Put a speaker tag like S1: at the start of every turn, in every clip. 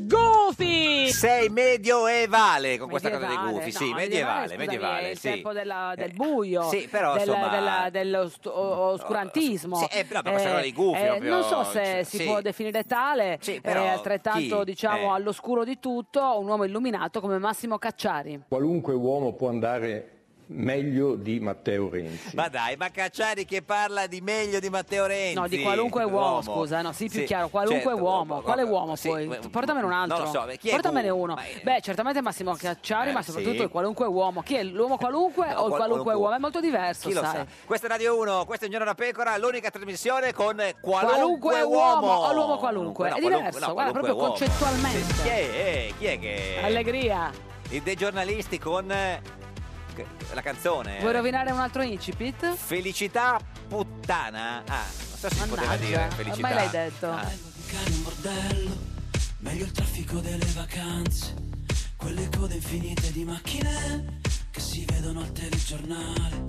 S1: Goofy!
S2: Sei medioevale con questa cosa dei
S1: Medievale,
S2: gufi, sì,
S1: no,
S2: medievale,
S1: scusami, è
S2: medievale,
S1: il
S2: sì.
S1: tempo della- del buio,
S2: Eh, sì, però,
S1: del-
S2: insomma-
S1: della- dell'oscurantismo.
S2: Sì, eh, però per questa cosa dei gufi, proprio-
S1: eh, non so se si
S2: sì.
S1: può definire tale,
S2: però
S1: eh, altrettanto
S2: chi?
S1: diciamo
S2: Eh.
S1: all'oscuro di tutto, un uomo illuminato come Massimo Cacciari.
S3: Qualunque uomo può andare meglio di Matteo Renzi.
S2: Ma dai, ma Cacciari che parla di meglio di Matteo Renzi.
S1: No, di qualunque uomo, scusa, no, sì, più chiaro, qualunque
S2: certo,
S1: uomo. Quale uomo
S2: sì,
S1: poi?
S2: ma-
S1: Portamene un altro.
S2: non lo so, beh, chi è
S1: Portamene
S2: tu?
S1: uno.
S2: Ma-
S1: Beh, certamente Massimo Cacciari,
S2: Eh,
S1: ma soprattutto
S2: sì.
S1: il qualunque uomo. Chi è l'uomo qualunque o il
S2: qual-
S1: qualunque
S2: qualunque
S1: uomo? È molto diverso,
S2: Chi lo
S1: sai.
S2: sa? Questa è Radio 1, questo è Un Giorno da Pecora, l'unica trasmissione con qualunque,
S1: Qualunque uomo,
S2: uomo.
S1: o l'uomo qualunque.
S2: No,
S1: È
S2: qualunque-
S1: diverso,
S2: no,
S1: guarda,
S2: qualunque
S1: proprio
S2: uomo.
S1: concettualmente.
S2: Sì, Chi è, eh, chi è che...
S1: Allegria.
S2: I dei giornalisti con eh, che- la canzone...
S1: Vuoi rovinare un altro incipit?
S2: Eh. Felicità puttana. Ah, non so se si poteva dire
S1: Mannaggia,
S2: felicità.
S1: ormai l'hai detto.
S2: Ah.
S4: Bucare un bordello, meglio il traffico delle vacanze, quelle code infinite di macchine che si vedono al telegiornale,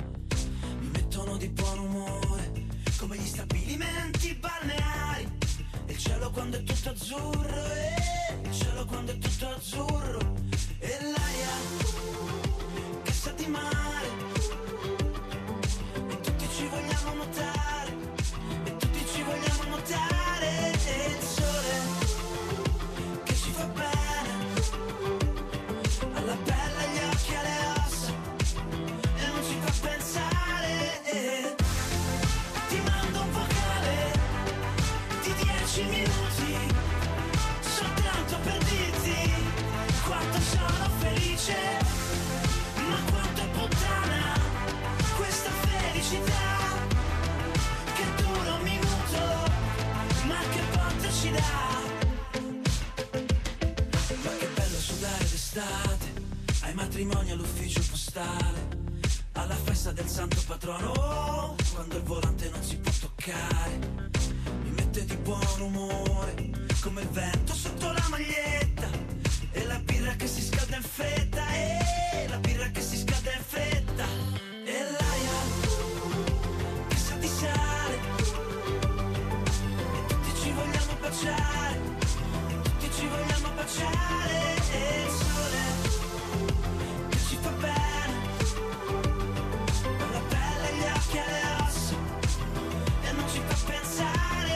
S4: mi mettono di buon umore, come gli stabilimenti balneari, E il cielo quando è tutto azzurro, eh, il cielo quando è tutto azzurro, e l'aria che sa di mare, e tutti ci vogliamo notare e tutti ci vogliamo notare e il sole che ci fa bene alla pelle, agli occhi, alle ossa e non ci fa pensare e ti mando un vocale di dieci minuti soltanto per dirti quanto sono felice ma quanto è puttana questa felicità che dura un minuto, ma che porta ci dà. Ma che bello sudare d'estate, ai matrimoni all'ufficio postale, alla festa del santo patrono, oh, quando il volante non si può toccare. Mi mette di buon umore, come il vento sotto la maglietta, e la birra che si scalda in fretta, e la birra che si scalda in fretta, e l'aia che sa di sale E tutti ci vogliamo baciare E tutti ci vogliamo baciare E il sole che ci fa bene Con la pelle, gli occhi e le ossa E non ci fa pensare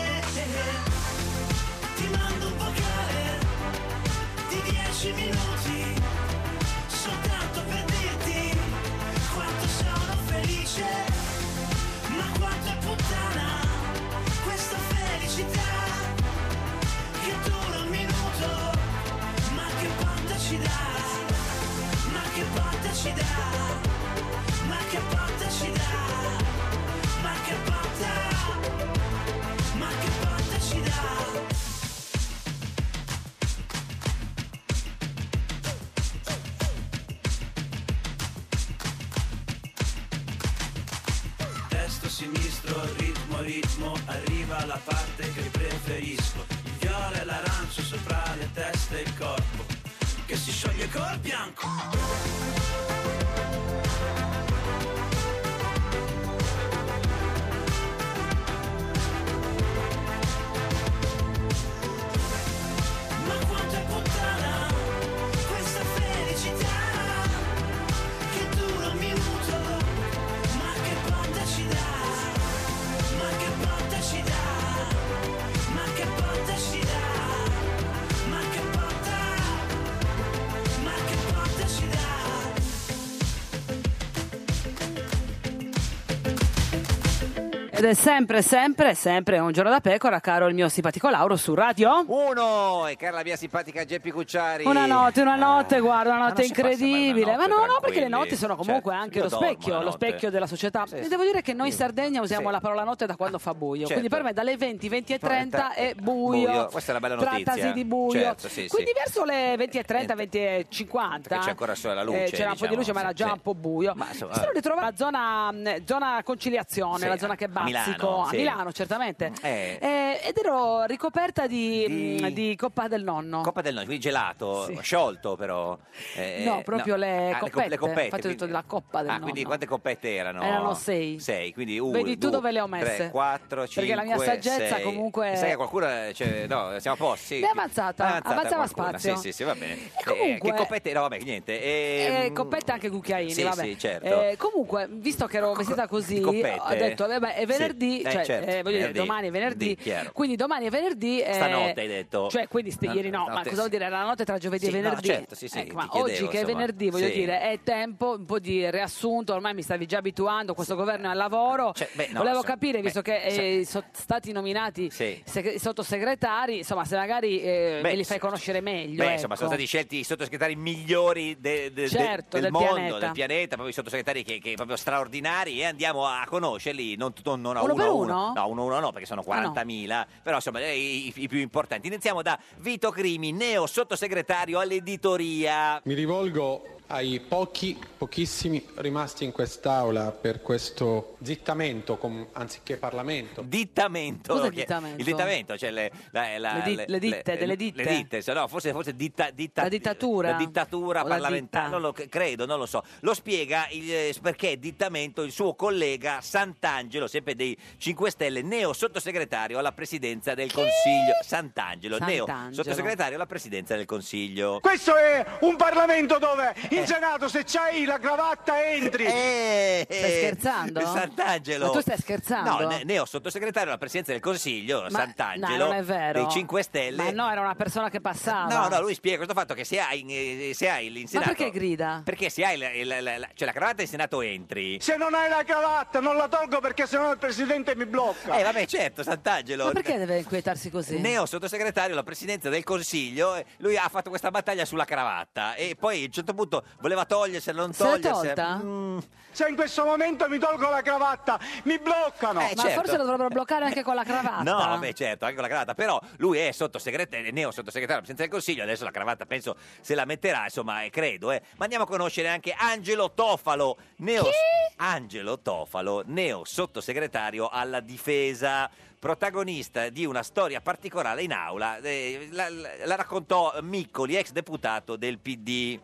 S4: Ti mando un vocale Di dieci minuti Soltanto per dirti Quanto sono felice ma quanto è puttana questa felicità che dura un minuto, ma che botta ci dà, ma che botta ci dà, ma che botta ci dà, ma che botta, ma che botta ci dà. Testo sinistro, ritmo, ritmo, arriva la parte che preferisco. Il viola e l'arancio sopra le teste e il corpo, che si scioglie col bianco. Ma quanto è puttana questa felicità che dura un minuto. Ma che botta ci dà, ma che botta ci dà, ma che botta ci dà, ma che botta, ma che botta ci dà.
S1: Ed è sempre, sempre, sempre un giorno da pecora, caro il mio simpatico Lauro su radio.
S2: Uno, e cara la mia Eh, simpatica Geppi Cucciari.
S1: Una notte, una notte,
S2: Eh.
S1: guarda, una
S2: Ma
S1: notte
S2: non si passa mai una
S1: incredibile. Ma
S2: notte
S1: no, no, perché le
S2: tranquilli.
S1: notti sono comunque
S2: Certo,
S1: anche
S2: io
S1: lo
S2: dormo
S1: specchio,
S2: la
S1: lo
S2: notte.
S1: specchio della società.
S2: Sì,
S1: E
S2: sì.
S1: devo dire che noi in Sardegna usiamo
S2: Sì.
S1: la parola notte da quando fa buio.
S2: Certo.
S1: Quindi per me dalle 20, 20 e 30 è buio.
S2: Buio, questa è la bella notizia.
S1: Trattasi di buio.
S2: Certo, sì, sì.
S1: Quindi verso le 20 e 30, 20 e 50.
S2: Perché c'è ancora solo la luce,
S1: eh, c'era un po' di
S2: diciamo,
S1: luce, ma
S2: sì,
S1: era già
S2: sì.
S1: un po' buio.
S2: Ma
S1: Mi
S2: insomma-
S1: sono ritrovata la zona, mh, zona conciliazione,
S2: Sì,
S1: la zona che basta. Bazzico,
S2: Milano,
S1: a
S2: sì.
S1: Milano certamente.
S2: Eh.
S1: Eh, ed ero ricoperta di,
S2: Di-
S1: mh, di Coppa del Nonno.
S2: Coppa del Nord, quindi gelato,
S1: Sì.
S2: sciolto però. Eh,
S1: No, proprio le
S2: Ah, co-
S1: coppette. Infatti ho detto
S2: quindi-
S1: della Coppa del
S2: Ah, quindi
S1: Nonno.
S2: quante coppette erano?
S1: Erano sei.
S2: Sei, quindi uno,
S1: Vedi tu
S2: due,
S1: dove le ho messe.
S2: Tre, quattro, cinque,
S1: Perché la mia saggezza
S2: sei.
S1: comunque-
S2: Sai che qualcuno... eh, Cioè, no, siamo a posto, sì.
S1: È avanzata, avanzava
S2: qualcuna.
S1: spazio.
S2: Sì, sì, sì, va bene. Eh,
S1: comunque-
S2: che coppette... No, vabbè, niente.
S1: Eh,
S2: ehm,
S1: coppette anche cucchiaini,
S2: sì,
S1: vabbè.
S2: sì, certo.
S1: Eh, comunque, visto che ero vestita così,
S2: coppette.
S1: ho detto, eh, beh, è venerdì,
S2: Sì, eh,
S1: cioè,
S2: certo,
S1: eh, voglio dire,
S2: venerdì.
S1: domani è venerdì,
S2: Venerdì, chiaro.
S1: quindi domani è venerdì. eh,
S2: Stanotte hai detto.
S1: Cioè, quindi sti-
S2: No,
S1: ieri no, ma
S2: notte,
S1: cosa vuol
S2: sì.
S1: dire? La notte tra giovedì e
S2: Sì, no,
S1: venerdì.
S2: certo, sì, sì,
S1: Ecco,
S2: ti
S1: ma
S2: chiedevo,
S1: oggi che è
S2: insomma.
S1: venerdì, voglio
S2: Sì.
S1: dire, è tempo un po' di riassunto, ormai mi stavi già abituando, questo governo è al lavoro.
S2: Cioè, beh, no,
S1: Volevo
S2: insomma,
S1: capire,
S2: beh,
S1: visto che eh, sono stati nominati
S2: Sì.
S1: seg- sottosegretari, insomma, se magari eh,
S2: Beh,
S1: me li fai
S2: sì,
S1: conoscere meglio.
S2: Beh, insomma, sono
S1: ecco.
S2: stati scelti i sottosegretari migliori de- de- de-
S1: Certo,
S2: del,
S1: del
S2: mondo,
S1: pianeta.
S2: del pianeta, proprio i sottosegretari che, che proprio straordinari e andiamo a conoscerli, non, non- non a
S1: Uno
S2: uno,
S1: per
S2: a
S1: uno?
S2: No, uno a uno no, perché sono
S1: Ah, no.
S2: 40.000, però insomma eh, i, i più importanti. Iniziamo da Vito Crimi, neo sottosegretario all'editoria.
S5: Mi rivolgo ai pochi, pochissimi rimasti in quest'aula per questo zittamento, com- anziché Parlamento.
S2: Dittamento,
S1: Cos'è
S2: che-
S1: dittamento?
S2: il dittamento, cioè le, la- la-
S1: Le di- le ditte, delle ditte?
S2: le ditte, se no, forse, forse ditta- ditta-
S1: La dittatura?
S2: la dittatura
S1: O la
S2: parlamentare,
S1: ditta?
S2: non lo c- credo, non lo so. Lo spiega il, eh, perché dittamento il suo collega Sant'Angelo, sempre dei 5 Stelle, neo sottosegretario alla presidenza del Consiglio. Sant'Angelo, neo
S1: Sant'Angelo.
S2: sottosegretario alla presidenza del Consiglio.
S6: Questo è un Parlamento dove in Senato se c'hai la cravatta entri.
S2: Eh, eh,
S1: Stai scherzando?
S2: Sant'Angelo.
S1: Ma tu stai scherzando?
S2: No, ne- neo sottosegretario alla presidenza del Consiglio,
S1: Ma-
S2: Sant'Angelo,
S1: no, non è vero.
S2: dei 5 Stelle.
S1: Ma no, era una persona che passava.
S2: No, no, lui spiega questo fatto che se hai, eh, se hai in
S1: Ma
S2: Senato...
S1: perché grida?
S2: Perché se hai la, la- la- la- cioè la cravatta in Senato entri.
S6: Se non hai la cravatta non la tolgo perché sennò il Presidente mi blocca.
S2: Eh vabbè, certo, Sant'Angelo.
S1: Ma perché deve inquietarsi così?
S2: Neo sottosegretario alla presidenza del Consiglio, eh, lui ha fatto questa battaglia sulla cravatta e poi a un certo punto voleva togliersela, non
S1: Se l'è
S2: togliersela.
S1: tolta?
S2: Mm,
S6: eh. Se in questo momento mi tolgo la cravatta mi bloccano.
S2: Eh,
S1: Ma
S2: certo.
S1: forse lo dovrebbero bloccare anche con la cravatta.
S2: No, vabbè, certo, anche con la cravatta, però lui è sottosegretario, neo sottosegretario alla presidenza del Consiglio, adesso la cravatta penso se la metterà, insomma, eh, credo, eh. Ma andiamo a conoscere anche Angelo Tofalo, neo Angelo Tofalo, neo sottosegretario alla difesa, protagonista di una storia particolare in aula, eh, la, la- la raccontò Miccoli, ex deputato del PD.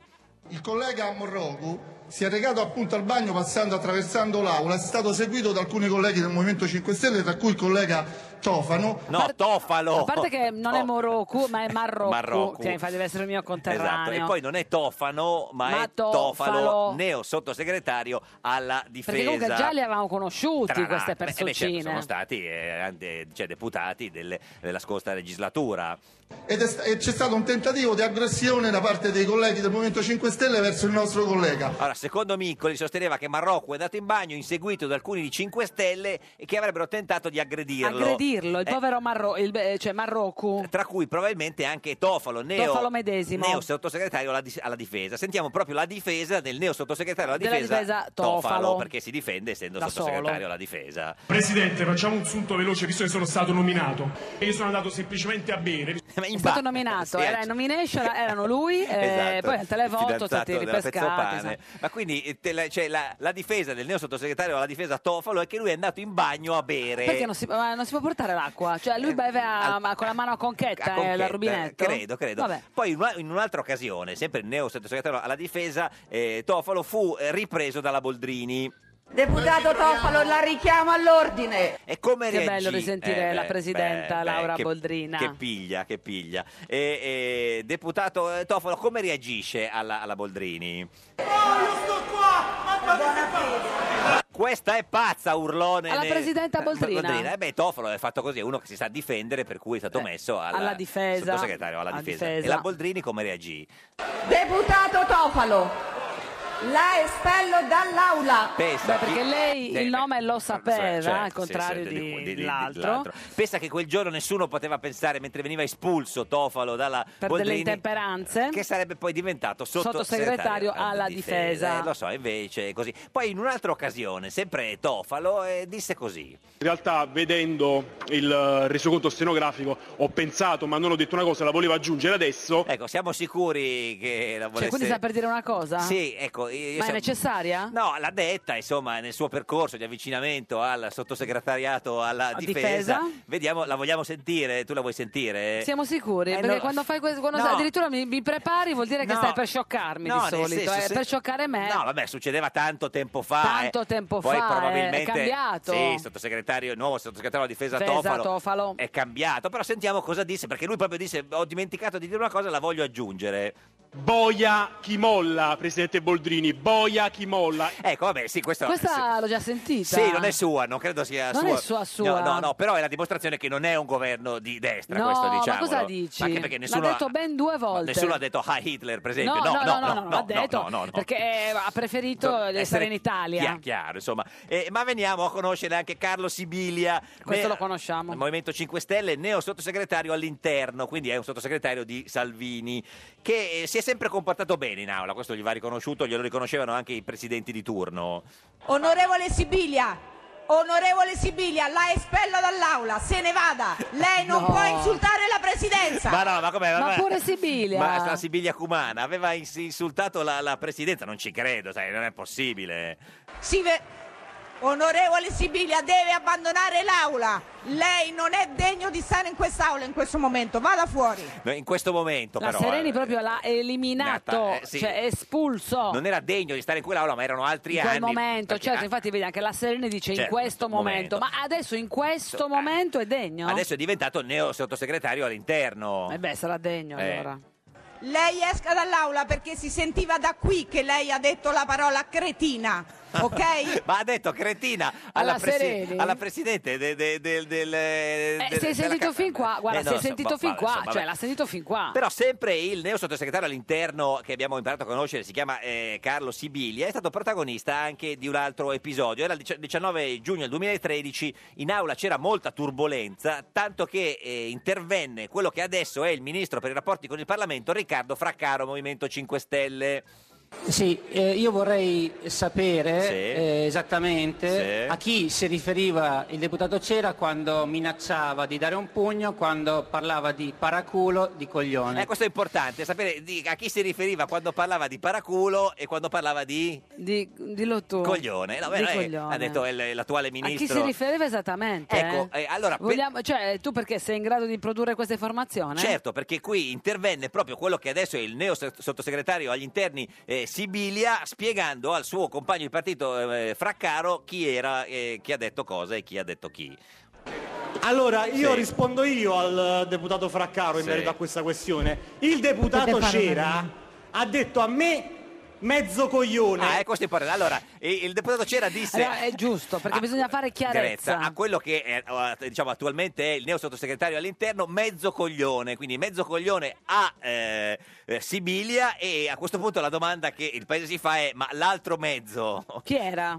S7: Il collega Morrogu si è recato appunto al bagno passando attraversando l'aula, è stato seguito da alcuni colleghi del Movimento 5 Stelle, tra cui il collega Tofano.
S2: No,
S1: Par-
S2: Tofalo.
S1: A parte che non è
S2: Oh.
S1: Moroku, ma è Marrocco.
S2: Marrocco.
S1: Cioè, infatti deve essere il mio
S2: Esatto,
S1: conterraneo.
S2: e poi non è Tofano, ma,
S1: Ma
S2: è Tofalo,
S1: Tofalo.
S2: neo sottosegretario alla difesa.
S1: Perché comunque già li avevamo conosciuti
S2: Tra
S1: queste
S2: l'altro, eh, beh, certo,
S1: personcine.
S2: sono stati eh, ante- cioè, deputati delle- della scorsa legislatura.
S7: Ed è sta- e c'è stato un tentativo di aggressione da parte dei colleghi del Movimento 5 Stelle verso il nostro collega.
S2: Allora, secondo Miccoli sosteneva che Marocco è andato in bagno inseguito da alcuni di 5 Stelle e che avrebbero tentato di aggredirlo.
S1: Aggredirlo, il
S2: Eh,
S1: povero Marro- il- eh, cioè Marrocco.
S2: tra cui probabilmente anche Tofalo, neo,
S1: Tofalo medesimo.
S2: neo sottosegretario alla, dis- alla difesa. Sentiamo proprio la difesa del neo sottosegretario alla
S1: Della
S2: difesa,
S1: difesa
S2: Tofalo,
S1: Tofalo.
S2: perché si difende essendo
S1: Da
S2: sottosegretario
S1: solo.
S2: alla difesa.
S8: Presidente, facciamo un sunto veloce visto che sono stato nominato e io sono andato semplicemente a bere.
S2: Ma in
S1: È stato
S2: ba-
S1: nominato,
S2: Eh, Sì,
S1: era
S2: eh,
S1: in nomination, erano lui, eh,
S2: Esatto,
S1: poi al televoto esatto.
S2: il
S1: sono
S2: fidanzato
S1: stati
S2: della
S1: ripescati.
S2: Pezzopane.
S1: insomma.
S2: Ma quindi eh, te la, cioè, la, la difesa del neo sottosegretario alla difesa Tofalo è che lui è andato in bagno a bere.
S1: Perché non si, ma non si può portare l'acqua? Cioè, lui beve a-
S2: Eh, Al-
S1: ma con la mano a conchetta,
S2: a
S1: eh,
S2: conchetta,
S1: dal rubinetto?
S2: Credo, credo.
S1: Vabbè.
S2: Poi in, una- in un'altra occasione, sempre il neo sottosegretario alla difesa, eh, Tofalo fu eh, ripreso dalla Boldrini.
S9: Deputato Tofalo, la richiamo all'ordine.
S2: E come Eh,
S1: Che bello
S2: reagì?
S1: risentire la presidenta Laura
S2: che-
S1: Boldrina.
S2: Che piglia, che piglia. E, e, deputato eh, Tofalo, come reagisce alla, alla Boldrini? Questa è pazza, urlone.
S1: Alla
S2: ne-
S1: presidenta Boldrina.
S2: Eh beh, Tofalo è fatto così, è uno che si sa difendere, per cui è stato
S1: Eh,
S2: messo alla,
S1: alla difesa.
S2: Sottosegretario, alla
S1: Alla
S2: difesa.
S1: difesa.
S2: E la Boldrini come reagì?
S9: Deputato Tofalo, la espello dall'aula.
S2: Pensa
S1: Beh, perché
S2: chi- Eh,
S1: lei il
S2: beh,
S1: nome lo sapeva,
S2: certo,
S1: al
S2: sì,
S1: contrario
S2: sì,
S1: di- dell'altro.
S2: dell'altro. Pensa che quel giorno nessuno poteva pensare, mentre veniva espulso Tofalo dalla
S1: Per
S2: Boldrini,
S1: delle Cioè, intemperanze.
S2: che sarebbe poi diventato
S1: Sottosegretario
S2: sottosegretario
S1: alla difesa.
S2: Eh, lo so, invece è così. Poi in un'altra occasione, sempre Tofalo, eh, disse così.
S8: In realtà vedendo il eh, resoconto stenografico ho pensato, ma non ho detto una cosa, la volevo aggiungere adesso.
S2: Ecco, siamo sicuri che la volesse...
S1: Cioè, quindi sta per dire una cosa?
S2: Sì, ecco, ecco, io-
S1: Ma è
S2: se-
S1: necessaria?
S2: No, l'ha detta, insomma, nel suo percorso di avvicinamento al sottosegretariato alla
S1: A
S2: difesa.
S1: difesa?
S2: Vediamo, la vogliamo sentire? Tu la vuoi sentire?
S1: Siamo sicuri?
S2: Eh,
S1: perché
S2: no.
S1: quando fai questo, quando
S2: No.
S1: addirittura mi, mi prepari vuol dire che
S2: No.
S1: stai per scioccarmi
S2: No,
S1: di
S2: nel
S1: solito,
S2: senso,
S1: eh,
S2: se-
S1: per scioccare me.
S2: No, vabbè, succedeva tanto tempo fa.
S1: Tanto
S2: eh.
S1: tempo
S2: Poi
S1: fa, eh, è
S2: probabilmente
S1: cambiato.
S2: Sì, il sottosegretario, il nuovo sottosegretario alla difesa
S1: Fesa
S2: Tofalo,
S1: Tofalo.
S2: è cambiato, però sentiamo cosa disse perché lui proprio disse "Ho dimenticato di dire una cosa, la voglio aggiungere".
S10: Boia chi molla, presidente Boldrini, boia chi molla.
S2: Ecco, vabbè, sì, questo
S1: Questa l'ho già sentita.
S2: Sì, non è sua, non credo sia
S1: Non
S2: sua.
S1: è sua, sua.
S2: No, no, no, però è la dimostrazione che non è un governo di destra,
S1: No,
S2: questo diciamo.
S1: ma cosa dici?
S2: Anche perché nessuno
S1: L'ha detto
S2: ha-
S1: ben due volte.
S2: Nessuno ha detto hi Hitler, per esempio.
S1: No,
S2: No,
S1: no, no, no, no,
S2: no,
S1: l'ha detto
S2: no, no, no.
S1: perché eh, ha preferito essere, in Italia.
S2: Chiaro, chiaro, insomma. Eh, ma veniamo a conoscere anche Carlo Sibilia.
S1: Questo
S2: ne-
S1: lo conosciamo.
S2: Del Movimento 5 Stelle, neo sottosegretario all'interno, quindi è un sottosegretario di Salvini, che eh, si è sempre comportato bene in aula, questo gli va riconosciuto, glielo riconoscevano anche i presidenti di turno.
S9: Onorevole Sibilia, onorevole Sibilia, la espello dall'aula, se ne vada. Lei non
S2: No.
S9: può insultare la presidenza.
S2: Ma no, ma com'è?
S9: Ma pure
S1: Sibilia.
S2: Ma la Sibilia Cumana aveva ins- insultato la, la presidenza, non ci credo, sai, non è possibile.
S9: Si ve- Onorevole Sibilia deve abbandonare l'aula. Lei non è degno di stare in quest'aula in questo momento. Vada fuori.
S2: No, In questo momento
S1: La
S2: però...
S1: Sereni
S2: eh,
S1: proprio l'ha eliminato,
S2: eh, sì.
S1: cioè espulso.
S2: Non era degno di stare in quell'aula, ma erano altri
S1: in
S2: anni.
S1: quel momento,
S2: perché
S1: certo,
S2: a-
S1: infatti vedi anche la Sereni dice in
S2: Certo,
S1: questo
S2: momento.
S1: momento.
S2: Eh,
S1: ma adesso in questo momento è degno?
S2: Adesso è diventato neo sottosegretario all'interno.
S1: Eh beh, sarà degno
S2: Eh.
S1: allora.
S9: Lei esca dall'aula perché si sentiva da qui che lei ha detto la parola cretina, ok?
S2: Ma ha detto cretina alla,
S9: Alla Sereni?
S2: alla presidente de- de- del... del-
S1: Eh,
S2: del-
S1: sei
S2: della
S1: sentito
S2: Camera.
S1: fin qua, guarda,
S2: Eh, no,
S1: sei
S2: insomma,
S1: sentito fin
S2: vabbè,
S1: qua,
S2: insomma,
S1: cioè
S2: vabbè.
S1: l'ha sentito fin qua.
S2: Però sempre il neo sottosegretario all'interno che abbiamo imparato a conoscere, si chiama eh, Carlo Sibilia, è stato protagonista anche di un altro episodio. Era il dici- 19 giugno del 2013, in aula c'era molta turbolenza, tanto che eh, intervenne quello che adesso è il ministro per i rapporti con il Parlamento, Riccardo Fraccaro, Movimento 5 Stelle.
S11: Sì, eh, io vorrei sapere eh, esattamente
S2: Sì.
S11: a chi si riferiva il deputato Cera quando minacciava di dare un pugno, quando parlava di paraculo, di coglione.
S2: Eh, questo è importante, sapere di- a chi si riferiva quando parlava di paraculo e quando parlava di...
S1: Di, dillo tu.
S2: Coglione, No, beh,
S1: Di
S2: non è che
S1: coglione.
S2: ha detto il- l'attuale
S1: A
S2: ministro.
S1: chi si riferiva esattamente?
S2: Ecco,
S1: eh?
S2: eh, allora, pe-
S1: Vogliamo- cioè, tu perché sei in grado di produrre questa informazione?
S2: Certo, perché qui intervenne proprio quello che adesso è il neo se- sottosegretario agli interni eh, Sibilia, spiegando al suo compagno di partito eh, Fraccaro chi era, eh, chi ha detto cosa e chi ha detto chi.
S12: Allora, io
S2: Sì.
S12: rispondo io al eh, deputato Fraccaro in
S2: Sì.
S12: merito a questa questione. Il deputato
S2: Potete fare una
S12: Cera ha detto a me mezzo coglione.
S2: Ah, ecco, stiamo parlando. Allora, i- il deputato Cera disse...
S1: Allora, è giusto,
S2: Ah,
S1: perché bisogna fare chiarezza.
S2: Grezza, a quello che è, eh, diciamo, attualmente è il neo sottosegretario all'interno, mezzo coglione, quindi mezzo coglione a eh, eh, Sibilia e a questo punto la domanda che il paese si fa è ma l'altro mezzo?
S1: Chi era?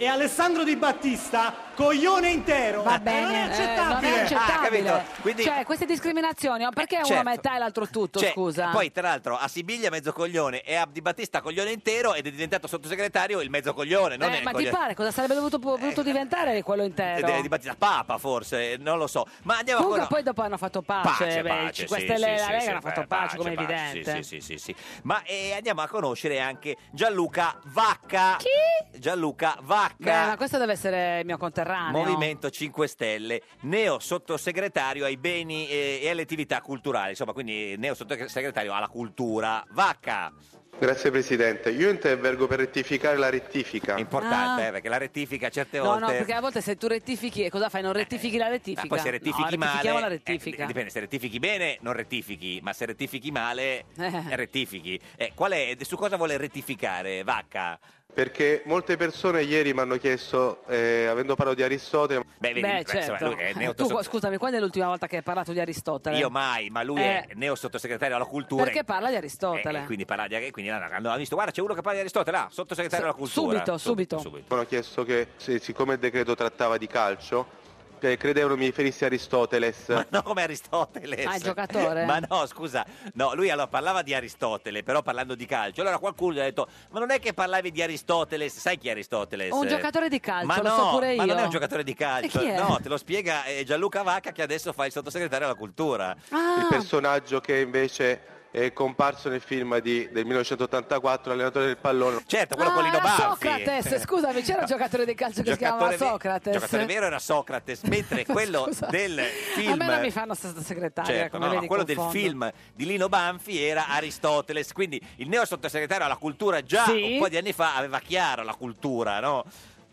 S12: E Alessandro Di Battista, coglione intero.
S1: Va
S12: Eh, non è
S1: bene, eh, non
S12: accettabile.
S1: è accettabile.
S2: Ah, capito, quindi-
S1: Cioè, queste discriminazioni, ma perché uno a
S2: certo.
S1: metà e l'altro tutto,
S2: Cioè,
S1: scusa?
S2: Poi, tra l'altro, a Sibiglia mezzo coglione e a Di Battista coglione intero ed è diventato sottosegretario il mezzo coglione. Non
S1: Eh,
S2: è
S1: ma ti
S2: coglione-
S1: pare cosa sarebbe dovuto, potuto diventare quello intero?
S2: Ed è eh, Di Battista Papa, forse, non lo so. Ma andiamo
S1: Comunque
S2: con...
S1: poi dopo hanno fatto pace,
S2: Pace,
S1: beh,
S2: pace,
S1: i 5
S2: sì,
S1: Stelle
S2: sì,
S1: e la
S2: sì,
S1: Lega
S2: sì,
S1: hanno fatto
S2: eh,
S1: pace, come
S2: pace,
S1: evidente.
S2: Sì, sì, sì, sì, sì. Ma eh, andiamo a conoscere anche Gianluca Vacca. Chi? Gianluca
S1: Beh,
S2: Vacca.
S1: ma questo deve essere il mio conterraneo.
S2: Movimento 5 Stelle, neo sottosegretario ai beni eh, e alle attività culturali, insomma, quindi eh, neo sottosegretario alla cultura. Vacca!
S13: Grazie Presidente, io intervengo per rettificare la rettifica.
S2: Importante,
S1: Ah.
S2: eh, perché la rettifica certe
S1: No,
S2: volte...
S1: no, perché a volte se tu rettifichi, e cosa fai? Non rettifichi la rettifica.
S2: Ah, poi se rettifichi
S1: no, rettifichiamo
S2: male,
S1: la rettifica.
S2: eh, dipende, se rettifichi bene non rettifichi, ma se rettifichi male
S1: Eh.
S2: rettifichi. Eh, qual è, su cosa vuole rettificare Vacca?
S13: Perché molte persone ieri mi hanno chiesto, eh, avendo parlato di Aristotele...
S2: vedi,
S1: Beh,
S2: insomma,
S1: certo.
S2: lui è neo-
S1: tu, scusami, quando è l'ultima volta che hai parlato di Aristotele?
S2: Io mai, ma lui è
S1: Eh.
S2: neo sottosegretario alla cultura.
S1: Perché parla di Aristotele?
S2: e Eh, quindi parla di e quindi hanno hanno visto, guarda, c'è uno che parla di Aristotele, ah, sottosegretario alla cultura.
S1: subito, subito.
S13: Mi hanno chiesto che, se- siccome il decreto trattava di calcio, eh, credevano mi riferissi a Aristoteles.
S2: Ma no, come Aristotele.
S1: Ah, il giocatore?
S2: Ma no, scusa. No, lui allora parlava di Aristotele, però parlando di calcio. Allora qualcuno gli ha detto, ma non è che parlavi di Aristotele, sai chi è Aristotele?
S1: Un giocatore di calcio,
S2: ma
S1: lo
S2: no,
S1: so pure
S2: ma
S1: io.
S2: non è un giocatore di calcio.
S1: E chi è?
S2: No, te lo spiega eh, Gianluca Vacca che adesso fa il sottosegretario alla cultura.
S1: Ah.
S13: Il personaggio che invece è comparso nel film di- del 1984 Allenatore del pallone.
S2: Certo,
S1: Ah, era Socrates, scusami, c'era un giocatore di calcio che si chiamava
S2: Giocatore ve-
S1: Socrates.
S2: giocatore vero era Socrates, mentre quello
S1: Scusa.
S2: del film
S1: A me non mi fanno stata segretaria,
S2: Certo,
S1: come
S2: no, no,
S1: vedi,
S2: quello del
S1: confondo.
S2: film di Lino Banfi era Aristoteles, quindi il neo sottosegretario alla cultura già
S1: Sì.
S2: un po' di anni fa aveva chiara la cultura, no?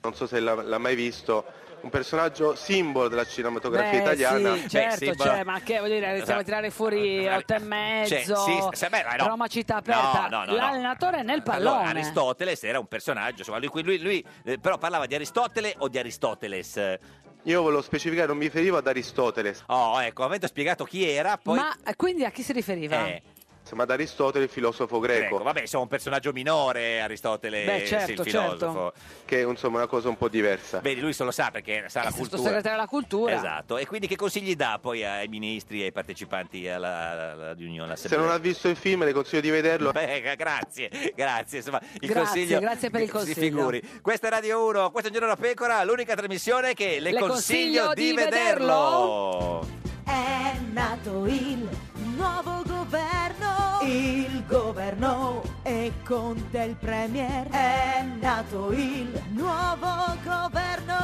S13: Non so se l'ha, l'ha mai visto, un personaggio simbolo della cinematografia
S1: Beh,
S13: italiana.
S1: Sì, certo,
S2: boh.
S1: cioè, ma che voglio dire, stiamo a tirare fuori otto e mezzo,
S2: Esatto. Cioè, sì, se- beh, ma no.
S1: Roma città aperta,
S2: No, no, no, no.
S1: l'allenatore nel pallone.
S2: Allora, Aristoteles era un personaggio, insomma, lui, lui- lui, eh, però parlava di Aristotele o di Aristoteles?
S13: Io volevo specificare, non mi riferivo ad Aristotele.
S2: Oh, ecco, avendo spiegato chi era, poi... Eh.
S1: Ma eh, quindi a chi si riferiva?
S13: Ma ad Aristotele, il filosofo greco.
S2: Ecco, vabbè, insomma, un personaggio minore Aristotele,
S1: Beh,
S2: sì,
S1: certo,
S2: il filosofo.
S13: Che è insomma una cosa un po' diversa.
S2: Vedi, lui solo sa perché sa la cultura.
S1: Eh, Sottosegretario alla cultura.
S2: Esatto, e quindi che consigli dà poi ai ministri e ai partecipanti alla, alla- alla riunione?
S13: Se non ha visto il film, le consiglio di vederlo.
S2: Beh, grazie, grazie. Insomma, il
S1: Grazie,
S2: consiglio.
S1: grazie per il
S2: si
S1: consiglio.
S2: figuri. Questa è Radio 1, questo è Giorno da Pecora, l'unica trasmissione che le,
S14: Le
S2: consiglio,
S14: consiglio
S2: di,
S14: di
S2: vederlo.
S14: È nato il nuovo governo. Il governo è con del premier. È nato il nuovo governo.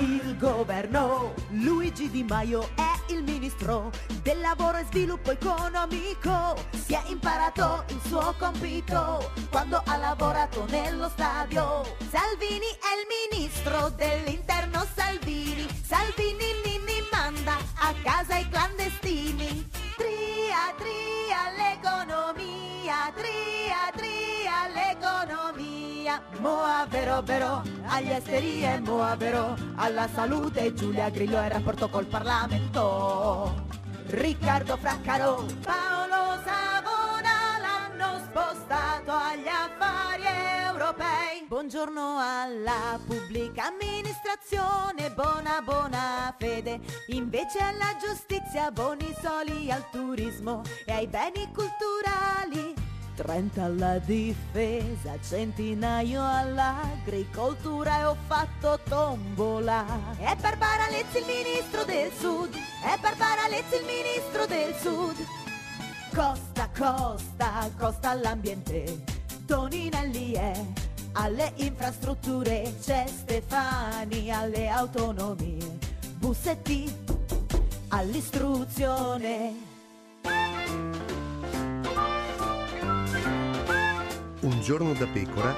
S14: Il governo. Luigi Di Maio è il ministro del lavoro e sviluppo economico. Si è imparato il suo compito quando ha lavorato nello stadio. Salvini è il ministro dell'interno Salvini. Salvini Nini manda a casa i clandestini. Tria, tria l'economia, tria, tria l'economia. Moa vero vero, agli esteri e moa vero, alla salute Giulia Grillo in rapporto col Parlamento. Riccardo Fraccaro, Paolo Savona l'hanno spostato agli affari europei. Buongiorno alla pubblica amministrazione, buona buona fede. Invece alla giustizia, buoni soli al turismo e ai beni culturali. 30 alla difesa, cioè- centinaio all'agricoltura e ho fatto tombola. È Barbara Lezzi il ministro del sud, è Barbara Lezzi il ministro del sud. Costa, costa, costa all'ambiente, Toninelli è alle infrastrutture, c'è Stefani alle autonomie, Bussetti all'istruzione.
S15: Un giorno da pecora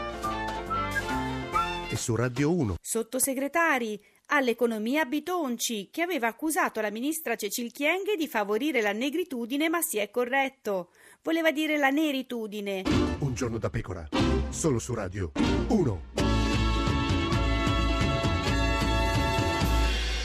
S15: e su Radio 1.
S16: Sottosegretari all'economia Bitonci, che aveva accusato la ministra Cecil Chienghe di favorire la negritudine, ma si è corretto. Voleva dire la neritudine.
S15: Un giorno da pecora, solo su Radio 1.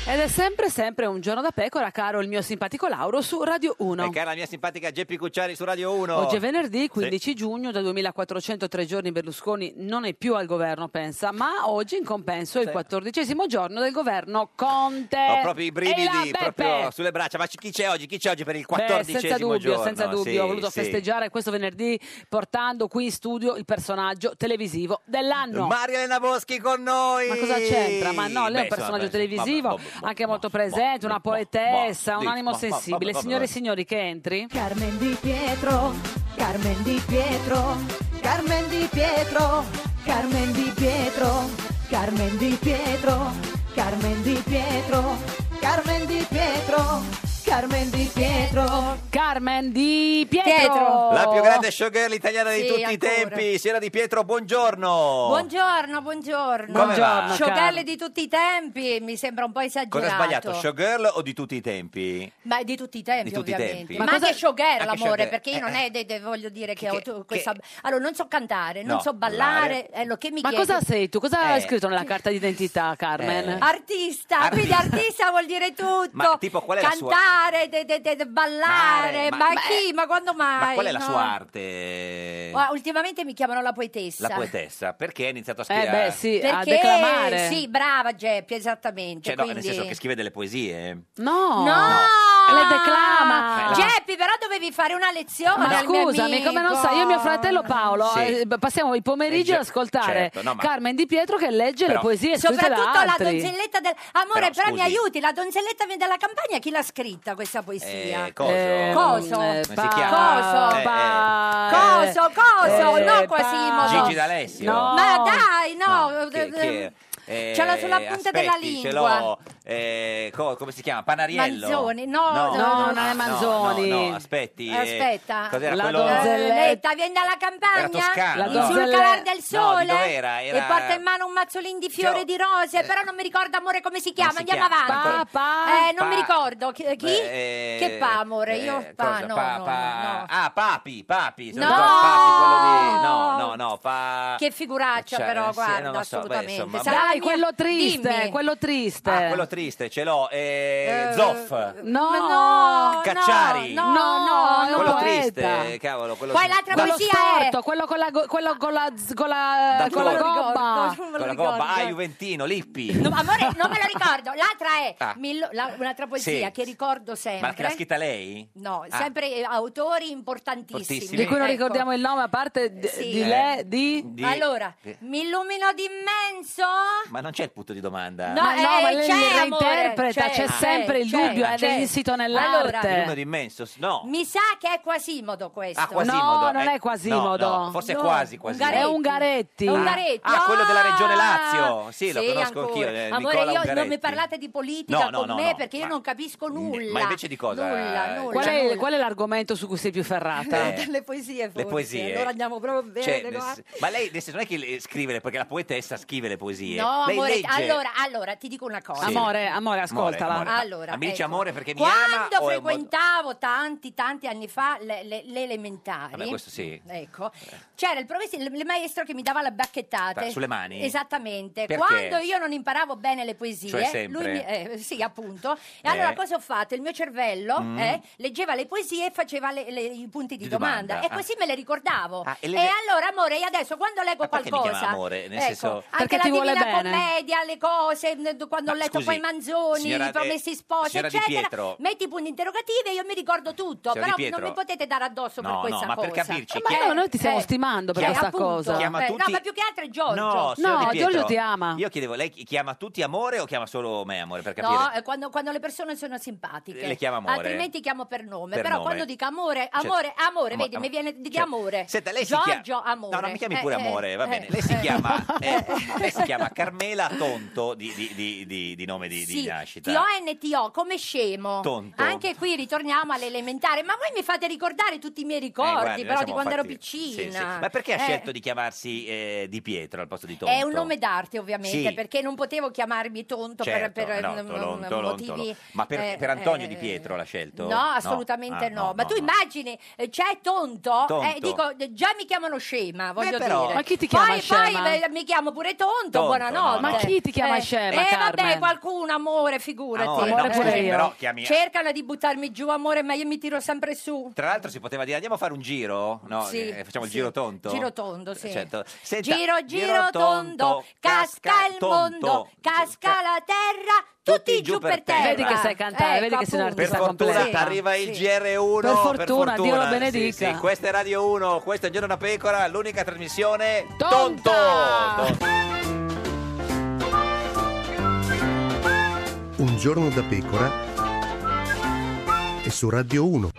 S1: Ed è sempre, sempre un giorno da pecora, caro il mio simpatico Lauro su Radio 1.
S2: E cara la mia simpatica Geppi Cucciari su Radio 1.
S1: Oggi è venerdì 15 giugno, da 2403 giorni Berlusconi non è più al governo, pensa, ma oggi in compenso è il
S2: Sì.
S1: quattordicesimo giorno del governo Conte.
S2: Ho proprio i
S1: eh, E la
S2: brividi
S1: Beppe!
S2: proprio sulle braccia. Ma chi- chi c'è oggi? Chi c'è oggi per il
S1: Beh,
S2: quattordicesimo
S1: senza dubbio,
S2: giorno?
S1: senza dubbio,
S2: Sì,
S1: ho voluto
S2: sì.
S1: festeggiare questo venerdì portando qui in studio il personaggio televisivo dell'anno.
S2: Maria Elena Boschi con noi!
S1: Ma cosa c'entra? Ma no, lei è
S2: Beh,
S1: un personaggio
S2: insomma,
S1: televisivo,
S2: vabbè,
S1: anche molto presente, una poetessa, Eh, un
S2: dì,
S1: animo
S2: ma- ma-
S1: sensibile.
S2: vabbè, vabbè,
S1: Signore e
S2: vabbè.
S1: signori, che entri.
S14: Carmen Di Pietro, Carmen Di Pietro, Carmen Di Pietro, Carmen Di Pietro, Carmen Di Pietro, Carmen Di Pietro, Carmen Di Pietro, Carmen Di Pietro,
S1: Carmen Di Pietro.
S2: La più grande showgirl italiana di
S17: Sì,
S2: tutti i
S17: ancora.
S2: tempi, Sera Di Pietro, buongiorno.
S17: Buongiorno, buongiorno.
S2: Oh. Come va?
S17: Showgirl di tutti i tempi, mi sembra un po' esagerato.
S2: Cosa ha sbagliato, showgirl o di tutti i tempi?
S17: Ma è di tutti i tempi,
S2: Di tutti i
S17: ovviamente.
S2: tempi.
S17: Ma,
S2: Ma cosa-
S17: anche showgirl,
S2: anche
S17: amore,
S2: showgirl,
S17: perché io
S2: eh,
S17: non
S2: eh.
S17: è de- de- voglio dire che, ho tu-
S2: che-
S17: questa... Allora, non so cantare, non
S2: No,
S17: so
S2: ballare.
S17: ballare, è lo che mi
S1: Ma
S17: chiedi.
S1: cosa sei tu? Cosa
S2: Eh.
S1: hai scritto nella carta d'identità, Carmen?
S2: Eh.
S17: Artista, quindi artista vuol dire tutto.
S2: Ma tipo, qual è la sua-
S17: Cantare, de- de- de- de-
S2: Mare,
S17: ballare,
S2: ma-
S17: ma,
S2: ma-
S17: chi? Ma quando mai?
S2: Ma qual è la
S17: No.
S2: sua arte?
S17: Ah, Ultimamente mi chiamano la poetessa.
S2: La poetessa, perché ha iniziato a scrivere?
S1: Eh
S17: Perché- Sì, brava Geppi, esattamente.
S2: Cioè, no, nel
S17: quindi-
S2: eh.
S17: Ehm,
S2: senso che scrive delle poesie.
S1: No!
S17: No!
S1: Le
S2: Eh,
S1: declama.
S17: Geppi, però dovevi fare una lezione
S1: Ma
S17: al mio
S1: scusami,
S17: amico.
S1: come non sai, io e mio fratello Paolo
S2: Sì.
S1: eh, b- passiamo i pomeriggi
S2: Eh,
S1: ad ascoltare
S2: certo, no, ma-
S1: Carmen Di Pietro che legge le
S2: Però-
S1: poesie scritte da
S17: Soprattutto la
S1: altri.
S17: donzelletta del... Amore,
S1: Però,
S17: però, mi
S1: scusi.
S17: aiuti, la donzelletta viene dalla campagna, chi l'ha scritta questa poesia?
S2: Eh, coso.
S17: Coso.
S2: Come si
S17: Pa-
S2: chiama?
S17: Coso.
S2: Eh, eh.
S17: Coso, coso,
S2: Eh,
S17: no
S2: eh,
S17: Quasimodo.
S2: Gigi D'Alessio. No.
S17: Ma dai, no.
S2: Che- che- eh,
S17: Ce l'ho sulla punta
S2: aspetti,
S17: della
S2: ce
S17: lingua.
S2: l'ho, eh, co- come si chiama? Panariello.
S17: Manzoni, no, no, no, non è
S2: ah,
S17: Manzoni.
S2: No, no, no, aspetti. eh,
S17: Aspetta. Eh,
S2: cos'era quello?
S17: Donzelletta viene dalla
S2: Era
S17: campagna,
S2: toscano,
S17: la
S2: no?
S17: sul
S2: Donzelle-
S17: calar del
S2: No,
S17: sole
S2: di dov'era? Era- eh.
S17: e porta in mano un mazzolino di fiori di rose, però non mi ricordo amore come si chiama,
S2: si
S17: andiamo
S2: chiama?
S17: avanti.
S2: Papà?
S17: Eh, non mi
S2: Pa-
S17: ricordo chi? chi?
S2: Beh, eh,
S17: che pa amore, io
S2: eh,
S17: pa,
S2: cosa?
S17: no,
S2: Pa-
S17: no,
S2: pa-
S17: no,
S2: Ah, Papi, Papi. se non
S17: No! Eh.
S2: ricordo, Papi, quello di... No, no, no, pa...
S17: Che figuraccia
S2: Cioè,
S17: però,
S2: sì,
S17: guarda,
S2: non lo so, beh,
S17: assolutamente.
S2: insomma,
S17: Sarà la
S1: Dai,
S17: mia-
S1: quello triste,
S17: Dimmi.
S1: quello triste.
S2: Ah, quello triste, ce l'ho. eh, Zoff.
S1: No,
S17: Ma no,
S2: Cacciari.
S17: No, no, no,
S2: quello
S17: no.
S2: triste, cavolo. Quello
S17: Poi l'altra
S1: quello
S17: poesia
S1: storto, quello con la, go- quello con la, z- con la,
S2: Da
S1: con la
S2: fuori.
S1: gobba.
S17: Non me lo
S2: Con la
S17: ricordo.
S2: gobba, ah, Juventino, Lippi.
S17: No, amore, non me lo ricordo. L'altra è
S2: Ah.
S17: Millo- la- un'altra poesia
S2: Sì.
S17: che ricordo sempre.
S2: Ma che l'ha scritta lei?
S17: No,
S2: Ah.
S17: sempre eh, autori importantissimi.
S2: Fortissimi.
S1: Di cui non
S17: Ecco.
S1: ricordiamo il nome, a parte d-
S17: Sì.
S1: di
S2: Eh.
S1: lei, di...
S2: Di-
S17: Allora,
S2: Sì.
S17: mi illumino d'immenso?
S2: Ma non c'è il punto di domanda.
S17: No,
S1: Ma no,
S17: eh,
S1: ma lei
S17: c'è,
S1: li
S17: amore,
S1: reinterpreta,
S17: c'è,
S1: c'è
S17: c'è,
S1: sempre il
S17: c'è, Ah,
S1: dubbio, eh, è
S17: c'è.
S1: insito nell'arte.
S2: Il numero immenso, no.
S17: Mi sa che è Quasimodo questo.
S2: Ah, Quasimodo.
S1: No, non
S2: eh,
S1: è Quasimodo.
S2: no, no, forse è
S1: No,
S2: quasi Quasimodo.
S1: Ungaretti. È Ungaretti.
S2: Ah,
S17: Ungaretti.
S2: Ah, quello della Regione Lazio. Sì, lo
S17: Sì,
S2: conosco
S17: ancora.
S2: anch'io. eh,
S17: Amore,
S2: Nicola
S17: io non
S2: Ungaretti.
S17: mi parlate di politica
S2: No, no,
S17: con
S2: no,
S17: me
S2: no,
S17: perché io
S2: ma-
S17: non capisco nulla.
S2: ma invece di cosa?
S17: Nulla, nulla.
S1: Qual è,
S17: nulla.
S1: qual è l'argomento su cui sei più ferrata?
S2: Eh.
S17: Le poesie forse.
S2: Le poesie.
S17: Allora andiamo proprio bene.
S2: Cioè, nel
S17: guarda.
S2: sen- ma lei nel senso, non è che le- scrive, le- perché la poetessa scrive le poesie.
S17: No,
S2: lei
S17: amore,
S2: legge.
S17: allora, allora, ti dico una cosa.
S2: Sì. Amore,
S1: amore,
S2: ascoltala. amore.
S17: Allora,
S2: Ma mi dice
S17: ecco.
S2: amore perché mi ama o è
S17: Quando
S2: un modo-
S17: frequentavo tanti, tanti anni fa le, le- le elementari,
S2: Vabbè, questo sì.
S17: ecco, c'era il, professore- il maestro che mi dava la bacchettate.
S2: Ta- sulle mani?
S17: Esattamente.
S2: Perché?
S17: Quando io non imparavo bene le poesie,
S2: Cioè sempre?
S17: lui mi- eh, sì, appunto. E
S2: Eh.
S17: allora cosa ho fatto? Il mio cervello
S2: Mm.
S17: eh, leggeva le poesie e faceva le- le- i punti di,
S2: Di
S17: domanda.
S2: domanda,
S17: E
S2: ah.
S17: così me le ricordavo.
S2: Ah,
S17: e,
S2: e le-
S17: allora, amore, io adesso quando leggo
S2: Ma perché mi
S17: qualcosa...
S2: chiama amore? Nel
S17: ecco,
S2: senso-
S17: Anche
S1: Perché
S17: la
S1: ti vuole
S17: Divina
S1: bene.
S17: Commedia, le cose, quando ho
S2: Ma
S17: letto
S2: scusi,
S17: poi Manzoni,
S2: signora
S17: i promessi
S2: De-
S17: sposi,
S2: signora Di
S17: eccetera,
S2: Pietro.
S17: metti i punti interrogativi e io mi ricordo tutto,
S2: Signora
S17: però
S2: Di Pietro.
S17: non mi potete dare addosso per
S2: No, no,
S17: questa
S2: ma per
S17: cosa.
S2: capirci,
S1: Ma no, noi ti stiamo stimando per
S17: eh,
S1: questa
S17: appunto,
S1: cosa.
S2: Chiama
S17: eh, No,
S2: tutti-
S17: ma più che altro è Giorgio.
S2: No, signor
S1: No,
S2: Di Pietro,
S1: Giorgio ti ama.
S2: Io chiedevo, lei chi- chiama tutti amore o chiama solo me amore per capire?
S17: No, eh, quando, quando le persone sono simpatiche.
S2: Le chiama amore?
S17: Altrimenti chiamo per nome.
S2: Per
S17: però
S2: nome.
S17: quando dico amore,
S2: Certo.
S17: amore, amore,
S2: Amo-
S17: vedi,
S2: amo-
S17: mi viene di
S2: certo.
S17: amore.
S2: Senta, lei si
S17: Giorgio,
S2: chiama-
S17: amore.
S2: No, no, mi chiami
S17: Eh,
S2: pure
S17: eh,
S2: amore, va
S17: eh,
S2: bene. Lei si
S17: eh.
S2: chiama, eh, lei si chiama Carmela Tonto di, di- di- di- di nome di, di
S17: Sì,
S2: nascita. Eh,
S17: T-O-N-T-O, come scemo.
S2: Tonto.
S17: Anche qui ritorniamo all'elementare. Ma voi mi fate ricordare tutti i miei
S2: Eh, guardi,
S17: ricordi,
S2: noi
S17: però, di
S2: siamo
S17: quando ero
S2: fatti- sì,
S17: piccina.
S2: sì. Ma perché ha
S17: Eh,
S2: scelto di chiamarsi eh, Di Pietro al posto di Tonto?
S17: È un nome d'arte, ovviamente,
S2: Sì.
S17: perché non potevo chiamarmi tonto per-
S2: Certo,
S17: per,
S2: no,
S17: mm, mm,
S2: Tolonto, Tolonto,
S17: motivi.
S2: Tolonto. Ma per,
S17: eh,
S2: per Antonio Di
S17: eh,
S2: Pietro l'ha scelto?
S17: No, assolutamente
S2: Ah,
S17: no. Ma tu immagini, eh, c'è tonto, eh,
S2: Tonto. Eh,
S17: dico, eh, già mi chiamano scema, voglio
S2: però-
S17: dire.
S2: Ma chi ti
S1: chiama
S17: poi,
S1: scema?
S17: Poi eh, mi chiamo pure tonto,
S2: Tonto,
S17: buonanotte.
S2: no, no. Ma
S1: chi ti chiama
S17: Eh,
S1: scema,
S17: Eh, vabbè,
S1: Carmen?
S17: qualcuno, amore, figurati.
S2: Amore,
S1: no, Amore scusi, pure io.
S2: però chiami-
S17: Cercano di buttarmi giù, amore, ma io mi tiro sempre su.
S2: Tra l'altro si poteva dire andiamo a fare un giro? No,
S17: Sì,
S2: eh, facciamo il
S17: sì.
S2: giro tonto?
S17: Giro tondo, sì.
S2: Certo. Senta,
S17: Giro, giro tondo, casca il
S2: tonto.
S17: mondo, casca la terra, tutti giù per terra. Ecco,
S1: Vedi che sai cantare, vedi che sei un
S2: Per
S1: artista
S2: fortuna
S1: completo.
S2: arriva il GR1.
S1: Per fortuna, Dio lo benedica.
S2: Sì, sì, Questa è Radio 1, questa è Giorno da Pecora, l'unica trasmissione
S1: Tonta!
S2: Oh,
S1: Ah,
S2: Tonto.
S15: Un giorno da pecora e su Radio 1.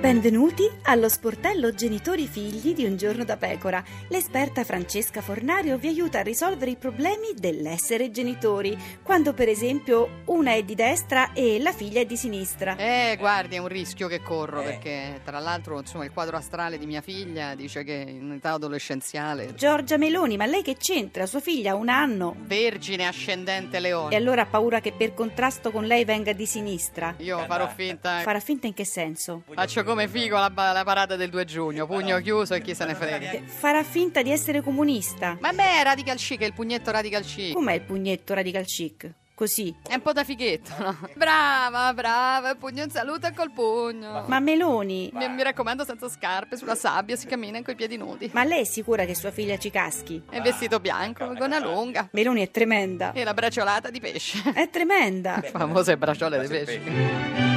S16: Benvenuti allo sportello Genitori Figli di Un giorno da pecora. L'esperta Francesca Fornario vi aiuta a risolvere i problemi dell'essere genitori, quando per esempio una è di destra e la figlia è di sinistra.
S18: Eh, guardi, è un rischio che corro
S16: Eh.
S18: perché tra l'altro, insomma, il quadro astrale di mia figlia dice che in età adolescenziale
S16: Giorgia Meloni, ma lei che c'entra? Sua figlia ha un anno.
S18: Vergine ascendente leone.
S16: E allora ha paura che per contrasto con lei venga di sinistra?
S18: Io farò finta. eh.
S16: Farà finta in che senso?
S18: Faccio come figo la, ba- la parata del 2 giugno, pugno chiuso e chi se ne frega.
S16: Farà finta di essere comunista.
S18: Ma beh, radical chic, è il pugnetto radical chic.
S16: Com'è il pugnetto radical chic? così.
S18: È un po' da fighetta, no? Brava, brava, pugno in salute col pugno.
S16: Ma Meloni,
S18: Mi, mi raccomando, senza scarpe, sulla sabbia si cammina coi piedi nudi.
S16: ma lei è sicura che sua figlia ci caschi?
S18: È vestito bianco, gonna lunga
S16: Meloni è tremenda.
S18: e la braciolata di pesce.
S16: È tremenda.
S18: Famose bracciole di pesce.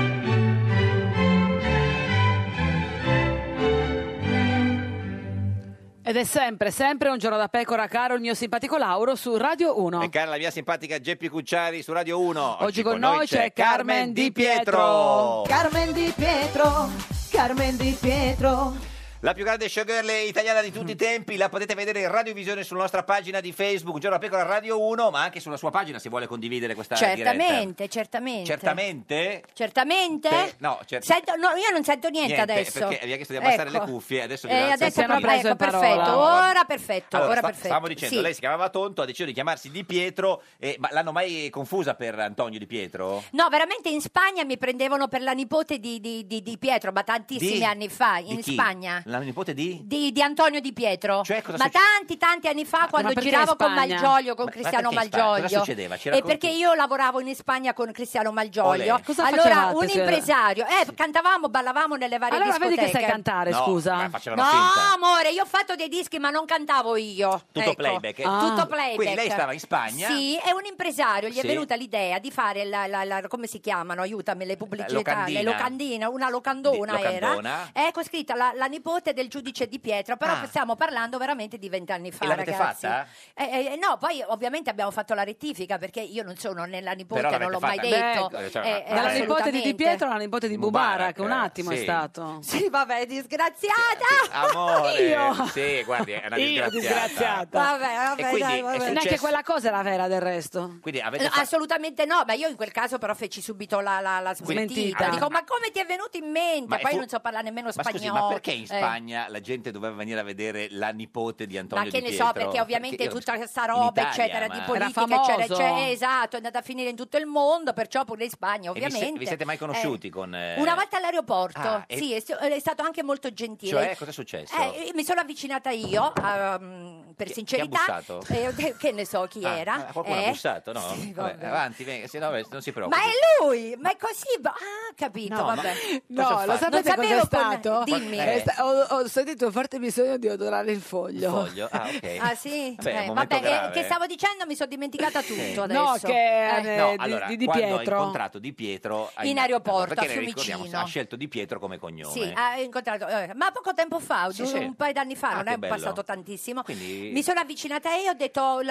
S1: Ed è sempre, sempre un giorno da pecora, caro il mio simpatico Lauro su Radio 1.
S2: E cara la mia simpatica Geppi Cucciari su Radio 1. Oggi,
S1: con noi c'è Carmen Di
S2: Pietro.
S14: Carmen Di Pietro, Carmen Di Pietro.
S2: La più grande showgirl italiana di tutti i tempi, la potete vedere in radiovisione sulla nostra pagina di Facebook, Giorno da Pecora Radio 1, ma anche sulla sua pagina se vuole condividere questa diretta.
S17: Certamente, certamente.
S2: Certamente.
S17: Certamente?
S2: Pe- no, cer-
S17: Sento- no, io non sento niente,
S2: Niente,
S17: adesso.
S2: perché vi ha chiesto di abbassare le cuffie, adesso vi
S17: eh,
S2: alzo
S17: adesso
S2: un po'
S17: proprio-
S2: di-
S17: ecco,
S2: Preso in parola.
S17: perfetto, ora perfetto,
S2: Allora,
S17: ora
S2: sta-
S17: perfetto.
S2: Stavamo dicendo,
S17: Sì.
S2: lei si chiamava Tonto, ha deciso di chiamarsi Di Pietro, e, ma l'hanno mai confusa per Antonio Di Pietro?
S17: No, veramente in Spagna mi prendevano per la nipote di, di- di- di Pietro, ma tantissimi
S2: Di-
S17: anni fa, in
S2: Di chi?
S17: Spagna.
S2: La nipote di?
S17: Di, di Antonio Di Pietro,
S2: Cioè, cosa
S17: ma
S2: succe-
S17: tanti tanti anni fa quando
S2: perché
S17: giravo
S2: in
S17: con
S2: Spagna?
S17: Malgioglio, con
S2: Ma- ma
S17: Cristiano
S2: perché in Spagna?
S17: Malgioglio.
S2: Cosa succedeva? Ci
S17: E
S2: racconti?
S17: perché io lavoravo in Spagna con Cristiano Malgioglio.
S2: Olè. Cosa
S17: allora
S2: facevate,
S17: un
S2: signora?
S17: impresario, eh, cantavamo, ballavamo nelle varie
S1: Allora vedi
S17: discoteche.
S1: che sai cantare,
S2: No,
S1: scusa.
S2: ma facevano
S17: No,
S2: finta.
S17: amore, io ho fatto dei dischi, ma non cantavo io.
S2: Tutto
S17: Ecco.
S2: playback, eh?
S17: Tutto
S2: Ah.
S17: playback.
S2: Quindi lei stava in Spagna?
S17: Sì, e un impresario gli
S2: Sì.
S17: è venuta l'idea di fare la, la- la- come si chiamano? Aiutami, le pubblicità,
S2: locandina.
S17: le locandine, una locandona,
S2: Di- locandona.
S17: era. Ecco scritta la, la nipote del giudice di Pietro, però
S2: Ah.
S17: stiamo parlando veramente di vent'anni fa,
S2: E l'avete
S17: ragazzi.
S2: fatta?
S17: Eh, eh, no, poi ovviamente abbiamo fatto la rettifica perché io non sono né la nipote,
S2: Però
S17: non l'ho mai
S2: l'avete fatta.
S17: detto.
S2: Beh, cioè,
S17: Eh, eh,
S1: Dalla nipote di Di
S17: assolutamente.
S1: Pietro alla nipote di
S2: Mubarak,
S1: Mubarak, un attimo è
S2: sì.
S1: stato.
S17: Sì, vabbè, disgraziata!
S2: Amore,
S1: Io.
S2: sì, guardi, è una
S1: Io disgraziata.
S17: Vabbè, vabbè,
S2: E quindi
S17: dai, vabbè. Ah,
S2: è successo-
S1: Neanche quella cosa era vera del resto.
S2: Quindi avete
S17: No,
S2: fa-
S17: Eh, Assolutamente no, ma io in quel caso però feci subito la, la, la
S2: Quindi-
S17: smentita.
S2: Smentita.
S17: Dico, ma come ti è venuto in mente?
S2: Ma è
S17: Poi
S2: fu-
S17: non so parlare nemmeno
S2: Ma
S17: spagnolo.
S2: scusi, ma perché in
S17: Eh.
S2: Spagna la gente doveva venire a vedere la nipote di Antonio
S17: ma che
S2: Di
S17: ne
S2: Pietro?
S17: so, perché ovviamente
S2: Perché io-
S17: tutta questa
S2: in
S17: roba,
S2: Italia,
S17: eccetera, di
S2: ma-
S17: politica,
S1: Era famoso.
S17: eccetera, eccetera, esatto, è andata a finire in tutto il mondo, perciò pure in Spagna,
S2: E vi, se-
S17: ovviamente.
S2: vi siete mai conosciuti con...
S17: Eh,
S2: eh,
S17: Una volta all'aeroporto,
S2: Ah, e-
S17: sì, è, st- è stato anche molto gentile.
S2: Cioè, cosa è successo?
S17: Eh, io mi sono avvicinata io, ehm, per
S2: Chi- chi ha
S17: sincerità.
S2: bussato?
S17: eh, che ne so chi
S2: ah,
S17: era.
S2: ah, Qualcuno
S17: eh.
S2: ha bussato, no?
S17: Sì,
S2: Vabbè,
S17: vabbè.
S2: avanti, venga, se no, eh, non si preoccupi.
S17: Ma è lui! Ma è così? Ah, capito,
S2: No, ma-
S17: vabbè.
S2: No, cosa ho lo fatto? sapete
S17: Non sapevo
S1: cos'è
S17: con-
S1: stato?
S17: Dimmi.
S1: Eh, sta- ho, ho sentito un forte bisogno di odorare il foglio.
S2: Foglio, ah, ok.
S17: Ah, sì?
S2: Beh,
S17: Eh,
S2: un momento
S17: vabbè, eh,
S2: grave.
S17: che stavo dicendo mi sono dimenticata tutto
S2: Sì.
S17: adesso.
S1: No, che, eh,
S2: No,
S1: di-
S2: allora,
S1: di- di
S2: quando
S1: Pietro.
S2: ho incontrato Di Pietro...
S17: In aeroporto,
S2: perché
S17: a
S2: le ricordiamo,
S17: Fiumicino.
S2: Ha scelto Di Pietro come cognome.
S17: Sì, ha incontrato, eh, ma poco tempo fa,
S2: Sì,
S17: du-
S2: sì.
S17: un paio d'anni fa,
S2: Ah,
S17: non
S2: che
S17: è
S2: bello.
S17: passato tantissimo.
S2: Quindi-
S17: Mi sono avvicinata e ho detto: l-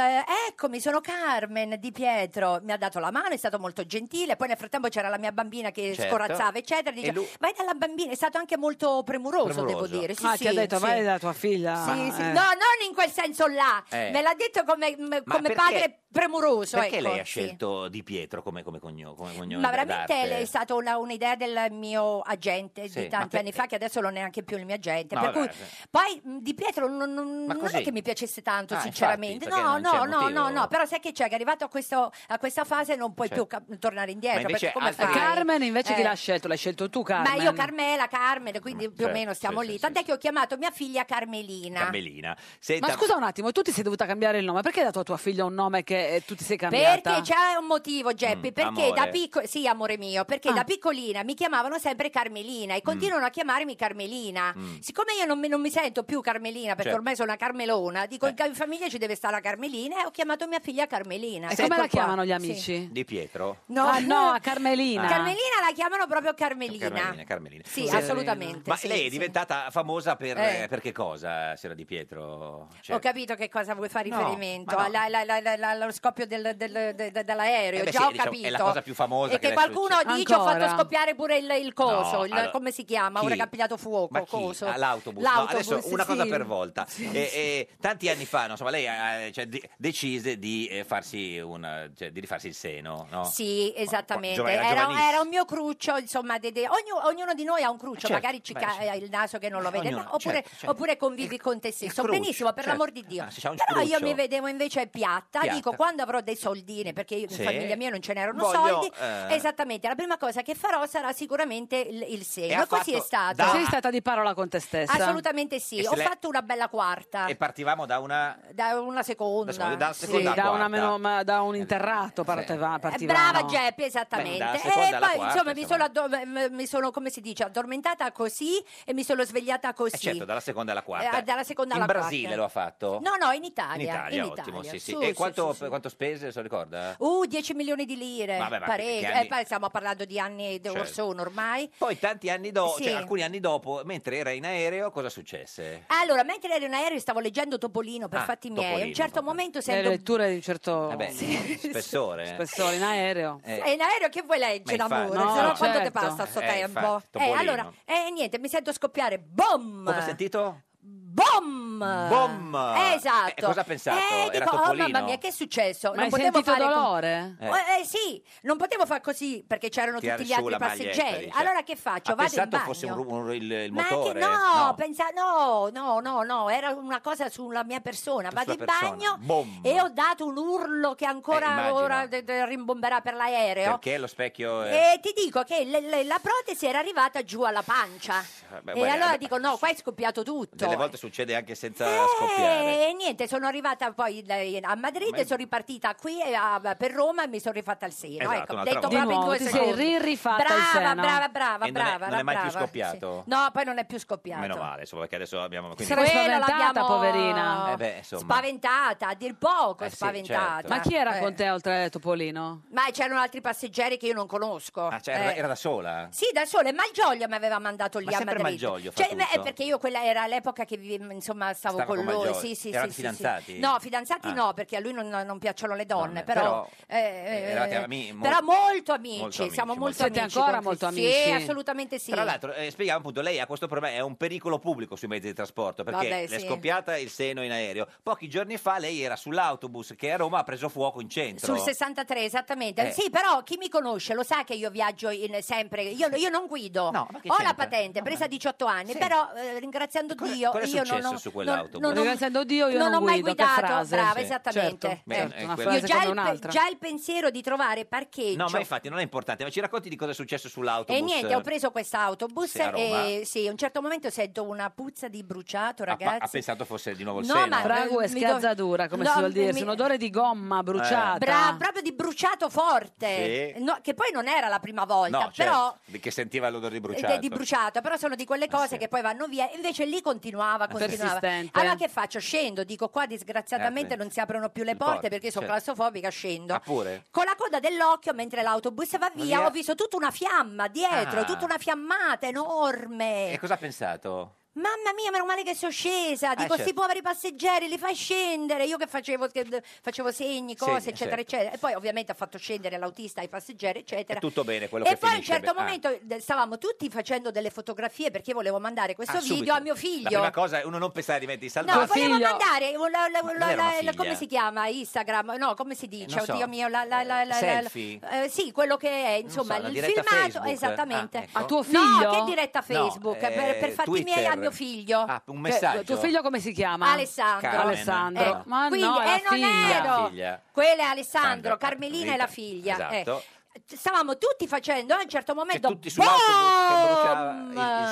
S17: Eccomi, sono Carmen di Pietro. Mi ha dato la mano, è stato molto gentile. Poi nel frattempo c'era la mia bambina che
S1: Certo.
S17: scorazzava, eccetera. Dice:
S1: E lui-
S17: Vai dalla bambina, è stato anche molto premuroso, devo
S1: Premuroso.
S17: dire. Sì,
S1: Ah,
S17: sì,
S1: ti ha detto,
S17: sì.
S1: vai da tua figlia.
S17: Sì, sì.
S1: eh.
S17: No, non in quel senso là.
S2: Eh.
S17: Me l'ha detto come, m-
S2: Ma
S17: come
S2: perché-
S17: padre premuroso.
S2: Perché
S17: ecco,
S2: lei ha
S17: sì.
S2: scelto Di Pietro come, come cogno- come cognome?
S17: Ma veramente
S2: d'arte?
S17: è stata una- un'idea del mio agente
S2: Sì,
S17: di
S2: ma
S17: tanti
S2: per-
S17: anni fa, che adesso non è neanche più il mio agente.
S2: No,
S17: per
S2: vabbè,
S17: cui-
S2: sì.
S17: Poi mh, Di Pietro non, non-
S2: Ma
S17: non
S2: così?
S17: è che mi piacesse tanto,
S2: Ah,
S17: sinceramente.
S2: infatti,
S17: no,
S2: perché non
S17: no,
S2: c'è
S17: no,
S2: motivo.
S17: no, no. Però sai che c'è? Che arrivato a, questo- a questa fase non puoi
S1: Cioè-
S17: più
S2: Certo.
S17: ca- tornare indietro.
S1: Ma invece
S17: perché come
S1: altri-
S17: fai?
S1: Carmen invece chi
S17: Eh.
S1: l'ha scelto? L'hai scelto tu, Carmen?
S17: Ma io Carmela, Carmen, quindi più
S1: certo,
S17: o meno stiamo
S1: sì,
S17: lì. Tant'è che ho chiamato mia figlia Carmelina.
S2: Carmelina. Senta,
S1: Ma scusa un attimo, tu ti sei dovuta cambiare il nome. Perché hai dato a tua figlia un nome che eh, tu ti sei cambiata?
S17: Perché c'è un motivo, Geppi, perché
S1: Mm, amore.
S17: da picco- sì, amore mio, perché
S1: Ah.
S17: da piccolina mi chiamavano sempre Carmelina
S1: Mm.
S17: e continuano a chiamarmi Carmelina. Siccome io non mi, non mi sento più Carmelina, perché
S1: Certo. Eh.
S17: ormai sono una Carmelona, dico in ca- in famiglia ci deve stare la Carmelina e ho chiamato mia figlia Carmelina.
S1: E
S17: Ecco
S1: come la
S17: qua.
S1: chiamano gli
S17: Sì.
S1: amici?
S2: Di Pietro?
S17: No.
S1: Ah, no, a Carmelina.
S17: Carmelina la chiamano proprio Carmelina.
S2: Carmelina, Carmelina.
S17: Sì, assolutamente.
S2: Ma
S17: sì,
S2: lei è
S17: sì.
S2: diventata famosa per,
S17: Eh.
S2: per che cosa, Sera Di Pietro? Cioè-
S17: Ho capito che cosa vuoi fare
S2: No,
S17: riferimento,
S2: ma no.
S17: alla- alla- alla- alla- allo scoppio del- del- de- de- dell'aereo,
S2: Eh beh,
S17: già
S2: sì,
S17: ho
S2: diciamo,
S17: capito.
S2: è la cosa più famosa
S17: E
S2: che
S17: che
S2: le è
S17: qualcuno
S2: successa.
S17: dice ho
S2: Ancora?
S17: fatto scoppiare pure il, il coso,
S2: No,
S17: il-
S2: allora-
S17: come si chiama,
S2: Chi?
S17: ora che ha pigliato fuoco,
S2: Ma chi?
S17: coso.
S2: Ah, l'autobus. No, adesso una cosa per volta. Eh, eh, tanti anni fa, no, insomma, lei eh, cioè, de- decise di, eh, farsi una, cioè, di rifarsi il seno, no?
S17: Sì, esattamente.
S2: giova- era
S17: Era,
S2: giovanissimo.
S17: era un mio cruccio, insomma, de- de- ognu- ognuno di noi ha un cruccio,
S2: Certo,
S17: magari ci
S2: beh,
S17: ca- eh,
S2: sì.
S17: il naso che non non lo vede,
S2: Ognuno,
S17: no? oppure,
S2: certo, certo.
S17: oppure convivi con te stesso.
S2: scruscio,
S17: Benissimo, per
S2: certo.
S17: l'amor di Dio.
S2: Ah, se c'ha un
S17: Però io
S2: scruscio.
S17: mi vedevo invece piatta,
S2: Piatta.
S17: dico quando avrò dei soldini, perché io-
S2: Sì.
S17: in famiglia mia non ce n'erano
S2: Voglio,
S17: soldi,
S2: eh.
S17: esattamente, la prima cosa che farò sarà sicuramente il, il
S2: E
S17: seno.
S2: ha
S17: E così è
S2: fatto
S17: stato.
S2: da- Sei
S1: stata di parola con te stessa?
S17: Assolutamente sì,
S2: E se
S17: ho
S2: lei-
S17: fatto una bella quarta.
S2: E partivamo da una... eh,
S17: Da una seconda.
S2: Da- da
S17: sì. Eh,
S2: seconda a
S1: da,
S2: quarta. Eh,
S1: una meno- ma da un interrato partiva, partivamo.
S17: Brava Geppi,
S1: Beh,
S17: esattamente.
S1: da
S17: e
S1: seconda
S17: poi
S1: alla quarta,
S17: insomma, mi sono, addor- m- mi sono, come si dice, addormentata così e mi sono svegliata così.
S2: Eh, certo, dalla seconda alla quarta.
S17: Eh, dalla seconda
S2: in
S17: alla
S2: Brasile
S17: quarta.
S2: lo ha fatto?
S17: No, no, in Italia.
S2: In Italia, ottimo, sì, sì.
S17: Su,
S2: e
S17: su,
S2: quanto,
S17: su, su.
S2: quanto spese, se lo ricorda?
S17: Uh, 10 milioni di lire,
S2: Vabbè, ma che-
S17: parecchio.
S2: che anni-
S17: Eh, poi stiamo parlando di anni d'or
S2: Certo.
S17: sono ormai.
S2: Poi tanti anni dopo,
S17: Sì.
S2: cioè alcuni anni dopo, mentre era in aereo, cosa successe?
S17: Allora, mentre ero in aereo stavo leggendo Topolino per
S2: Ah,
S17: fatti miei. A
S2: Topolino,
S17: un certo momento
S1: Le
S17: sento...
S1: letture di un certo
S2: Vabbè, spessore.
S1: spessore in aereo.
S2: Eh,
S17: E in aereo che vuoi leggere,
S1: Ma infatti,
S17: amore?
S1: no,
S17: Sennò quando ti
S1: certo.
S17: passa sto
S1: Eh,
S17: tempo?
S1: infatti,
S17: eh,
S2: Topolino.
S17: allora, eh, niente, mi sento scoppiare. Boom!
S2: Come ha sentito?
S17: Bom!
S2: Bom!
S17: Esatto.
S2: Eh, cosa ha pensato?
S17: Eh,
S2: Era
S17: dico, oh
S2: Topolino?"
S17: mamma mia, che è successo?
S1: Ma hai sentito
S17: fare
S1: dolore?
S2: Eh.
S17: Eh, eh, sì, non potevo fare così perché c'erano
S2: Tirare
S17: tutti gli
S2: su
S17: altri
S2: la maglietta,
S17: passeggeri.
S2: dice.
S17: Allora che faccio?
S2: Ha
S17: Vado in
S2: pensato
S17: bagno.
S2: fosse un ru- un- il, il
S17: Ma che
S2: motore?
S17: no, pensa- no, no, no, no, era una cosa sulla mia persona. Vado in
S2: Sulla persona.
S17: bagno
S2: Bom.
S17: e ho dato un urlo che
S2: Eh,
S17: ancora
S2: immagino.
S17: ora de- de- rimbomberà per l'aereo.
S2: Perché lo specchio... eh, è-
S17: E ti dico che le- le- la protesi era arrivata giù alla pancia.
S2: Vabbè,
S17: e
S2: Eh, guarda,
S17: allora
S2: vabbè,
S17: dico: no, qua è scoppiato tutto.
S2: Delle volte succede anche senza
S17: Eh,
S2: scoppiare.
S17: E niente, sono arrivata poi eh, a Madrid,
S2: Ma-
S17: sono ripartita qui eh, a- per Roma e mi sono rifatta il seno.
S2: Esatto,
S17: ecco,
S2: un'altra volta.
S17: detto proprio in
S1: Di nuovo,
S17: due
S1: ti sei
S17: secondi.
S1: ririfatta
S17: brava,
S1: il seno.
S17: brava, brava,
S2: E non è-
S17: brava.
S2: non è mai più
S17: brava,
S2: scoppiato?
S17: sì. No, poi non è più scoppiato.
S2: Meno male, insomma, perché adesso abbiamo... Quindi...
S1: Sarai
S17: Quella
S1: spaventata,
S17: l'abbiamo-
S1: poverina.
S2: Eh beh, insomma.
S17: Spaventata, a dir poco
S2: Eh sì,
S17: spaventata.
S2: certo.
S1: Ma chi era
S17: Eh.
S1: con te oltre a Topolino?
S17: Ma c'erano altri passeggeri che io non conosco.
S2: Ah, cioè, era,
S17: Eh.
S2: era da sola?
S17: Sì, da sole, Malgioglio mi aveva mandato lì
S2: Ma
S17: a
S2: sempre
S17: Madrid.
S2: Malgioglio fa
S17: Cioè, beh,
S2: tutto?
S17: perché io quella era l'epoca che vi- insomma stavo
S2: Stava
S17: con
S2: con
S17: lui.
S2: Malgioglio.
S17: Sì, sì,
S2: Erano
S17: sì, sì,
S2: fidanzati?
S17: sì. No, fidanzati
S2: Ah.
S17: no, perché a lui non, non piacciono le donne,
S2: Donne,
S17: però,
S2: però,
S17: eh,
S2: eh, eravate ami- mol-
S17: però molto amici,
S2: molto amici,
S17: siamo
S2: molto
S17: molto
S2: Siete
S17: amici.
S1: ancora
S17: con-
S1: molto
S17: Sì,
S1: amici?
S17: assolutamente sì.
S2: Tra l'altro, eh, spieghiamo appunto, lei ha questo problema, è un pericolo pubblico sui mezzi di trasporto, perché
S17: Vabbè,
S2: le è
S17: sì.
S2: scoppiata il seno in aereo. Pochi giorni fa lei era sull'autobus che a Roma ha preso fuoco in centro.
S17: Sul 63, esattamente.
S2: Eh.
S17: Sì, però chi mi conosce lo sa che io viaggio in- sempre. Io, io non guido.
S2: che
S17: Ho
S2: c'entra? Ah,
S17: la patente, presa a 18 anni,
S2: Sì.
S17: però eh, ringraziando Dio.
S2: cosa è
S17: io non
S2: successo
S17: ho,
S2: su quell'autobus?
S17: non- non ho-
S1: Ringraziando Dio io non
S17: ho mai
S1: guido, che
S17: guidato.
S1: frase.
S17: Brava,
S2: Sì.
S17: esattamente.
S1: Certo.
S2: Beh, eh,
S1: una
S2: quello-
S1: frase
S17: Io già
S1: come
S17: il, pe-
S1: un'altra.
S17: già il pensiero di trovare parcheggio.
S2: No, ma infatti non è importante, ma ci racconti di cosa è successo
S17: e
S2: sull'autobus?
S17: niente, ho preso quest'autobus
S2: Sì, a Roma.
S17: e sì, a un certo momento sento una puzza di bruciato,
S2: Ah, ma Ha,
S17: ragazzi.
S2: pensato fosse di nuovo il
S17: No,
S2: seno?
S17: ma-
S1: Fragu e
S17: mi do-
S1: schiazzatura, come
S17: No,
S1: si vuol dire,
S17: mi-
S1: su un odore di gomma bruciata.
S17: Bra- proprio di bruciato forte,
S2: Sì.
S17: No, che poi non era la prima volta,
S2: No, certo,
S17: però
S2: di- che sentiva l'odore di
S17: Ed
S2: bruciato. Ah,
S17: è Eh, di bruciato, però sono di quelle cose che poi vanno via. Invece lì continuava, continuava.
S1: Persistente.
S17: Allora che faccio? Scendo, dico qua disgraziatamente
S2: Eh, sì.
S17: non si aprono più le
S2: Le
S17: porte,
S2: porte,
S17: perché io sono
S2: certo.
S17: claustrofobica, scendo.
S2: Ah, pure?
S17: Con la coda dell'occhio, mentre l'autobus va via,
S2: via.
S17: ho visto tutta una fiamma dietro,
S2: Ah.
S17: tutta una fiammata enorme.
S2: E cosa ha pensato?
S17: Mamma mia, meno male che sono scesa. Dico, sti
S2: certo.
S17: poveri passeggeri, li fai scendere. Io che facevo, che facevo segni, cose,
S2: Segni,
S17: eccetera,
S2: certo.
S17: eccetera. E poi ovviamente ha fatto scendere l'autista, i passeggeri, eccetera.
S2: È tutto bene quello
S17: e
S2: che
S17: poi a un
S2: finisce
S17: certo
S2: bene. Ah.
S17: momento eh, stavamo tutti facendo delle fotografie perché volevo mandare questo
S2: Ah,
S17: video
S2: subito.
S17: a mio
S2: La
S17: figlio.
S2: prima cosa è uno non pensare di mettere i
S17: No,
S2: salvati.
S17: volevo mandare la- la-
S2: Ma
S17: la-
S2: non era una
S17: la-
S2: figlia.
S17: come si chiama? Instagram? No, come si dice?
S2: non so.
S17: Oddio mio, la, la- la- la- la-
S2: Selfie?
S17: eh, sì, quello che è, insomma,
S2: la
S17: il
S2: diretta
S17: filmato,
S2: Facebook.
S17: esattamente.
S2: Ah, ecco. A
S1: tuo figlio?
S17: No, che diretta Facebook?
S2: No,
S17: per, per
S2: eh,
S17: fatti
S2: Twitter.
S17: miei a mio figlio.
S2: Ah, un messaggio.
S1: Cioè, tuo figlio come si chiama?
S17: Alessandro.
S2: Carmen.
S1: Alessandro.
S2: Ecco.
S1: Ma
S17: Quindi,
S1: no, è la
S17: eh, non
S1: figlia.
S17: ero.
S2: Figlia.
S17: Quella è Alessandro,
S2: Sandra,
S17: Carmelina è la figlia.
S2: Esatto.
S17: Eh, Stavamo tutti facendo, a un certo momento...
S2: Tutti sull'autobus che bruciava il- il-
S17: boom!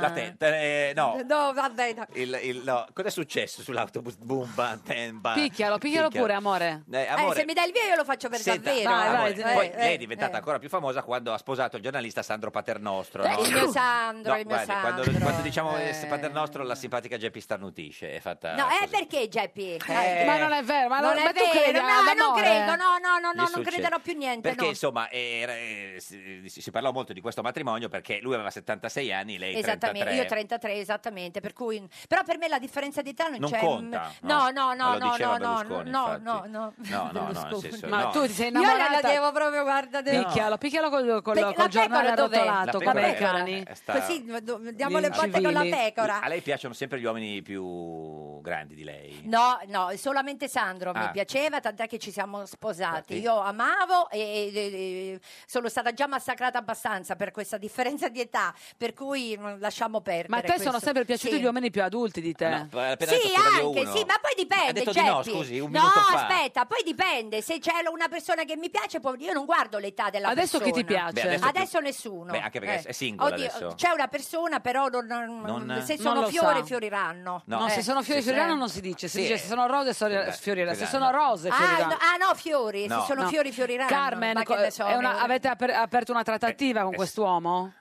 S2: la testa. eh, no,
S17: No, vabbè, no.
S2: Il, il- no. Cosa è successo sull'autobus? Boom, bam, bam, bam.
S1: Picchialo, picchialo pure, amore.
S2: Eh,
S17: Eh,
S2: amore,
S17: se mi dai il via io lo faccio per
S2: senta,
S17: davvero.
S2: amore,
S17: Eh,
S2: poi
S17: eh,
S2: lei è diventata
S17: eh.
S2: ancora più famosa quando ha sposato il giornalista Sandro Paternostro.
S17: Eh,
S2: no?
S17: il mio Sandro,
S2: No,
S17: il mio
S2: guardi, quando,
S17: Sandro.
S2: quando diciamo eh, Paternostro, la simpatica Geppi starnutisce. È fatta
S17: No, eh,
S2: così.
S17: perché Geppi?
S2: Eh.
S1: Ma non è vero, ma,
S17: non
S1: non-
S17: è
S1: ma tu
S17: vero,
S1: credi
S17: no,
S1: all'amore?
S17: non credo, no, no, no,
S2: Gli
S17: no non
S2: succede.
S17: crederò più niente.
S2: Perché
S17: no.
S2: insomma era- eh, si, si parlò molto di questo matrimonio perché lui aveva 76 anni, lei
S17: Esattamente,
S2: 33.
S17: io 33 esattamente, per cui però per me la differenza di età non,
S2: Non
S17: c'è. mm,
S2: conta,
S17: no,
S2: no.
S17: no,
S2: Ma lo
S17: no, no, no,
S2: diceva
S17: no,
S2: Berlusconi,
S17: no,
S2: infatti.
S17: no, no.
S2: No, no, no, nel
S17: Berlusconi.
S2: senso,
S1: Ma
S2: no.
S1: tu ti sei
S17: Io la-
S1: innamorata?
S17: la devo proprio guarda
S1: Picchialo, picchialo col, col,
S17: Perché la
S1: col giornale
S17: pecora dov'è?
S1: arrotolato,
S2: La
S1: come i
S2: pecora è-
S1: cani.
S2: è eh, sta-
S17: Così do- diamo le
S1: Gli
S17: botte con la
S1: incivili.
S17: pecora.
S2: A lei piacciono sempre gli uomini più grandi di lei.
S17: No, no, solamente Sandro mi
S2: Ah.
S17: piaceva, tant'è che ci siamo sposati.
S2: Infatti.
S17: Io amavo e, e- e- eh, sono stata già massacrata abbastanza per questa differenza di età, per cui mm, lasciamo perdere.
S1: Ma a te sono
S17: questo.
S1: sempre piaciuti
S17: Sì.
S1: gli uomini più adulti di te.
S2: No, ha appena
S17: Sì,
S2: detto su Radio
S17: anche,
S2: Uno.
S17: sì, ma poi dipende.
S2: Ha detto di
S17: Geppi.
S2: no, scusi, un
S17: No,
S2: minuto fa.
S17: aspetta, poi dipende. Se c'è una persona che mi piace, poi io non guardo l'età della
S1: Adesso chi ti
S17: persona.
S1: piace?
S2: Beh, adesso
S17: adesso
S2: chi-
S17: nessuno. Eh.
S2: Beh, anche perché è singola
S17: Oddio,
S2: adesso.
S17: C'è una persona, però non- non-
S2: Non-
S17: se
S1: Non
S17: sono
S1: lo
S17: fiori,
S1: sa.
S17: fioriranno.
S1: No, se sono fiori
S17: Eh, sì.
S1: fioriranno non si dice, si
S2: Sì,
S1: dice
S2: eh.
S1: se sono rose sori-
S2: Beh,
S1: fioriranno, se sono
S2: fioriranno.
S1: rose
S17: Ah,
S1: fioriranno.
S17: no, ah, no, fiori,
S1: No.
S17: se sono
S1: No.
S17: fiori fioriranno.
S1: Carmen,
S17: Ma che
S1: co-
S17: ne so,
S1: è una- avete aper- aperto una trattativa
S2: eh,
S1: con quest'uomo?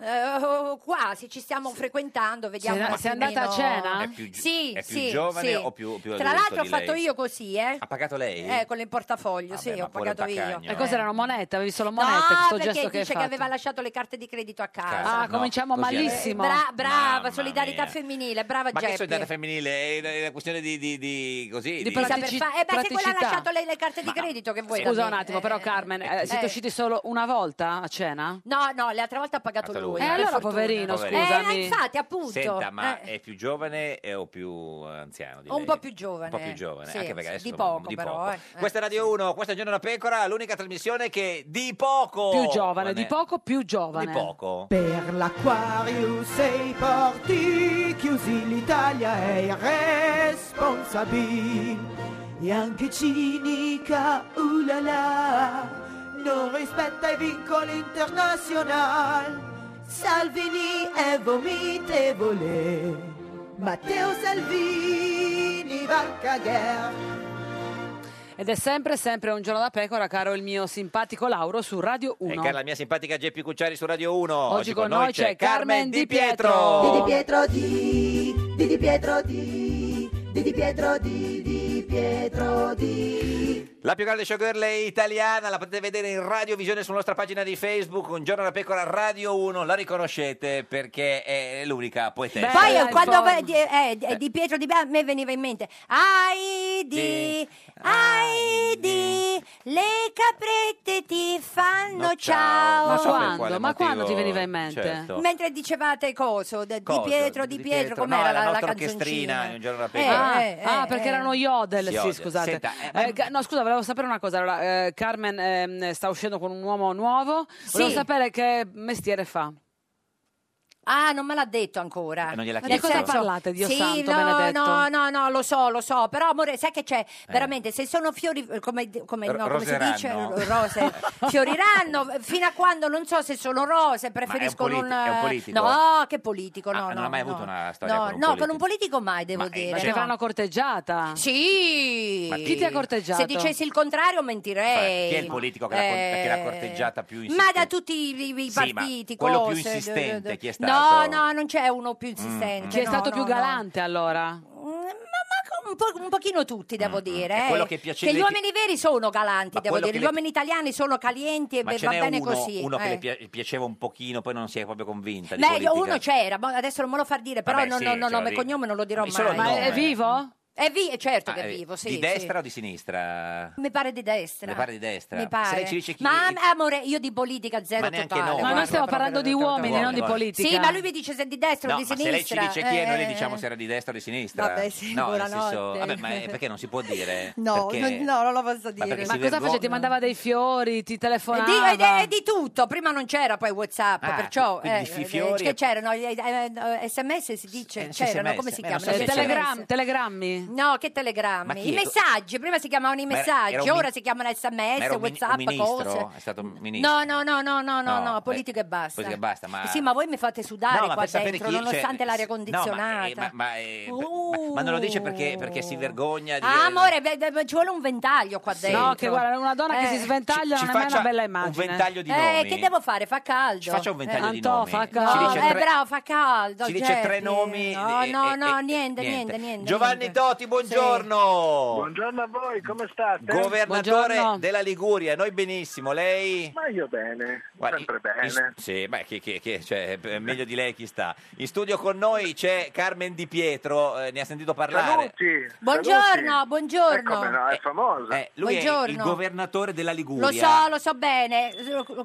S17: eh, quasi, ci stiamo frequentando, vediamo.
S1: Sei-
S17: un
S1: sei andata
S17: attimino.
S1: a cena? È
S2: più gi-
S17: sì,
S2: è più
S17: sì,
S2: giovane
S17: sì.
S2: o più- più
S17: Tra
S2: adulto
S17: l'altro ho
S2: di
S17: fatto
S2: lei?
S17: io così, eh.
S2: Ha pagato lei?
S17: Eh, con il portafoglio, sì,
S2: ma
S17: ho
S2: pure un
S17: pagato io.
S2: taccagno.
S1: E cose erano monete? Avevi solo
S17: No,
S1: monete? Eh, questo
S17: perché
S1: gesto che hai
S17: dice che
S1: fatto.
S17: aveva lasciato le carte di credito a
S2: Casa,
S17: casa.
S1: Ah, no, cominciamo
S2: Cioè, così adesso.
S1: malissimo.
S17: Bra- brava,
S2: Mamma
S17: solidarietà
S2: mia.
S17: femminile, brava
S2: Ma che
S17: Geppi.
S2: solidarietà femminile? È una- è una questione di, di, di così.
S1: Di
S17: Di saper
S1: Pratici-
S17: fa- eh, beh, se quella ha
S1: praticità.
S17: lasciato le, le carte di credito, che vuoi? da
S1: Scusa
S17: me?
S1: un attimo, però Carmen, eh, siete
S17: eh.
S1: usciti solo una volta a cena?
S17: No, no, l'altra volta ha pagato lui.
S1: Eh,
S17: per
S1: allora,
S17: fortuna.
S1: poverino,
S2: Poverino.
S1: scusami.
S17: Eh, infatti, appunto.
S2: Senta, ma
S17: Eh,
S2: è più giovane eh, o più anziano? Di
S17: un
S2: lei?
S17: po' più giovane.
S2: Un po' più giovane,
S17: Sì,
S2: anche perché
S17: sì,
S2: adesso
S17: Di
S2: insomma,
S17: poco, però. eh.
S2: Questa è Radio 1, questo è Il Giorno da Pecora, l'unica trasmissione che di poco...
S1: Più giovane, di
S2: Vabbè.
S1: poco più giovane.
S2: Di poco.
S14: Per l'acquario sei porti chiusi, l'Italia è irresponsabile e anche cinica, uh la la, non rispetta i vincoli internazionali. Salvini è vomitevole, Matteo Salvini va a cagare.
S1: Ed è sempre, sempre un giorno da pecora, caro il mio simpatico Lauro su Radio 1.
S2: E cara Eh, la mia simpatica Geppi Cucciari su Radio 1.
S1: Oggi con noi c'è Carmen
S14: Di Di
S1: Di
S14: Pietro di, di Di Pietro di, di Di Pietro di, di Pietro di.
S2: La più grande showgirl italiana, la potete vedere in radiovisione sulla nostra pagina di Facebook, Un giorno da pecora Radio 1, la riconoscete perché è l'unica poetessa.
S17: Poi eh, quando va- di, eh, di- di Pietro Di Bea a me veniva in mente Aidi, Aidi, le caprette ti fanno
S2: No,
S17: ciao.
S2: ciao. Ma so per quando? quale Ma quando motivo, ti veniva in mente? certo.
S17: Mentre dicevate coso, de-
S2: Cosa?
S17: Di Pietro, Di, Pietro,
S2: no,
S17: com'era
S2: la,
S17: la, la
S2: nostra
S17: canzoncina?
S2: orchestrina in Un giorno da pecora.
S1: Ah,
S17: Eh, eh,
S1: ah,
S17: eh,
S1: perché
S17: eh.
S1: erano yodel,
S2: Sì,
S1: sì,
S2: yodel.
S1: scusate.
S2: Senta, eh,
S1: Eh, ca- no, scusa, volevo sapere una cosa. Allora, eh, Carmen ehm, sta uscendo con un uomo nuovo, volevo
S17: Sì.
S1: sapere che mestiere fa.
S17: Ah, non me l'ha detto ancora.
S1: Eh, non gliel'ha
S17: Nel
S1: chiesto? Di cosa
S17: senso-
S1: parlate, Dio
S17: sì,
S1: santo,
S17: no,
S1: benedetto?
S17: No, no, no, lo so, lo so. Però, amore, sai che c'è? Veramente, se sono fiori, come, come- no,
S2: Eh. R-
S17: come si dice?
S2: roseranno.
S17: R- Rose, fioriranno. Fino a quando non so se sono rose, preferisco
S2: Ma è un
S17: non.
S2: politi- è un politico?
S17: No, che politico, no.
S2: Ah,
S17: no
S2: non ha mai
S17: no.
S2: avuto una storia
S17: No,
S2: con un
S17: no,
S2: politico?
S17: con un politico mai, devo
S2: Ma, eh,
S17: dire.
S2: ma
S17: no.
S2: se- l'hanno
S1: corteggiata?
S17: Sì.
S2: Ma chi
S1: ti ha corteggiato?
S17: Se dicessi il contrario, mentirei.
S1: eh,
S2: Chi è il politico che l'ha con-
S17: Eh,
S2: che l'ha corteggiata più in
S17: ma da tutti i, i
S2: Sì, ma
S17: partiti,
S2: quello più
S17: cose,
S2: insistente, chi è
S17: No,
S2: stato? Mm,
S17: no, non c'è uno più insistente.
S1: Chi è
S17: no,
S1: stato
S17: no,
S1: più
S17: no.
S1: galante allora?
S17: Un, po', un pochino tutti, devo dire.
S2: E
S17: eh.
S2: quello Mm, che piace
S17: gli
S2: le-
S17: uomini veri sono galanti,
S2: Ma
S17: devo
S2: quello
S17: dire.
S2: che
S17: Gli
S2: le-
S17: uomini italiani sono calienti e
S2: Ma
S17: Eh, beh,
S2: ce
S17: va
S2: n'è
S17: bene
S2: uno,
S17: così.
S2: uno che
S17: eh.
S2: le pia- piaceva un pochino, poi non si è proprio convinta di
S17: Meglio,
S2: politica.
S17: uno certo c'era, ma adesso non me lo far dire, però
S2: Vabbè,
S17: non,
S2: sì,
S17: non- non-
S2: ce lo
S17: nome e
S2: dico.
S17: cognome non lo dirò
S2: Ma solo
S17: mai.
S2: il Ma è nome.
S1: vivo?
S17: È vi- certo che
S2: Ah,
S17: è
S2: eh,
S17: vivo, sì.
S2: Di
S17: sì.
S2: destra o di sinistra?
S17: Mi pare di destra.
S2: Mi pare di destra.
S17: Mi
S2: Se
S17: pare.
S2: lei ci dice chi...
S17: Ma eh, amore, io di politica zero
S2: Ma neanche
S17: totale.
S2: noi,
S1: Ma
S2: guarda.
S1: noi stiamo parlando di uomini,
S2: Uomini,
S1: non di
S2: guarda.
S1: politica.
S17: Sì, ma lui mi dice se è di destra o
S2: No,
S17: di
S2: ma se
S17: sinistra.
S2: lei ci dice chi è, noi
S17: eh,
S2: le diciamo se era di destra o di sinistra.
S18: Vabbè, sì,
S2: no, nel
S18: buonanotte.
S2: senso, vabbè, ma è- perché non si può
S17: Eh.
S2: dire? eh,
S18: No,
S2: Perché-
S18: non- no, non lo posso
S2: Ma perché
S18: dire.
S2: si
S1: Ma cosa faceva? Ti mandava dei fiori, ti
S17: E
S1: telefonava?
S17: di, e di- e di tutto, prima non c'era poi Whatsapp,
S1: Ah,
S17: perciò
S1: quindi
S17: eh,
S1: fi- fiori
S17: che
S1: e-
S17: c'erano eh, eh, eh, SMS si dice,
S1: Eh, sì,
S17: c'erano
S1: SMS,
S17: come si
S1: eh, non
S17: chiamano?
S1: so se
S17: Gli
S1: c'era.
S17: telegram-
S1: telegrammi?
S17: No, che
S2: Ma
S17: telegrammi,
S2: chi
S17: i
S2: è?
S17: messaggi, prima si chiamavano i
S2: Ma era-
S17: messaggi,
S2: era un
S17: ora
S2: min-
S17: si chiamano
S2: Ma
S17: SMS,
S2: era un, min- un
S17: Whatsapp,
S2: ministro?
S17: cose.
S2: È stato un ministro?
S17: No, no, no, no, no, no,
S2: No,
S17: no,
S2: beh,
S17: politica e basta.
S2: politica e basta, ma-
S17: Sì, ma voi mi fate sudare
S2: No, ma
S17: qua
S2: per sapere
S17: dentro,
S2: chi- cioè,
S17: nonostante l'aria
S2: no, ma, eh,
S17: condizionata.
S2: ma, ma, eh, per- ma- ma non lo dice perché, perché si vergogna di...
S17: Ah, amore, beh, beh, ci vuole un ventaglio qua dentro.
S1: No, che guarda, una donna che si sventaglia
S2: ci
S1: non è mai
S2: faccia
S1: una bella
S2: un
S1: immagine.
S2: ventaglio di
S17: eh,
S2: nomi.
S17: che devo fare? Fa caldo.
S2: Ci faccia un ventaglio di
S1: Antò,
S2: nomi.
S1: fa
S2: Ci
S1: caldo.
S2: dice
S17: eh,
S2: tre-
S17: bravo, fa caldo.
S2: ci dice tre
S17: Geppi.
S2: nomi,
S17: No,
S2: eh,
S17: no,
S2: eh,
S17: no,
S2: eh,
S17: niente, niente,
S2: niente.
S17: niente.
S2: Giovanni Toti, buongiorno.
S19: Buongiorno a voi, come state?
S2: Governatore della Liguria, noi benissimo, lei?
S19: Ma io bene, sempre bene.
S2: In- sì, beh, chi- chi- chi- cioè, eh, meglio di lei chi sta. In studio con noi c'è Carmen Di Pietro, eh, ne ha sentito parlare.
S19: Saluti,
S17: Buongiorno, buongiorno.
S19: Come Ecco, no, è famoso.
S2: Eh, lui è il
S17: Buongiorno.
S2: governatore della Liguria.
S17: Lo so, lo so bene, lo
S2: Lo
S17: conosco,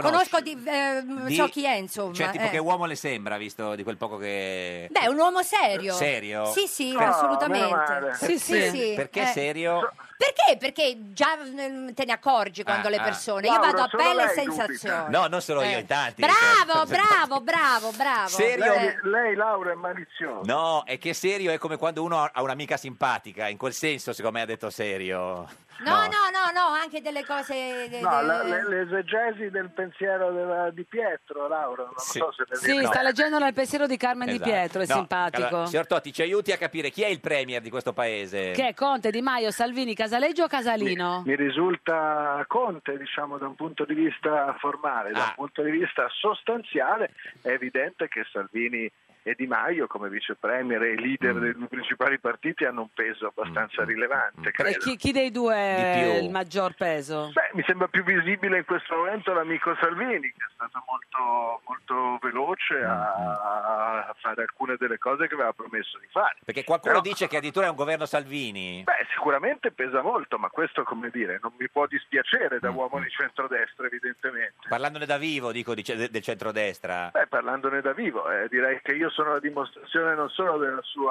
S2: conosci?
S17: conosco di, ehm,
S2: Di-
S17: so chi è, insomma.
S2: Cioè, tipo
S17: eh.
S2: che uomo le sembra, visto di quel poco che...
S17: Beh, è un uomo serio.
S2: Serio?
S17: Sì, sì,
S2: Per-
S17: assolutamente.
S2: Per-
S17: Sì, sì, sì.
S2: Perché
S17: eh.
S2: serio?
S17: Perché? Perché già mm, te ne accorgi quando
S2: Ah,
S17: le
S2: ah.
S17: persone. Io
S20: Laura,
S17: vado a
S20: solo
S17: pelle e
S20: lei dubita.
S17: sensazioni.
S2: No, non sono io, in tanti.
S17: Eh, Bravo,
S2: certo.
S17: bravo, bravo, bravo.
S2: Serio?
S17: Eh,
S20: Lei, Laura, è maliziosa.
S2: No, è che serio è come quando uno ha- ha un'amica simpatica, in quel senso secondo me ha detto serio.
S17: No, no, no, no, anche delle cose. de-
S20: No,
S17: de-
S20: la- le, le esegesi del pensiero della- di Pietro, Laura, non so se per
S1: Sì,
S20: dire-
S1: sta
S20: no.
S1: leggendo il pensiero di Carmen
S2: Esatto.
S1: Di Pietro, è
S2: No,
S1: simpatico.
S2: allora, signor Totti, ci aiuti a capire chi è il premier di questo paese?
S1: Che è Conte, Di Maio, Salvini, Casaleggio o Casalino?
S20: Mi risulta Conte, diciamo, da un punto di vista formale, da un punto di vista sostanziale, è evidente che Salvini e Di Maio, come vice premier e leader dei due principali partiti, hanno un peso abbastanza rilevante,
S1: E
S20: credo.
S1: chi, chi dei due
S20: Di
S1: è
S20: più.
S1: il maggior peso?
S20: Beh, mi sembra più visibile in questo momento l'amico Salvini, che è stato molto, molto veloce a, a fare alcune delle cose che aveva promesso di fare.
S2: Perché qualcuno
S20: Però-
S2: dice che addirittura è un governo Salvini.
S20: Beh, sicuramente pesa molto, ma questo, come dire, non mi può dispiacere da uomo di centrodestra, evidentemente.
S2: Parlandone da vivo, dico, di ce- de- del centrodestra.
S20: Beh, parlandone da vivo, eh, direi che io sono la dimostrazione non solo del suo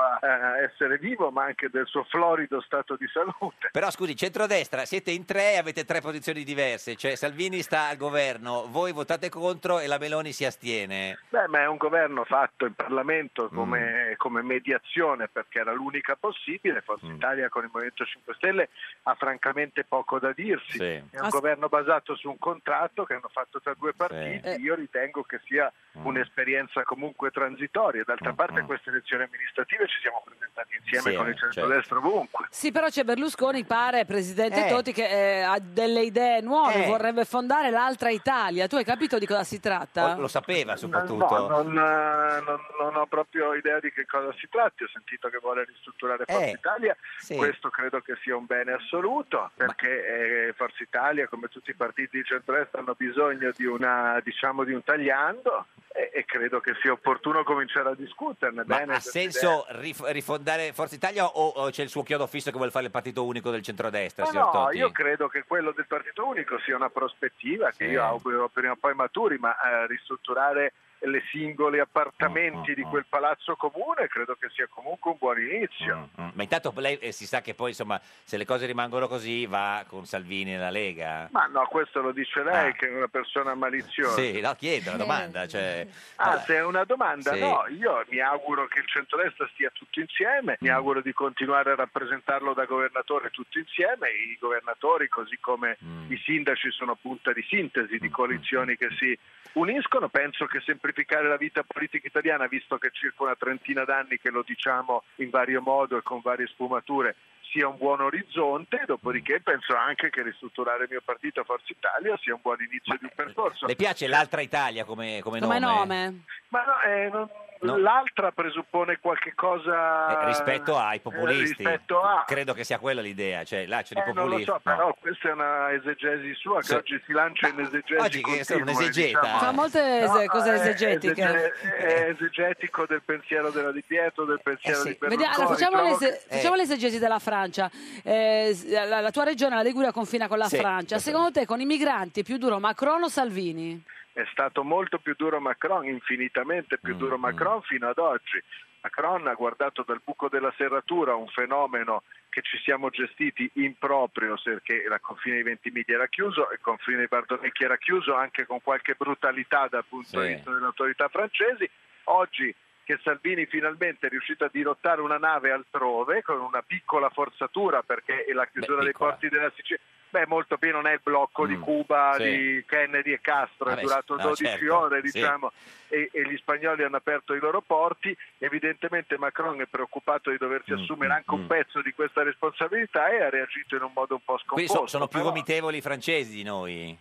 S20: essere vivo, ma anche del suo florido stato di salute.
S2: Però scusi, centrodestra, siete in tre e avete tre posizioni diverse, cioè Salvini sta al governo, voi votate contro e la Meloni si astiene.
S20: Beh, ma è un governo fatto in Parlamento come, come mediazione perché era l'unica possibile. Forza Italia con il Movimento 5 Stelle ha francamente poco da dirsi. È un
S7: As-
S20: governo basato su un contratto che hanno fatto tra due partiti. Io ritengo che sia un'esperienza comunque transitoria. D'altra parte, a queste elezioni amministrative ci siamo presentati insieme
S2: Insieme,
S20: con il centrodestra ovunque.
S1: Sì, però c'è Berlusconi, pare, presidente
S20: Eh.
S1: Totti, che eh, ha delle idee nuove,
S20: Eh.
S1: vorrebbe fondare l'altra Italia. Tu hai capito di cosa si tratta?
S2: O- Oh, Lo sapeva soprattutto.
S20: No, non, eh, non- non ho proprio idea di che cosa si tratti, ho sentito che vuole ristrutturare Forza
S2: Eh,
S20: Italia,
S2: sì.
S20: questo credo che sia un bene assoluto, perché eh, Forza Italia, come tutti i partiti di centrodestra, hanno bisogno di, una, diciamo, di un tagliando e, e credo che sia opportuno cominciare a discuterne.
S2: Ma
S20: bene,
S2: ha
S20: questa
S2: senso
S20: idea.
S2: rif- rifondare Forza Italia o, o c'è il suo chiodo fisso che vuole fare il partito unico del centrodestra,
S20: Ma
S2: Cioè, signor
S20: no,
S2: Totti?
S20: io credo che quello del partito unico sia una prospettiva che
S2: Sì.
S20: io auguro prima o poi maturi, ma eh, ristrutturare le singole
S2: Oh,
S20: appartamenti di quel palazzo comune credo che sia comunque un buon inizio.
S2: Mm, Ma intanto lei eh, si sa che poi, insomma, se le cose rimangono così, va con Salvini nella Lega.
S20: Ma no, questo lo dice lei che è una persona maliziosa.
S2: Ah. Sì, no, chiedo la domanda. Cioè,
S20: Ah,
S2: allora,
S20: se è una domanda,
S2: Sì.
S20: no, io mi auguro che il centrodestra stia tutto insieme,
S2: Mm.
S20: mi auguro di continuare a rappresentarlo da governatore tutto insieme, i governatori così come
S2: Mm.
S20: i sindaci sono punta di sintesi di coalizioni che si uniscono, penso che semplificare la vita politica italiana, visto che circa una trentina d'anni che lo diciamo in vario modo e con varie sfumature, sia un buon orizzonte, dopodiché penso anche che ristrutturare il mio partito Forza Italia sia un buon inizio di un percorso.
S2: le piace l'altra Italia come, come
S1: Come
S2: nome?
S1: nome?
S20: Ma no, eh, non-
S2: No.
S20: l'altra presuppone qualche cosa
S2: Eh, rispetto ai
S20: eh,
S2: populisti.
S20: rispetto a
S2: Credo che sia quella l'idea, cioè là c'è
S20: Eh,
S2: i
S20: non lo
S2: populisti.
S20: so,
S2: no.
S20: però questa è una esegesi sua che
S2: Sì.
S20: oggi si lancia in esegesi
S2: oggi che
S20: continue,
S2: sono un'esegeta.
S20: diciamo.
S1: Fa molte es-
S20: eh,
S1: cose
S20: è
S1: esegetiche.
S20: esege- È esegetico del pensiero della Di Pietro, del
S2: Eh,
S20: pensiero di Berlusconi.
S1: Vediamo, allora, facciamo,
S20: Trovo
S1: l'ese-
S20: che-
S1: facciamo l'esegesi della Francia. Eh, s- la, la tua regione, la Liguria, confina con la
S20: Sì,
S1: Francia.
S20: perfetto.
S1: Secondo te, con i migranti è più duro Macron o Salvini?
S20: è stato molto più duro Macron, infinitamente
S2: Mm,
S20: più duro Macron fino ad oggi. Macron ha guardato dal buco della serratura un fenomeno che ci siamo gestiti improprio perché la confine di Ventimiglia era chiuso e il confine di Bardonecchi era chiuso anche con qualche brutalità dal punto
S2: Sì.
S20: di vista delle autorità francesi. Oggi che Salvini finalmente è riuscito a dirottare una nave altrove con una piccola forzatura perché la chiusura dei porti della Sicilia... Beh, molto più non è il blocco di Cuba,
S2: Mm. sì.
S20: di Kennedy e Castro,
S2: Vabbè,
S20: è durato
S2: no,
S20: 12
S2: certo,
S20: ore
S2: sì.
S20: diciamo, e, e gli spagnoli hanno aperto i loro porti, evidentemente Macron è preoccupato di
S2: Mm,
S20: doversi assumere anche un pezzo di questa responsabilità e ha reagito in un modo un po'
S2: Quindi so-
S20: scomposto.
S2: sono più
S20: però
S2: vomitevoli i francesi di noi.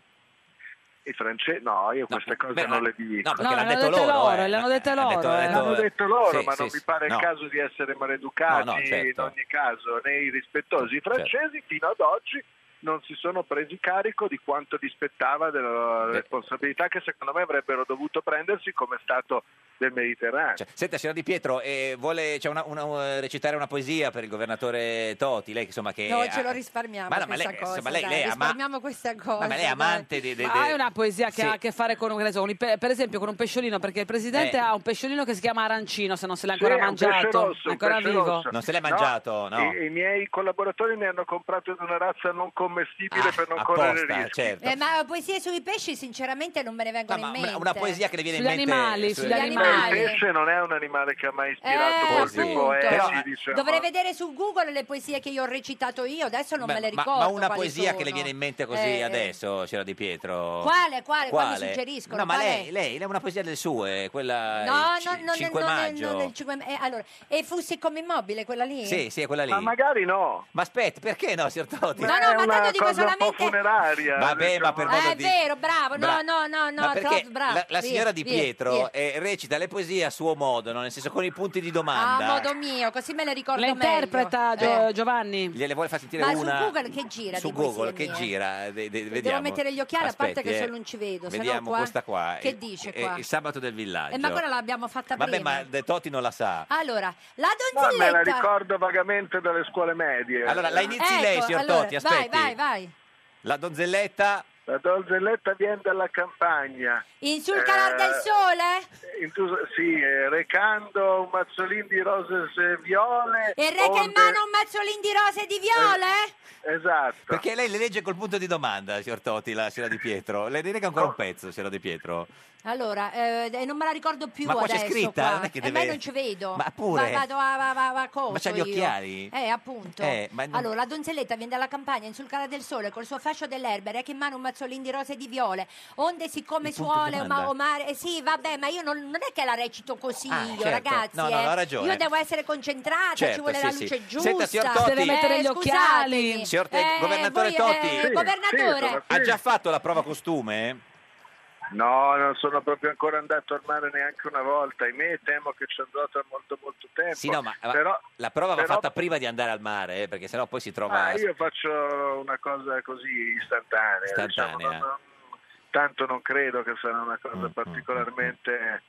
S20: I francesi, no, io queste cose
S2: beh, ma-
S20: non le dico.
S2: no, perché No, l'hanno l'hanno detto detto loro, loro, eh.
S1: l'hanno dette loro, eh.
S20: L'hanno detto loro,
S2: Sì,
S20: ma
S2: sì,
S20: non mi
S2: sì,
S20: pare il
S2: no.
S20: caso di essere maleducati
S2: No, no, certo.
S20: in ogni caso, né irrispettosi. I francesi fino ad oggi non si sono presi carico di quanto gli spettava della responsabilità che secondo me avrebbero dovuto prendersi come Stato del Mediterraneo.
S2: Senta, signor Di Pietro, eh, vuole c'è una- una- eh, recitare una poesia per il governatore Toti? Lei, insomma, che
S17: eh, No,
S2: ha-
S17: ce lo risparmiamo
S2: eh, Ma no, ma
S17: questa
S2: lei-
S17: cosa.
S2: insomma, lei-
S17: dai,
S2: lei ama-
S17: risparmiamo questa cosa.
S2: ma lei è
S17: dai.
S2: amante di... di-
S1: Ma
S2: di-
S1: è una poesia che
S2: Sì.
S1: ha a che fare con, un- che ne so, con i pe- per esempio con un pesciolino, perché il presidente
S2: Eh.
S1: ha un pesciolino che si chiama arancino, se non se l'ha
S20: Sì,
S1: ancora
S20: è un pesce
S1: mangiato,
S20: rosso,
S1: è
S20: un
S1: ancora
S20: pesce
S1: vivo.
S20: rosso.
S2: Non se l'è mangiato, Oh, no.
S20: I, i miei collaboratori ne hanno comprato di una razza non commestibile per non correre
S2: Ah, apposta,
S20: rischi.
S2: certo.
S17: Eh, ma poesie sui pesci sinceramente non me ne vengono
S2: Ma
S17: in
S2: una-
S17: mente.
S2: una, poesia che le viene in
S20: Sugli
S2: mente eh,
S20: animali,
S2: su-
S20: sugli
S17: animali.
S20: Il pesce non è un animale che ha mai ispirato
S17: Eh,
S20: molti
S17: appunto.
S20: poeti,
S2: Però-
S20: diciamo.
S17: Dovrei vedere su Google le poesie che io ho recitato io, adesso non
S2: Beh,
S17: me le
S2: ma,
S17: ricordo.
S2: ma una
S17: quali
S2: poesia che
S17: sono.
S2: le viene in mente così
S17: Eh, eh.
S2: adesso, c'era Di Pietro?
S17: Quale, quale, quale suggeriscono?
S2: No, ma
S17: Quale?
S2: lei, lei, lei ha una poesia delle sue, quella eh,
S17: No,
S2: il
S17: no,
S2: ci-
S17: non,
S2: 5
S17: non-
S2: maggio.
S17: non del 5 eh, allora, e fussi come immobile quella lì?
S2: Sì, sì, è quella lì.
S20: Ma magari no.
S2: Ma aspetta, perché no, signor Toti?
S17: No, no, ma tanto
S20: una
S17: dico
S20: cosa un po'
S17: solamente...
S20: funeraria. diciamo.
S2: Vabbè, ma per modo
S17: Ah, è
S2: di...
S17: vero, bravo, no,
S2: Bra-
S17: no, no, no,
S2: Ma perché
S17: Claude, bravo.
S2: la, la
S17: Via,
S2: signora Di
S17: via,
S2: Pietro
S17: via.
S2: eh, recita le poesie a suo modo, no? nel senso con i punti di
S17: Ah,
S2: domanda. Eh.
S17: modo mio, così me le ricordo
S1: La interpreta
S17: meglio.
S1: Gio-
S17: Eh.
S1: Giovanni.
S2: Gliele vuole far sentire
S17: Ma
S2: una
S17: su Google che gira?
S2: su
S17: di poesie
S2: Google che
S17: mie?
S2: gira. De- de-
S17: Devo
S2: vediamo.
S17: mettere gli occhiali, a parte
S2: Aspetti,
S17: che
S2: eh.
S17: solo non ci vedo. se no
S2: Vediamo
S17: qua...
S2: questa qua.
S17: Che
S2: Eh,
S17: dice
S2: eh,
S17: qua?
S2: Il sabato del villaggio.
S17: Eh, ma quella l'abbiamo fatta
S2: Vabbè,
S17: prima.
S2: ma De Totti non la sa.
S17: Allora, la
S20: Ma me la
S17: donzelletta...
S20: ricordo vagamente dalle scuole medie.
S2: Allora, la inizi lei,
S17: Ecco,
S2: signor
S17: allora,
S2: Totti,
S17: vai,
S2: aspetti.
S17: vai, vai.
S2: La donzelletta...
S20: La donzelletta viene dalla campagna.
S17: In sul
S20: Eh,
S17: calar del sole?
S20: In tu- sì, eh, recando un mazzolin di rose se- viole.
S17: E reca in
S20: onde-
S17: mano un mazzolin di rose e di viole?
S20: Esatto.
S2: Perché lei le legge col punto di domanda, signor Totti, la signora Di Pietro. Le delega ancora un pezzo, signora Di Pietro.
S17: Allora, eh, eh, non me la ricordo più
S2: Ma qua c'è
S17: adesso.
S2: scritta?
S17: qua.
S2: Non è che
S17: Eh,
S2: deve-
S17: ma io non ci vedo.
S2: Ma pure.
S17: Va- vado a, va, va, va, a coso
S2: Ma c'ha gli
S17: io.
S2: occhiali?
S17: Eh, appunto.
S2: Eh, ma non-
S17: Allora, la donzelletta viene dalla campagna in sul cara del sole col suo fascio dell'erbe, reca in mano un mazzolin di rose e di viole. Onde siccome
S2: punto di
S17: suole
S2: domanda.
S17: ma o mare. eh, sì, vabbè, ma io non, non è che la recito così
S2: Ah,
S17: io,
S2: certo.
S17: ragazzi.
S2: No, no,
S17: eh.
S2: no, ha ragione.
S17: Io devo essere concentrata, ci
S2: Certo,
S17: vuole
S2: sì,
S17: la
S2: sì.
S17: luce giusta. Eh,
S2: Senta, signor Totti- Deve mettere
S1: gli occhiali.
S17: scusatemi.
S2: Signor Te-
S17: Eh,
S2: governatore
S17: voi,
S2: Totti.
S17: eh,
S2: Sì, sì,
S17: governatore.
S2: Ha già fatto la prova costume?
S20: No, non sono proprio ancora andato al mare neanche una volta. Ahimè, temo che ci andrò tra molto, molto tempo.
S2: Sì, no, ma ma
S20: Però,
S2: la prova va
S20: però-
S2: fatta prima di andare al mare, eh, perché sennò poi si trova...
S20: Ah, io faccio una cosa così istantanea.
S2: Istantanea. Mm,
S20: diciamo, non- non- tanto non credo che sarà una cosa particolarmente.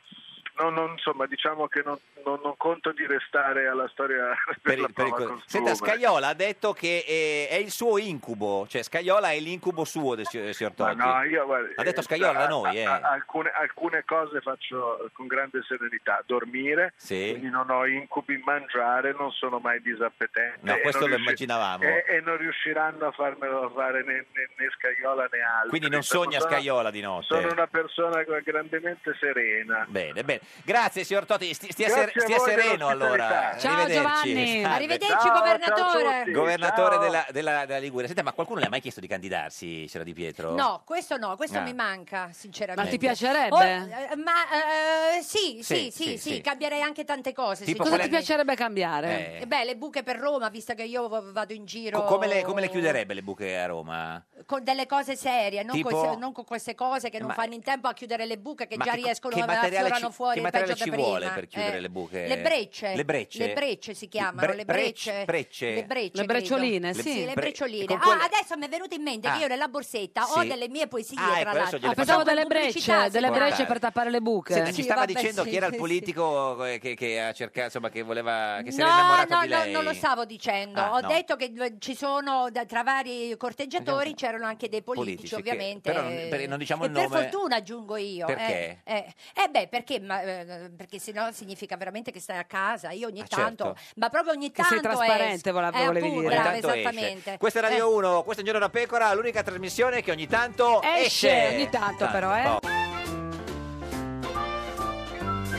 S20: non- non- insomma, diciamo che non, non- non conto di restare alla storia per,
S2: per
S20: la
S2: il
S20: prova
S2: co-
S20: costume.
S2: Senta, Scaiola ha detto che eh, è il suo incubo, cioè Scaiola è l'incubo suo del si- signor
S20: Ma
S2: Totti.
S20: no, io, guarda,
S2: ha detto
S20: eh,
S2: Scaiola
S20: a-
S2: da noi, eh.
S20: a- a- alcune, alcune cose faccio con grande serenità. Dormire,
S2: Sì.
S20: quindi non ho incubi, mangiare, non sono mai disappetente.
S2: No,
S20: e
S2: questo
S20: non
S2: lo
S20: riusci-
S2: immaginavamo.
S20: E, e non riusciranno a farmelo fare né, né- né Scaiola né altri.
S2: Quindi non sogna
S20: Sono-
S2: Scaiola di notte.
S20: Sono una persona grandemente serena.
S2: Bene, bene. Grazie signor Totti, sti- stia,
S20: Grazie
S2: ser-
S20: a
S2: stia
S20: voi
S2: sereno
S20: dell'ospitalità.
S2: allora.
S20: Ciao,
S2: Arrivederci.
S20: Giovanni.
S2: Salve.
S17: Arrivederci, governatore.
S2: Governatore
S17: Ciao.
S2: della, della- della Liguria. Senta, ma qualcuno le ha mai chiesto di candidarsi, c'era Di Pietro?
S17: No, questo no, questo
S2: Ah.
S17: mi manca, sinceramente.
S2: Ma ti
S1: piacerebbe?
S17: eh, ma eh, sì, sì, sì,
S2: Sì,
S17: sì,
S2: sì, sì.
S17: cambierei anche tante cose.
S2: Tipo
S1: Cosa
S2: quelle-
S1: ti piacerebbe cambiare?
S2: Eh.
S17: Eh Beh, le buche per Roma, visto che io v- vado in giro
S2: Co- come, le, come le chiuderebbe le buche a Roma?
S17: con delle cose serie, non,
S2: Tipo?
S17: con, non con queste cose che non
S2: Ma-
S17: fanno in tempo a chiudere le buche che
S2: Ma
S17: già
S2: che co-
S17: riescono
S2: che
S17: a
S2: materiale
S17: affiorano
S2: ci-
S17: fuori
S2: che
S17: peggio
S2: materiale
S17: che
S2: ci
S17: prima. Eh,
S2: vuole per chiudere le buche?
S17: Le brecce.
S2: Le brecce?
S17: Le brecce si chiamano,
S2: Bre-
S17: le brecce.
S2: brecce?
S17: Le brecce.
S1: Le breccioline,
S17: credo.
S1: sì.
S17: le
S2: Bre-
S17: breccioline.
S2: e con
S17: Ah,
S2: quelle-
S17: adesso mi è venuto in mente
S2: Ah.
S17: che io nella borsetta ho
S2: Sì.
S17: delle mie poesie,
S2: Ah, ecco,
S17: tra
S2: adesso
S17: l'altro.
S2: gliele
S1: Ah, pensavo
S2: facciamo-
S1: delle
S17: pubblicità,
S1: brecce, delle
S2: può
S1: brecce
S2: andare.
S1: per tappare le buche.
S2: Senta, ci stava
S17: vabbè,
S2: dicendo
S17: sì,
S2: chi era il
S17: sì,
S2: politico eh, che, che ha cercato, insomma, che voleva, che si
S17: no,
S2: era innamorato
S17: no,
S2: di
S17: no,
S2: lei.
S17: non lo stavo dicendo.
S2: Ah,
S17: Ho
S2: no.
S17: detto che eh, ci sono da- tra vari corteggiatori c'erano anche dei politici,
S2: Politici, che-
S17: ovviamente.
S2: però non- per- non diciamo
S17: e
S2: il
S17: Per
S2: nome.
S17: fortuna aggiungo io.
S2: Perché?
S17: Eh, eh. Eh beh, perché? Ma, eh, perché sennò significa veramente che stai a casa. Io ogni
S2: Ah,
S17: tanto,
S2: certo.
S17: ma proprio ogni
S1: Che sei
S17: tanto.
S1: trasparente,
S17: esco.
S1: vola-
S17: Eh,
S1: volevi
S17: appunto,
S1: dire.
S17: bravo,
S2: Ogni tanto esce.
S17: esattamente. Eh,
S2: Questa è Radio 1, questo è Un Giorno da Pecora, l'unica trasmissione che ogni tanto
S1: Esce,
S2: esce. Boh.
S1: ogni tanto però, eh.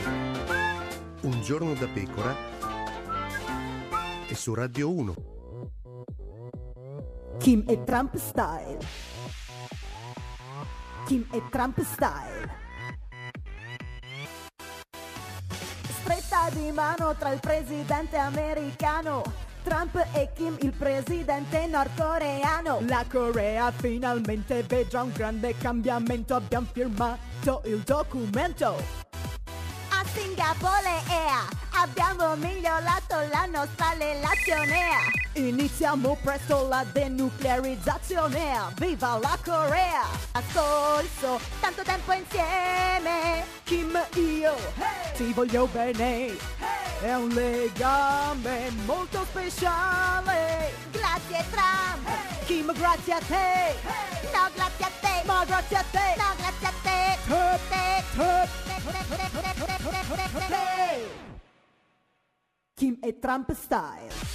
S15: Un giorno da pecora e su Radio 1.
S14: Kim e Trump style. Kim e Trump style. Stretta di mano tra il presidente americano. Trump e Kim, il presidente nordcoreano. La Corea finalmente vedrà un grande cambiamento. Abbiamo firmato il documento. A Singapore Air abbiamo migliorato la nostra relazione. Iniziamo presto la denuclearizzazione, viva la Corea! A Ascolto, tanto tempo insieme, Kim io, ti voglio bene, è un legame molto speciale. Grazie Trump, Kim grazie a te, no grazie a te, ma grazie a te, no grazie a te, te, te, te, te, te. Kim e Trump style.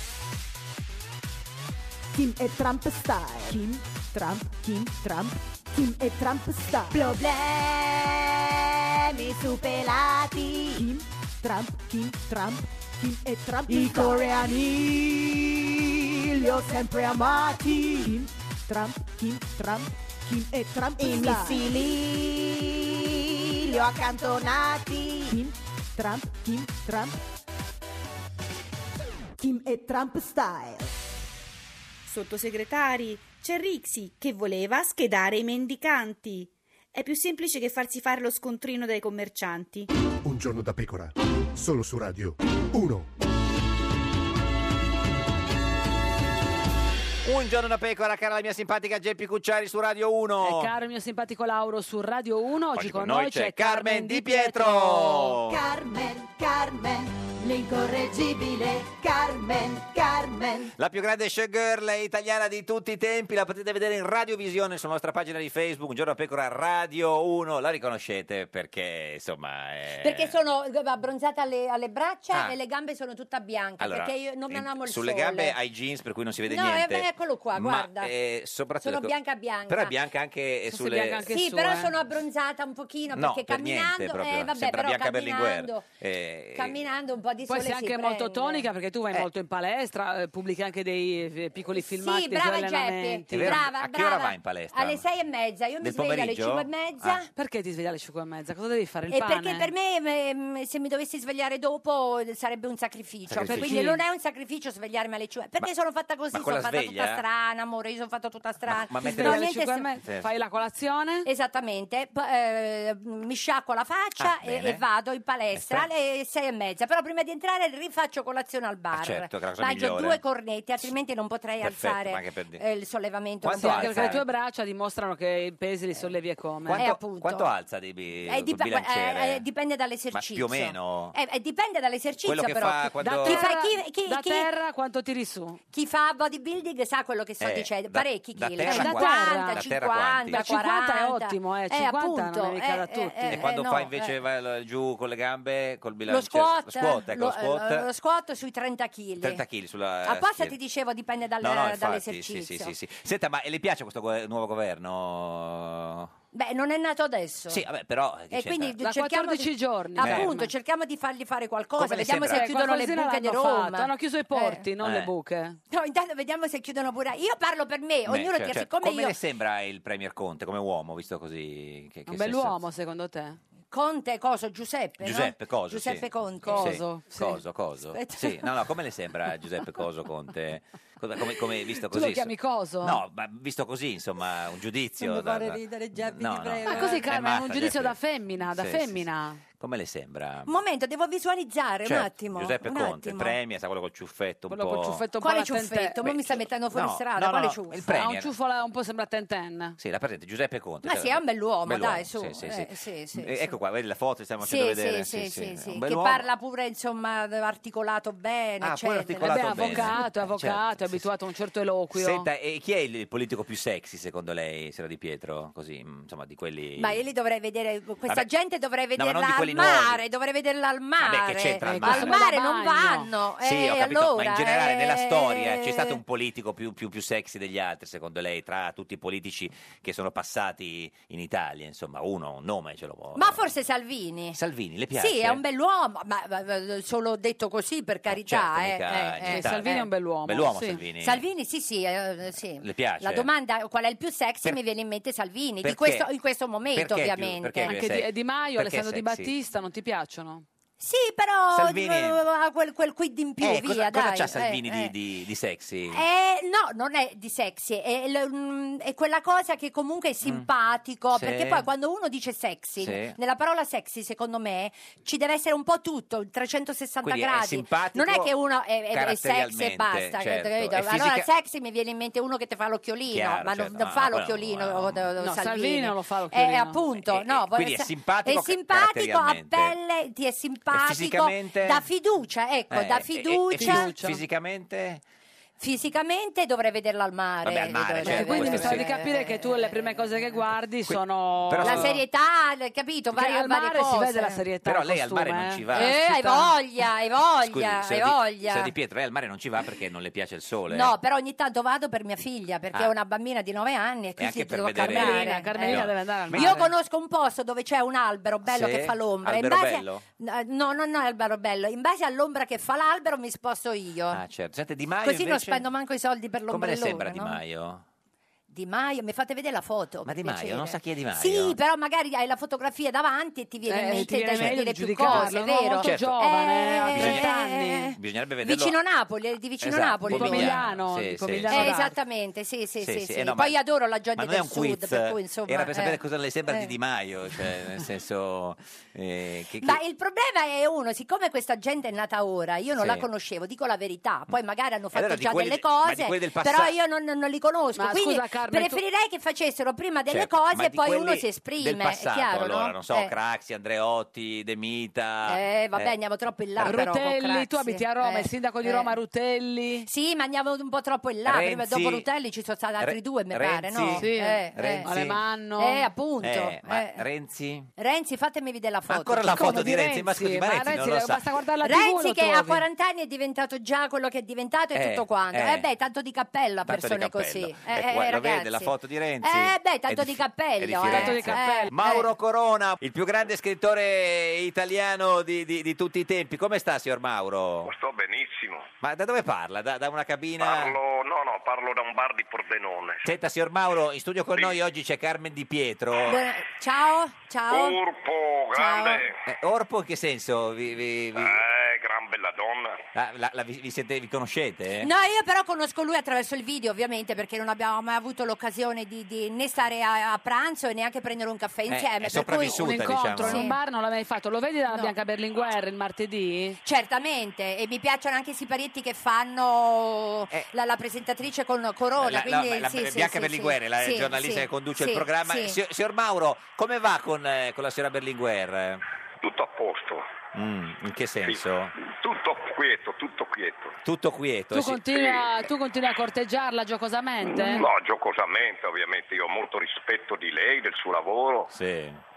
S14: Kim e Trump style. Kim, Trump, Kim, Trump. Kim e Trump style. Problemi superati. Kim, Trump, Kim, Trump. Kim e Trump
S4: I
S14: coreani li ho sempre amati. Kim, Trump, Kim, Trump. Kim e Trump
S9: I
S14: style.
S9: missili li ho accantonati.
S14: Kim, Trump, Kim, Trump. Kim e Trump style.
S16: Sottosegretari, c'è Rixi che voleva schedare i mendicanti. È più semplice che farsi fare lo scontrino dai commercianti.
S15: Un giorno da pecora, solo su Radio 1.
S2: Un giorno da pecora, cara la mia simpatica Geppi Cucciari su Radio 1.
S17: Eh,
S1: E eh, caro il mio simpatico Lauro su Radio 1, oggi, con noi c'è
S2: Carmen Di
S1: Pietro.
S14: Carmen, Carmen, l'incorreggibile Carmen, Carmen.
S2: La più grande showgirl italiana di tutti i tempi, la potete vedere in radiovisione sulla nostra pagina di Facebook, Un giorno da pecora Radio 1, la riconoscete perché insomma è...
S17: Perché sono abbronzata alle, alle braccia
S2: Eh. Ah.
S17: e le gambe sono tutta bianche
S2: Allora,
S17: perché io non mi
S2: in-
S17: amo il
S2: Sulle
S17: sole.
S2: gambe hai jeans per cui non si vede
S17: No, eh,
S2: niente.
S17: beh, eccolo qua,
S2: Ma,
S17: guarda.
S2: eh, soprattutto-
S17: Sono bianca bianca.
S2: Però è bianca anche eh,
S17: Sì,
S2: sulle...
S17: sì, però sono abbronzata un pochino
S2: No,
S17: perché
S2: per
S17: camminando,
S2: niente proprio.
S17: eh, vabbè,
S2: Sembra
S17: però
S2: Bianca Berlinguer.
S17: camminando,
S2: Eh,
S17: camminando un po' di
S1: Poi
S17: sole
S1: sei anche
S17: si
S1: molto
S17: prende.
S1: tonica perché tu vai molto in palestra, eh, pubblichi anche dei eh, piccoli filmati.
S17: Sì,
S1: dei
S17: brava
S1: tuoi
S17: Geppi,
S1: allenamenti.
S17: brava, brava. Alle sei e mezza, io mi
S1: Del
S17: sveglio
S1: pomeriggio?
S17: alle cinque e mezza.
S1: Ah. Perché ti svegli alle 5 e mezza? Cosa devi fare? Il
S17: E
S1: pane?
S17: perché per me ehm, se mi dovessi svegliare dopo eh, sarebbe un sacrificio.
S1: Sacrificio.
S17: Quindi non è un sacrificio svegliarmi alle 5. Per
S1: Ma-
S17: me sono fatta così,
S1: ma
S17: sono
S1: quella
S17: fatta
S1: sveglia?
S2: eh?
S17: tutta strana, amore, io sono fatta tutta strana.
S1: ma
S17: No,
S1: mentre- Alle
S17: niente,
S1: 5 e
S17: se-
S1: mezza, fai la colazione?
S17: Esattamente, p- eh, mi sciacquo la faccia
S2: Ah,
S17: e,
S2: bene.
S17: e vado in palestra
S2: Ecco.
S17: alle sei e mezza. Però prima di entrare rifaccio colazione al bar.
S2: certo, che è la cosa
S17: Mangio
S2: migliore.
S17: due cornetti, altrimenti non potrei
S2: Perfetto, ma
S17: alzare
S2: anche per dire.
S17: eh, il sollevamento. Eh,
S2: Quanto
S1: Sì,
S17: non
S1: anche
S2: alza?
S1: perché le tue braccia dimostrano che i pesi li sollevi e come.
S2: Quanto,
S17: appunto.
S2: quanto alza di, bi-
S17: Eh, dip-
S2: il bilanciere?
S17: eh, eh, dipende dall'esercizio.
S2: Ma più o meno?
S17: Eh, eh, dipende dall'esercizio,
S2: Quello che
S17: però.
S2: fa
S17: Chi-
S2: quando-
S17: chi,
S2: Da
S17: fa,
S1: terra-
S17: chi, chi-
S1: da
S17: chi-
S1: terra quanto tiri su?
S17: chi fa bodybuilding sa quello che sto
S2: Eh,
S17: dicendo.
S2: da-
S17: Parecchi
S2: da
S17: chili. Eh,
S2: terra quanti?
S17: 50,
S2: Da
S17: 50,
S2: terra quanti?
S17: 40.
S1: 50 è ottimo, eh, 50 non è
S17: appunto,
S1: mica da tutti.
S17: eh,
S2: e quando
S17: eh, no,
S2: fa invece
S17: eh.
S2: va giù con le gambe, col
S17: lo
S2: bilanciere?
S17: squat,
S2: ecco, lo
S17: lo-
S2: squat.
S17: eh, lo squat sui 30 kg.
S2: 30 kg sulla
S17: Apposta
S2: schiena.
S17: ti dicevo, dipende dal-
S2: No, no, infatti,
S17: dall'esercizio.
S2: sì, sì, sì, sì. Senta, ma le piace questo go- nuovo governo?
S17: Beh, non è nato adesso.
S2: Sì, vabbè, però... eh, che
S17: E
S2: c'entra?
S17: quindi
S1: Da
S17: cerchiamo
S1: 14
S17: di,
S2: Eh,
S1: giorni.
S17: Appunto,
S1: Ferma.
S17: cerchiamo di fargli fare qualcosa,
S1: Come le
S17: vediamo
S1: sembra?
S17: se chiudono le
S1: Qualcosina
S17: buche di
S1: l'hanno
S17: Roma. Eh.
S1: fatto, hanno chiuso i porti, non
S2: Eh.
S1: le buche.
S17: No, intanto vediamo se chiudono pure. Io parlo per me,
S2: Beh,
S17: ognuno
S2: cioè,
S17: tira
S2: cioè,
S17: siccome
S2: come
S17: io
S2: le sembra il Premier Conte come uomo, visto così? Che, che
S1: Un
S2: senso-
S1: bell'uomo, secondo te?
S17: Conte coso Giuseppe, no?
S2: Giuseppe Coso.
S17: Giuseppe
S2: sì.
S17: Conte.
S2: Sì. Coso, Coso.
S17: Aspetta.
S2: Sì, no, no, come le sembra Giuseppe Coso Conte? Cosa- Come, come visto
S1: Tu
S2: così?
S1: lo chiami coso?
S2: No, ma visto così, insomma, un giudizio. da- da-
S17: Geppi,
S2: No, no.
S1: Ma così, Carmen, è un
S2: matta,
S1: giudizio da
S2: Geppi.
S1: femmina, da
S2: Sì, sì,
S1: femmina.
S2: Come le sembra?
S17: Un momento, devo visualizzare
S2: Certo,
S17: un attimo.
S2: Giuseppe
S17: un
S2: Conte,
S17: attimo.
S2: premia, sa quello col ciuffetto un
S1: Quello
S2: po'.
S1: col ciuffetto un po'
S17: Quale
S1: la tenten-
S17: ciuffetto? Ma mi sta mettendo fuori
S2: no,
S17: strada.
S2: no, no,
S17: quale
S2: no,
S17: ciuffo?
S2: il
S1: Ha un
S2: premier.
S1: ciuffo la- un po' sembra tenten.
S2: Sì, la presente, Giuseppe Conte.
S17: Ma
S2: cioè-
S17: sì, è un bell'uomo, dai, su.
S2: Sì, sì, sì.
S17: Eh, sì, sì,
S2: Eh,
S17: sì.
S2: Ecco qua, vedi la foto, stiamo
S17: Sì,
S2: facendo
S17: sì,
S2: vedere.
S17: sì, sì, sì.
S2: Un
S17: che
S2: bell'uomo.
S17: parla pure insomma articolato bene, cioè,
S2: Ah, pure
S17: eccetera.
S2: articolato
S1: Beh,
S2: bene.
S1: avvocato, è
S2: Eh,
S1: avvocato,
S2: certo,
S1: è abituato a un certo eloquio.
S2: Senta, e chi è il politico più sexy secondo lei, Sera Di Pietro? Così, mm, insomma, di quelli...
S17: Ma io li dovrei vedere, questa
S2: Vabbè.
S17: gente dovrei
S2: No, ma non
S17: vederla
S2: di
S17: al
S2: quelli
S17: mare,
S2: nuovi.
S17: dovrei vederla al mare.
S2: Vabbè, che c'entra al mare?
S17: al mare non vanno.
S2: Sì,
S17: eh,
S2: ho capito,
S17: allora,
S2: ma in generale nella
S17: eh,
S2: storia c'è stato un politico più, più, più sexy degli altri, secondo lei, tra tutti i politici che sono passati in Italia, insomma, uno, un nome ce lo può...
S17: Ma forse Salvini.
S2: Salvini, le piace?
S17: Sì, è un bell'uomo, ma, ma- ma- solo detto così per carità.
S2: certo,
S17: eh,
S2: mica
S17: eh,
S2: gentile.
S17: eh,
S2: Salvini è un bell'uomo, Bell'uomo sì. Salvini.
S17: sì, sì, eh, sì.
S2: Le piace?
S17: La domanda qual è il più sexy
S2: Per-
S17: mi viene in mente Salvini,
S2: Perché?
S17: di questo, in questo momento
S2: Perché più-
S17: ovviamente.
S2: perché è più
S1: Anche di,
S2: sexy?
S1: e di Maio,
S2: Perché
S1: Alessandro Di
S2: sexy?
S1: Battista, non ti piacciono?
S17: Sì, però
S2: Salvini-
S17: eh, ha quel, quel quid in più,
S2: Eh, cosa,
S17: via,
S2: cosa
S17: dai.
S2: c'ha
S17: eh,
S2: Salvini di-
S17: eh.
S2: di, di sexy?
S17: Eh, no, non è di sexy, è, l- mm, è quella cosa che comunque è simpatico,
S2: Mm. Sì.
S17: perché poi quando uno dice sexy,
S2: Sì.
S17: nella parola sexy secondo me ci deve essere un po' tutto, il 360
S2: Quindi è
S17: gradi.
S2: simpatico
S17: non è che uno è, è- è sexy
S2: caratterialmente,
S17: e basta.
S2: certo.
S17: capito?
S2: È fisica-
S17: Allora sexy mi viene in mente uno che ti fa l'occhiolino,
S2: Chiaro,
S17: ma non-
S2: certo.
S17: non,
S2: Ah,
S17: fa
S2: quello-
S17: l'occhiolino o- o- o
S1: No, Salvini non lo fa
S17: Eh,
S1: l'occhiolino.
S17: appunto, no, voglio
S2: quindi è
S17: sa-
S2: simpatico
S17: è simpatico a
S2: caratterialmente.
S17: pelle, ti è
S2: E
S17: simpatico,
S2: fisicamente?
S17: da fiducia, ecco,
S2: Eh, e- e-
S17: da
S2: e
S17: fiducia.
S2: fis- fisicamente?
S17: Fisicamente dovrei vederla al mare.
S2: Vabbè, al mare,
S17: dovrei-
S2: certo,
S1: Quindi mi
S2: questo
S1: pare
S2: sì.
S1: di capire che tu le prime cose che guardi sono
S2: però
S17: la
S2: scusa-
S17: serietà, l- capito?
S1: Perché
S17: Varie,
S1: al
S17: varie
S1: mare si
S17: cose.
S1: vede la serietà,
S2: Però lei al mare
S1: costume,
S2: non ci
S1: eh.
S2: va.
S17: Eh, hai voglia, hai voglia,
S2: Scusi,
S17: hai
S2: Di-
S17: voglia.
S2: signora Di Pietro, lei al mare non ci va perché non le piace il sole.
S17: No, però ogni tanto vado per mia figlia perché
S2: Ah.
S17: è una bambina di 9 anni e quindi
S2: anche per
S17: devo
S2: vedere- Eh,
S17: cambiare.
S2: Carmelina, Carmelina deve andare al mare.
S17: Io conosco un posto dove c'è un albero bello
S2: Sì,
S17: che fa l'ombra. In
S2: albero
S17: base-
S2: bello?
S17: No, no, no, è albero bello. In base all'ombra che fa l'albero mi sposto io.
S2: Ah, certo. Sente, Di Maio
S17: Così non
S2: invece-
S17: spendo manco i soldi per
S2: Come le
S17: l'ombrellone.
S2: sembra Di
S17: no?
S2: Maio?
S17: Di Maio, mi fate vedere la foto.
S2: Ma
S17: per
S2: Di Maio,
S17: piacere.
S2: non sa chi è Di Maio.
S17: Sì, però magari hai la fotografia davanti e ti viene
S1: Eh,
S17: in
S1: ti
S17: mente
S1: viene
S17: da
S1: meglio
S17: dire
S1: di
S17: più
S1: giudicarlo,
S17: cose,
S1: no?
S17: vero?
S1: Molto
S2: Certo.
S1: giovane, ha
S17: Eh,
S1: 20 anni.
S2: Bisognerebbe vederlo.
S17: Vicino Napoli, è di vicino
S2: Esatto,
S17: Napoli.
S2: tipo
S17: lui.
S2: Pomigliano, Sì, tipo sì, Pomigliano sì.
S1: Esatto.
S17: Eh,
S2: d'Arte.
S17: esattamente, sì,
S2: Sì,
S17: sì, sì.
S2: sì,
S17: sì.
S2: eh, no, ma-
S17: Poi adoro la gente
S2: Ma non è
S17: del
S2: un
S17: sud,
S2: quiz,
S17: per cui insomma...
S2: era per sapere
S17: eh,
S2: cosa le sembra di
S17: eh.
S2: Di Maio, cioè, nel senso... eh, che- che-
S17: Ma il problema è uno, siccome questa gente è nata ora, io non
S2: Sì.
S17: la conoscevo, dico la verità, poi magari hanno fatto
S2: allora di
S17: già
S2: quelli-
S17: delle
S2: ma di
S17: cose,
S2: quelli del passato-
S17: però io non, non li conosco,
S1: Ma
S17: quindi
S1: scusa, Carmen, tu-
S17: preferirei che facessero prima delle
S2: Certo,
S17: cose
S2: ma
S17: e
S2: di
S17: poi
S2: quelli
S17: uno si esprime,
S2: del passato,
S17: è chiaro,
S2: allora,
S17: no?
S2: non so,
S17: Eh.
S2: Craxi, Andreotti, De Mita...
S17: Eh, vabbè, andiamo troppo in là. però, con
S1: Rutelli, tu
S17: Craxi.
S1: abiti a Roma,
S17: Eh,
S1: il sindaco di
S17: eh.
S1: Roma Rutelli.
S17: Sì, ma andiamo un po' troppo in là. prima-
S2: Renzi-
S17: dopo Rutelli ci sono stati altri
S2: Re-
S17: due, mi
S2: Renzi-
S17: pare, no?
S2: Sì.
S17: Eh, eh.
S2: Renzi-
S1: Alemanno.
S17: Eh, appunto.
S2: Eh, ma
S17: eh.
S2: Renzi...
S17: Renzi, fatemi vedere la foto.
S2: ancora la
S17: Come?
S2: foto di Renzi? Ma scusi, ma Renzi non lo sa.
S1: basta guardarla alla TV,
S17: Renzi
S1: lo
S17: che a
S1: trovi.
S17: 40 anni è diventato già quello che è diventato e
S2: Eh,
S17: tutto quanto.
S2: eh.
S17: Eh, beh, tanto di cappello a
S2: Tanto di
S17: persone
S2: cappello.
S17: così.
S2: Ecco, guarda,
S17: Eh, eh,
S2: lo
S17: ragazzi.
S2: vede la foto di Renzi?
S17: Eh, beh, tanto
S2: È
S17: di,
S2: è di
S17: cappello. eh.
S2: Firenze.
S17: Eh,
S2: Mauro Corona, il più grande scrittore italiano di, di- di tutti i tempi. Come sta, signor Mauro?
S21: Sto benissimo.
S2: Ma da dove parla? Da, da una cabina?
S21: Parlo, no, no, parlo da un bar di Pordenone.
S2: Senta, signor Mauro, in studio con noi oggi c'è Carmen Di Pietro.
S17: eh. Buona- Ciao, ciao.
S21: Urpo, grande.
S2: Eh, orpo in che senso? Vi, vi- vi-
S21: Eh, gran bella donna.
S2: la- la- la- vi, vi siete- vi conoscete?
S17: No, io però conosco lui attraverso il video, ovviamente, perché non abbiamo mai avuto l'occasione di, di né stare a, a pranzo e neanche prendere un caffè
S2: Eh, è
S17: insieme. per cui
S2: sopravvissuta,
S1: un incontro
S2: diciamo.
S1: in un bar non l'hai mai fatto. Lo vedi dalla
S17: No.
S1: Bianca Berlinguer il martedì?
S17: Certamente, e mi piacciono anche i siparietti che fanno la, la presentatrice con Corona.
S2: Eh. La- la-
S17: quindi,
S2: la-
S17: sì, sì,
S2: Bianca
S17: sì,
S2: Berlinguer,
S17: sì.
S2: la
S17: Sì,
S2: giornalista
S17: sì,
S2: che conduce il
S17: sì,
S2: programma.
S17: sì.
S2: Si- Signor Mauro, come va con, eh, con la signora Berlinguer?
S21: Tutto a posto.
S2: Mm, in che senso?
S21: Tutto quieto, tutto quieto.
S2: Tutto quieto.
S1: Tu
S2: cioè, sì.
S1: continui, a, tu continui a corteggiarla giocosamente?
S21: No, giocosamente ovviamente, io ho molto rispetto di lei, del suo lavoro,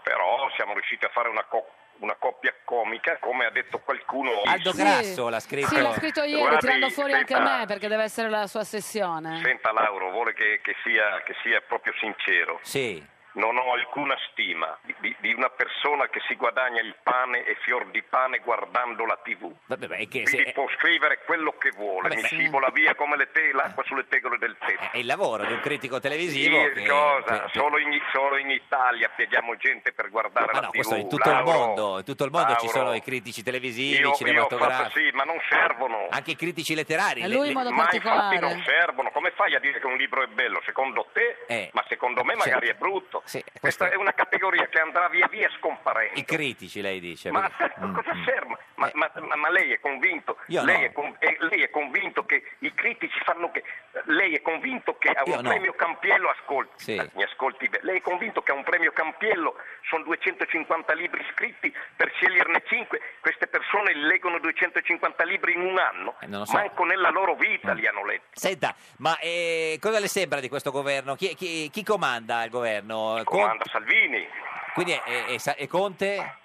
S21: però siamo riusciti a fare una, co- una coppia comica, come ha detto qualcuno.
S2: Aldo
S1: Sì. Grasso
S2: l'ha scritto.
S1: Sì, l'ha scritto ieri,
S21: Guardi,
S1: tirando fuori anche
S21: senta,
S1: me, perché deve essere la sua sessione.
S21: Senta Lauro, vuole che, che sia, che sia proprio sincero.
S2: Sì.
S21: Non ho alcuna stima di, di una persona che si guadagna il pane e fior di pane guardando la TV.
S2: Vabbè, beh, è che se-
S21: Quindi può scrivere quello che vuole,
S2: Vabbè,
S21: mi
S2: beh.
S21: scivola via come le te- l'acqua sulle tegole del tetto.
S2: è il lavoro di un critico televisivo.
S21: Sì,
S2: che-
S21: cosa?
S2: che-
S21: Solo, in, solo in Italia pieghiamo gente per
S2: Ma
S21: guardare la
S2: no,
S21: TV.
S2: questo in tutto il
S21: Lauro,
S2: mondo, in tutto il mondo ci
S21: Lauro,
S2: sono i critici televisivi,
S21: io, io ho fatto
S2: cinematografici,
S21: sì, ma non servono.
S2: anche i critici letterari.
S21: Ma
S2: le- le-
S21: infatti non servono. Come fai a dire che un libro è bello? Secondo te?
S2: Eh,
S21: ma secondo me magari
S2: certo.
S21: è brutto.
S2: questo-
S21: Questa è una categoria che andrà via via scomparendo.
S2: I critici, lei dice.
S21: Ma
S2: perché-
S21: a cosa serve? Ma, ma- ma- ma lei è convinto?
S2: Eh. Io
S21: lei,
S2: no.
S21: è con- eh, lei è convinto che i critici fanno che. eh, Lei è convinto che a
S2: Io
S21: un
S2: no.
S21: premio Campiello ascolti.
S2: Sì.
S21: Mi ascolti bene. Lei è convinto che a un premio Campiello sono 250 libri scritti per sceglierne 5. Queste persone leggono 250 libri in un anno.
S2: Eh, non lo so. Mm.
S21: Manco nella loro vita li hanno letti.
S2: Senta, ma eh, cosa le sembra di questo governo? Chi, chi- chi comanda il governo?
S21: Comanda
S2: Conte-
S21: Salvini.
S2: quindi è, è- è Sa- è Conte?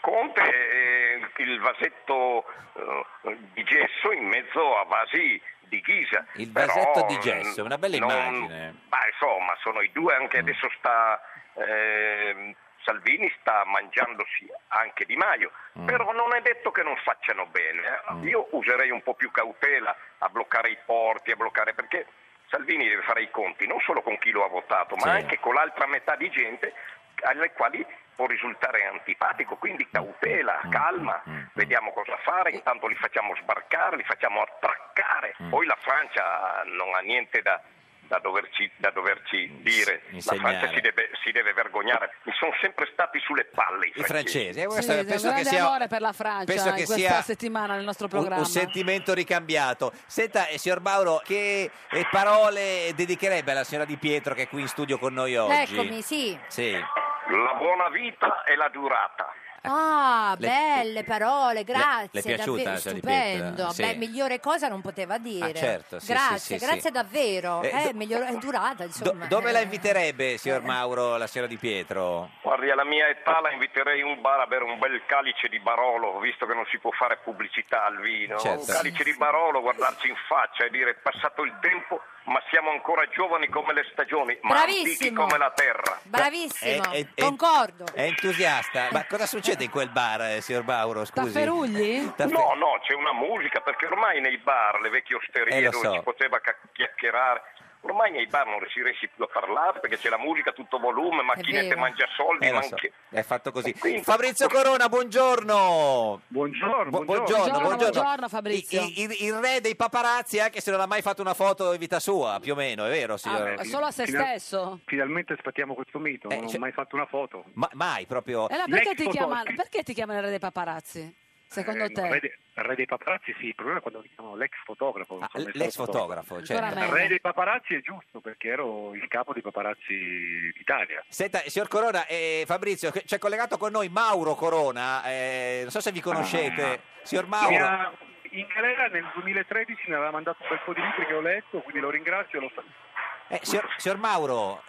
S21: Conte è eh, il vasetto eh, di gesso in mezzo a vasi di ghisa.
S2: Il
S21: Però,
S2: vasetto di gesso, una bella
S21: non-
S2: immagine. Mm.
S21: Ma insomma, sono i due, anche adesso sta ehm, Salvini sta mangiandosi anche Di Maio,
S2: Mm.
S21: però non è detto che non facciano bene. eh. Io userei un po' più cautela a bloccare i porti, a bloccare perché Salvini deve fare i conti non solo con chi lo ha votato, ma
S2: Sì.
S21: anche con l'altra metà di gente alle quali può risultare antipatico, quindi cautela, calma, vediamo cosa fare, intanto li facciamo sbarcare, li facciamo attraccare, poi la Francia non ha niente da, da doverci, da doverci dire, la
S2: insegnare.
S21: Francia si deve, si deve vergognare, mi sono sempre stati sulle palle i
S2: I francesi, eh,
S1: Sì,
S2: questo
S1: un
S2: penso che
S1: grande
S2: sia
S1: amore per la Francia
S2: penso
S1: in
S2: che
S1: questa
S2: sia
S1: settimana nel nostro
S2: un,
S1: programma.
S2: un sentimento ricambiato. Senta, eh, signor Mauro, che eh, parole dedicherebbe alla signora Di Pietro che è qui in studio con noi oggi?
S17: Eccomi, sì.
S2: Sì.
S21: La buona vita e la durata.
S17: Ah,
S2: Le-
S17: belle parole, grazie.
S2: le è piaciuta,
S17: davvero,
S2: signora Di Pietra?
S17: stupendo.
S2: Sì.
S17: Beh, migliore cosa non poteva dire.
S2: Ah, certo, sì,
S17: grazie,
S2: sì, sì, sì.
S17: grazie davvero.
S2: Eh,
S17: Eh,
S2: do-
S17: migliore- è durata,
S2: Do-
S17: insomma.
S2: dove la
S17: Eh.
S2: inviterebbe, signor Mauro, la signora Di Pietro?
S21: Guardi, alla mia età la inviterei in un bar a bere un bel calice di Barolo, visto che non si può fare pubblicità al vino.
S2: Certo.
S21: Un calice di Barolo, guardarci in faccia e dire è passato il tempo, ma siamo ancora giovani come le stagioni, ma antichi
S17: Bravissimo.
S21: come la terra.
S17: Bravissimo,
S2: È- è- è-
S17: concordo.
S2: È entusiasta. Ma cosa succede in quel bar, eh, signor Mauro? Scusi. Taffe-
S21: No, no, c'è una musica, perché ormai nei bar, le vecchie osterie
S2: Eh, lo
S21: dove
S2: so.
S21: si poteva ca- chiacchierare, ormai nei bar non si riesce più a parlare perché c'è la musica a tutto volume, macchinette
S2: vero.
S21: mangia soldi,
S2: Eh, lo
S21: ma
S2: so,
S21: anche...
S2: È fatto così. Fabrizio Corona, buongiorno.
S19: Buongiorno,
S2: Bu-
S1: Buongiorno,
S2: buongiorno,
S1: buongiorno, Fabrizio.
S2: I- i- il, re dei paparazzi, anche se non ha mai fatto una foto in vita sua, più o meno, è vero, signor? Eh,
S1: Ah, solo a se
S19: Final-
S1: stesso.
S19: Finalmente sfattiamo questo mito, non ho mai fatto una foto.
S2: cioè Ma mai proprio.
S1: E allora perché ti, chiama, perché ti chiamano il re dei paparazzi? Secondo
S19: Eh, no,
S1: te?
S19: re, de- re dei paparazzi sì, il problema è quando mi chiamano l'ex fotografo. insomma, il
S2: Ah, l'ex
S19: fotografo.
S2: fotografo, certo. Ancora meglio.
S19: Re dei paparazzi è giusto perché ero il capo dei paparazzi d'Italia.
S2: Senta, signor Corona, eh, Fabrizio, che- c'è collegato con noi Mauro Corona, eh, non so se vi conoscete.
S21: Ah.
S2: Signor
S19: Mi
S2: Mauro.
S19: ha- Ah. in galera nel 2013 mi aveva mandato un bel po' di libri che ho letto, quindi lo ringrazio. Lo sa-
S2: Eh, signor, signor Mauro,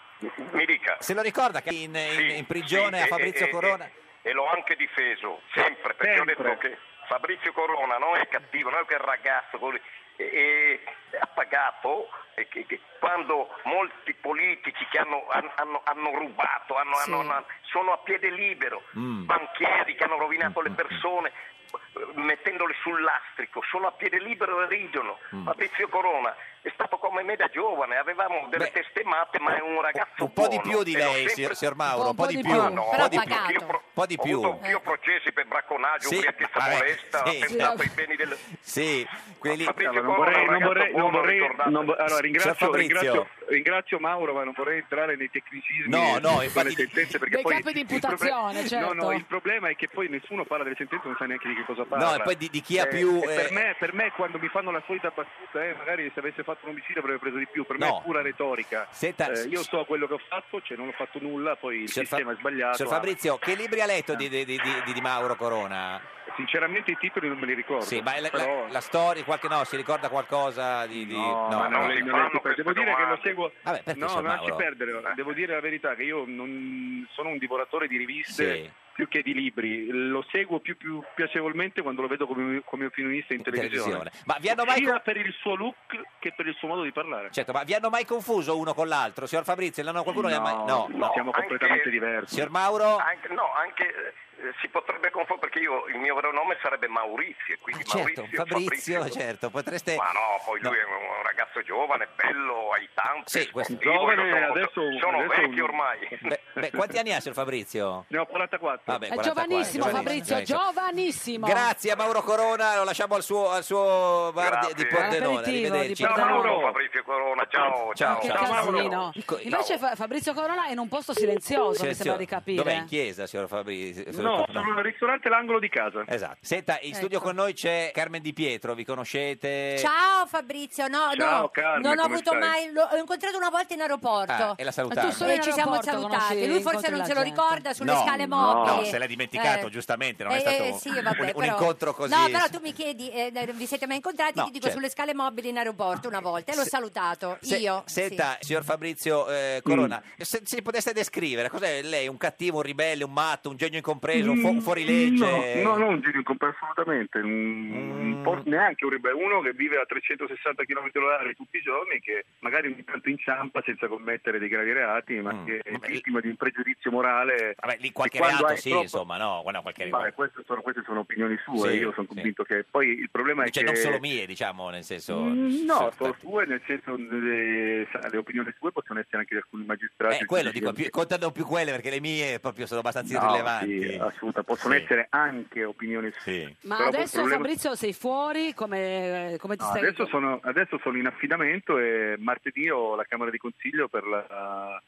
S21: Mi dica.
S2: se lo ricorda che in, in- in prigione
S21: Sì, eh,
S2: a
S21: e-
S2: Fabrizio
S21: e-
S2: Corona?
S21: E, e l'ho anche difeso, sempre, perché ho detto che Fabrizio Corona non è cattivo, non è quel ragazzo così, e, e ha pagato e che- che quando molti politici che hanno, han- hanno- hanno rubato, hanno-
S20: Sì.
S21: hanno- hanno- sono a piede libero,
S20: Mm.
S21: banchieri che hanno rovinato
S2: Mm,
S21: le persone eh, mettendole sul lastrico, sono a piede libero e ridono.
S2: Mm.
S21: Fabrizio Corona è stato come me da giovane, avevamo delle testemate, ma è un ragazzo
S2: Un po' di
S21: buono,
S2: più di
S21: e l'ho
S2: lei,
S21: eh, sempre-
S2: signor- signor Mauro, un po' di più.
S21: No,
S2: Un
S21: no,
S2: po' di più.
S21: Io pro-
S2: Un po' di
S21: Ho avuto
S2: più.
S21: anch'io processi per bracconaggio,
S2: Sì,
S21: ubriachezza
S2: vabbè,
S21: molesta,
S2: sì.
S21: attentato
S2: Sì.
S21: ai beni del...
S2: Sì, quelli...
S21: Fabrizio
S19: non
S21: Corona,
S19: vorrei, non
S21: ragazzo
S19: vorrei, non
S21: buono,
S19: vorrei-
S21: ricordate.
S19: non vo- allora, ringrazio,
S2: Fabrizio.
S19: ringrazio, ringrazio Mauro, ma non vorrei entrare nei tecnicismi
S2: No,
S19: e
S2: no,
S19: sulle
S2: infatti-
S19: sentenze perché
S1: Dei
S19: poi
S1: capi di
S19: il problema-
S1: imputazione, certo.
S19: No, no, il problema è che poi nessuno parla delle sentenze, non sa neanche di che cosa parla.
S2: No, e poi di- di chi ha
S19: Eh,
S2: più,
S19: e Per,
S2: eh,
S19: me, per me quando mi fanno la solita battuta, eh, magari se avesse fatto un omicidio avrebbe preso di più, per me
S2: No.
S19: è pura retorica.
S2: Senta-
S19: Eh, io so quello che ho fatto, cioè non ho fatto nulla, poi il
S2: Signor Fa-
S19: sistema è sbagliato.
S2: Signor Fabrizio, che libri ha letto di, di- di- di- di Mauro Corona?
S19: ah, Sinceramente i titoli non me li ricordo.
S2: Sì, ma la, la-
S19: però-
S2: la storia, qualche no, si ricorda qualcosa di... di-
S19: No, ma non le- non le- devo dire che lo seguo
S2: Vabbè, perché,
S19: no,
S2: signor
S19: non ci
S2: Mauro?
S19: perdere devo dire la verità che io non sono un divoratore di riviste
S2: Sì.
S19: più che di libri lo seguo più, più piacevolmente quando lo vedo come, come opinionista in televisione,
S2: televisione. Ma vi hanno mai-
S19: sia per il suo look che per il suo modo di parlare
S2: Certo, ma vi hanno mai confuso uno con l'altro? Signor Fabrizio, l'hanno- qualcuno le ha mai... No,
S19: ma siamo completamente diversi
S2: Signor Mauro?
S21: Anche- no, anche eh, si potrebbe confondere perché io il mio vero nome sarebbe Maurizio, quindi
S2: Certo,
S21: Maurizio
S2: Fabrizio, certo, potreste...
S21: Ma no, poi lui è un ragazzo giovane, bello, ai tanti,
S2: Sì, questo-
S21: sportivo,
S2: Giovane,
S21: io sono,
S2: adesso-
S21: sono
S2: adesso-
S21: vecchi ormai.
S2: Beh, beh, quanti anni ha, signor Fabrizio?
S19: Ne ho 44.
S2: Vabbè,
S1: È
S2: 44,
S1: giovanissimo Fabrizio,
S2: giovanissimo.
S1: giovanissimo.
S2: Grazie a Mauro Corona, lo lasciamo al suo, al suo bar di- di, Pordenone.
S1: All'aperitivo di
S2: Arrivederci.
S1: Pordenone. Ciao, Mauro.
S21: Fabrizio Corona, ciao,
S2: Ciao,
S1: Che
S2: ciao.
S1: casino. Invece Fa- Fabrizio Corona è in un posto silenzioso, mi sembra di capire.
S2: Dov'è in chiesa, signor Fabrizio?
S19: no, sono al ristorante l'angolo di casa
S2: Esatto. Senta,
S1: Ecco.
S2: in studio con noi c'è Carmen Di Pietro, vi conoscete?
S17: Ciao Fabrizio, no,
S2: Ciao,
S17: no,
S2: Carmen,
S17: non ho
S2: come
S17: avuto
S2: stai?
S17: mai, l'ho ho incontrato una volta in aeroporto
S2: Ah, e l'ha salutato.
S17: e
S2: Ma tu solo
S1: in
S17: ci siamo
S1: aeroporto
S17: salutati,
S1: conosci-
S17: lui forse
S1: incontri
S17: non
S1: la
S17: se lo
S1: gente.
S17: ricorda sulle
S2: No,
S17: scale mobili. Eh.
S2: no, se l'è dimenticato, giustamente, non è stato
S17: sì,
S2: un-
S17: vabbè,
S2: un- un
S17: però-
S2: incontro così.
S17: No, però tu mi chiedi, eh, vi siete mai incontrati?
S2: No,
S17: Ti dico
S2: certo.
S17: sulle scale mobili in aeroporto una volta e l'ho
S2: Se-
S17: salutato,
S2: Se-
S17: io.
S2: Senta, signor
S19: Mm.
S2: Fabrizio eh, Corona, se, se poteste descrivere, cos'è lei? Un cattivo, un ribelle, un matto, un genio incompreso, preso un, fu- un fuorilegge?
S19: Mm, No, no, non un giro in compa assolutamente, un- un
S2: Mm.
S19: po' neanche un rebe- uno che vive a 360 km h tutti i giorni, che magari ogni tanto inciampa senza commettere dei gravi reati, ma che è vittima di un pregiudizio morale.
S2: Mm. Vabbè, lì qualche
S19: E quando
S2: reato
S19: hai
S2: sì,
S19: troppo-
S2: insomma, no? guarda, qualche
S19: Vabbè, queste sono, queste sono opinioni sue,
S2: Sì,
S19: io sono
S2: sì.
S19: convinto che poi il problema è
S2: Cioè,
S19: che...
S2: non solo mie, diciamo, nel senso...
S19: Mm, No, sono sue, nel senso mm, le, sa, le opinioni sue possono essere anche di alcuni magistrati.
S2: Eh, quello, dico,
S19: giudici,
S2: più, contano più quelle perché le mie proprio sono abbastanza
S19: No,
S2: irrilevanti.
S19: sì, assolutamente, possono essere anche opinioni
S2: sue.
S1: Ma
S19: Però poi il
S1: adesso
S19: problema-
S1: Fabrizio sei fuori, come, eh, come ti
S19: No,
S1: stai...
S19: adesso, sono, adesso sono in affidamento e martedì ho la Camera di Consiglio per, la-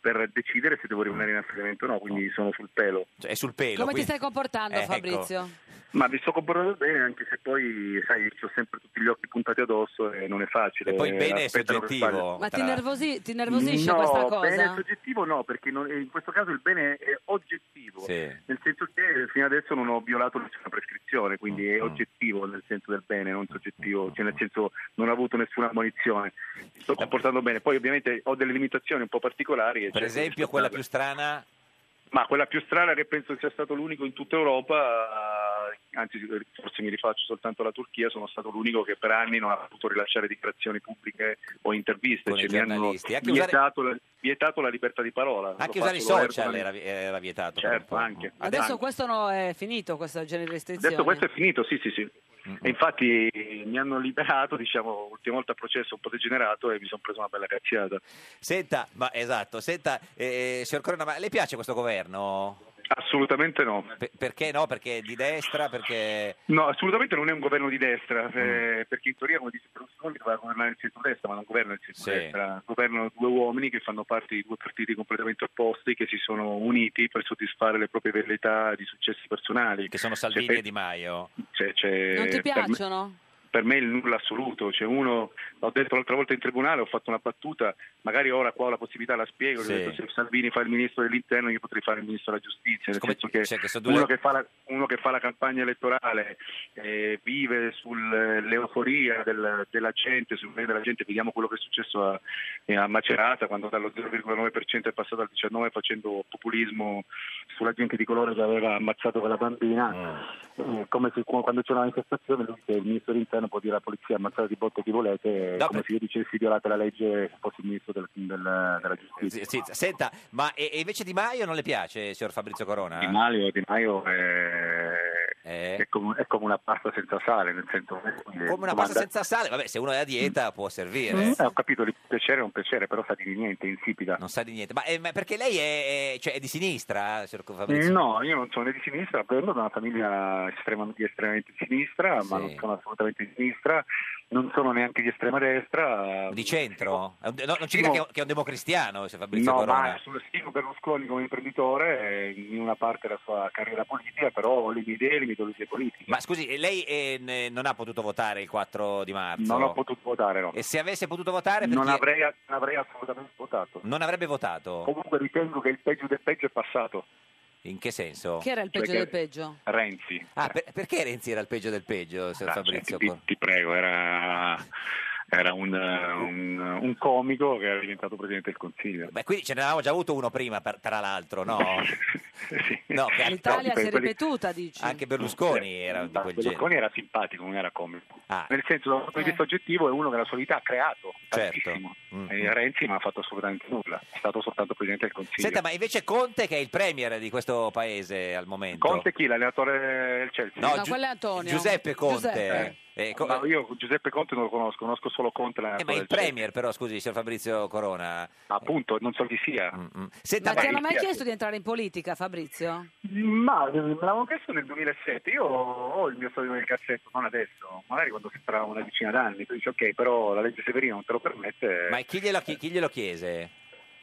S19: per decidere se devo rimanere in affidamento o no, quindi sono sul pelo.
S2: Oh. Cioè, è sul pelo.
S1: Come ti stai comportando
S19: Eh, ecco.
S1: Fabrizio?
S19: Ma mi sto comportando bene anche se poi, sai, ho sempre tutti gli occhi puntati addosso e non è facile.
S2: E poi il bene è
S19: Aspettano che
S2: soggettivo,
S19: sbaglio.
S1: Ma ti, nervosi- ti nervosisce
S19: no,
S1: questa cosa?
S19: bene soggettivo no, perché non- in questo caso il bene è oggettivo,
S2: Sì.
S19: nel senso che fino adesso non ho violato nessuna prescrizione, quindi
S2: Mm-hmm.
S19: è oggettivo nel senso del bene, non soggettivo, cioè nel senso non ho avuto nessuna ammonizione. Mi
S2: Eh.
S19: Sto comportando bene, poi ovviamente ho delle limitazioni un po' particolari. e
S2: Per
S19: cerco di
S2: esempio, quella più
S19: rispettarle.
S2: strana...
S19: Ma quella più strana che penso sia stato l'unico in tutta Europa, eh, anzi forse mi rifaccio soltanto alla Turchia, sono stato l'unico che per anni non ha potuto rilasciare dichiarazioni pubbliche o interviste,
S2: Con i
S19: cioè mi hanno
S2: giornalisti. Anche
S19: vietato,
S2: usare-
S19: la, vietato la libertà di parola.
S2: Anche
S19: L'ho
S2: usare i
S19: fatto, l'ho
S2: social
S19: ergo-
S2: era, era vietato. per un
S19: Certo,
S2: po'.
S19: anche.
S1: Adesso
S19: Anche.
S1: questo no, è finito, questo genere di restrizioni.
S19: Adesso questo è finito, sì sì sì. E infatti eh, mi hanno liberato, diciamo, l'ultima volta al processo un po' degenerato e mi sono preso una bella cazziata.
S2: Senta, ma esatto, senta, eh, signor Corona, ma le piace questo governo?
S19: Assolutamente no.
S2: Pe- perché no? Perché è di destra? Perché...
S19: No, assolutamente non è un governo di destra,
S2: Mm.
S19: eh, perché in teoria, come dice Berlusconi, doveva governare il centro-destra, ma non governa il centro-destra, governano due uomini che fanno parte di due partiti completamente opposti, che si sono uniti per soddisfare le proprie velleità di successi personali.
S2: Che sono Salvini
S19: Cioè,
S2: e Di Maio.
S19: cioè, c'è-
S1: Non ti
S19: per me-
S1: piacciono?
S19: Per me è il nulla assoluto, cioè uno, l'ho detto l'altra volta in tribunale, ho fatto una battuta, magari ora qua ho la possibilità, la spiego, gli
S2: Sì.
S19: ho detto, se Salvini fa il ministro dell'interno io potrei fare il ministro della giustizia, nel
S2: Come-
S19: senso che,
S2: cioè, che sono due-
S19: uno, che fa la, uno che fa la campagna elettorale eh, vive sull'euforia del, della gente, sul bene della gente, vediamo quello che è successo a, eh, a Macerata quando dallo 0,9% è passato al 19% facendo populismo sulla gente di colore che aveva ammazzato quella bambina.
S2: Mm.
S19: Eh, come se qu- quando c'è una manifestazione lui che è il ministro dell'interno può dire alla polizia ammazzate di botte chi volete,
S2: No,
S19: come
S2: per-
S19: se io dicessi violate la legge se fossi il ministro del- del- della giustizia.
S2: Sì, sì, Senta, ma e- e invece Di Maio non le piace, signor Fabrizio Corona?
S19: Di Maio, Di Maio è, è come, è come una pasta senza sale, nel senso
S2: Eh.
S19: eh,
S2: Come una pasta senza sale? Vabbè, se uno è a dieta può servire.
S19: Eh, ho capito, il piacere è un piacere, però sa di niente, è insipida.
S2: Non sa di niente. Ma, eh, ma perché lei è, è- cioè, è di sinistra, signor Fabrizio?
S19: No, io non sono né di sinistra, vengo da una famiglia estrema- di estremamente di sinistra, ma
S2: Sì.
S19: non sono assolutamente di sinistra, non sono neanche di estrema destra.
S2: Di centro? È un de- no, non ci dica
S19: No.
S2: che è, che è un democristiano, signor Fabrizio
S19: No,
S2: Corona.
S19: ma sono Silvio Berlusconi come imprenditore, eh, in una parte la sua carriera politica, però ho le mie idee, le mie ideologie politiche.
S2: Ma scusi, eh, lei eh, ne- non ha potuto votare il 4 di marzo?
S19: Non ho potuto votare, no.
S2: E se avesse potuto votare, per
S19: Non
S2: chi-
S19: avrei, non avrei assolutamente votato.
S2: non avrebbe votato?
S19: Comunque ritengo che il peggio del peggio è passato.
S2: In che senso?
S1: Chi era il peggio
S19: Perché-
S1: del peggio?
S19: Renzi. Ah,
S2: Ah, per- perché Renzi era il peggio del peggio, signor Fabrizio?
S19: ti, ti prego, era, era un, eh, un- un comico che era diventato Presidente del Consiglio.
S2: Beh, quindi ce ne avevamo già avuto uno prima, per- tra l'altro, no? No, che anche-
S1: L'Italia si è
S19: quelli-
S1: ripetuta, dici?
S2: anche Berlusconi era di
S19: Ma
S2: quel
S19: Berlusconi
S2: genere.
S19: era simpatico, non era comico.
S2: Ah.
S19: Nel senso, dal punto di vista oggettivo, è uno che la sua vita ha creato.
S2: Certo.
S19: tantissimo.
S2: Mm.
S19: E Renzi non ha fatto assolutamente nulla, è stato soltanto Presidente del Consiglio.
S2: Senta, ma invece Conte, che è il premier di questo paese al momento.
S19: Conte chi? L'allenatore del Chelsea?
S2: No,
S1: No,
S2: Giu-
S1: quello è Antonio.
S2: Giuseppe Conte.
S1: Giuseppe.
S2: Eh, co-
S19: No, io Giuseppe Conte non lo conosco, conosco solo Conte.
S2: eh, ma
S19: l'allenatore
S2: il
S19: del Chelsea.
S2: premier, però, scusi, signor Fabrizio Corona. Mm,
S19: Appunto, non so chi sia.
S2: Senta,
S1: Ma ti hanno mai
S19: Dispiace.
S1: chiesto di entrare in politica, Fabrizio?
S19: Ma eh, me l'avevano chiesto nel 2007, io ho il mio stadio nel cassetto, non adesso, magari quando si sarà una decina d'anni, tu dici ok, però la legge Severino non te lo permette,
S2: ma chi glielo, chi- chi glielo chiese?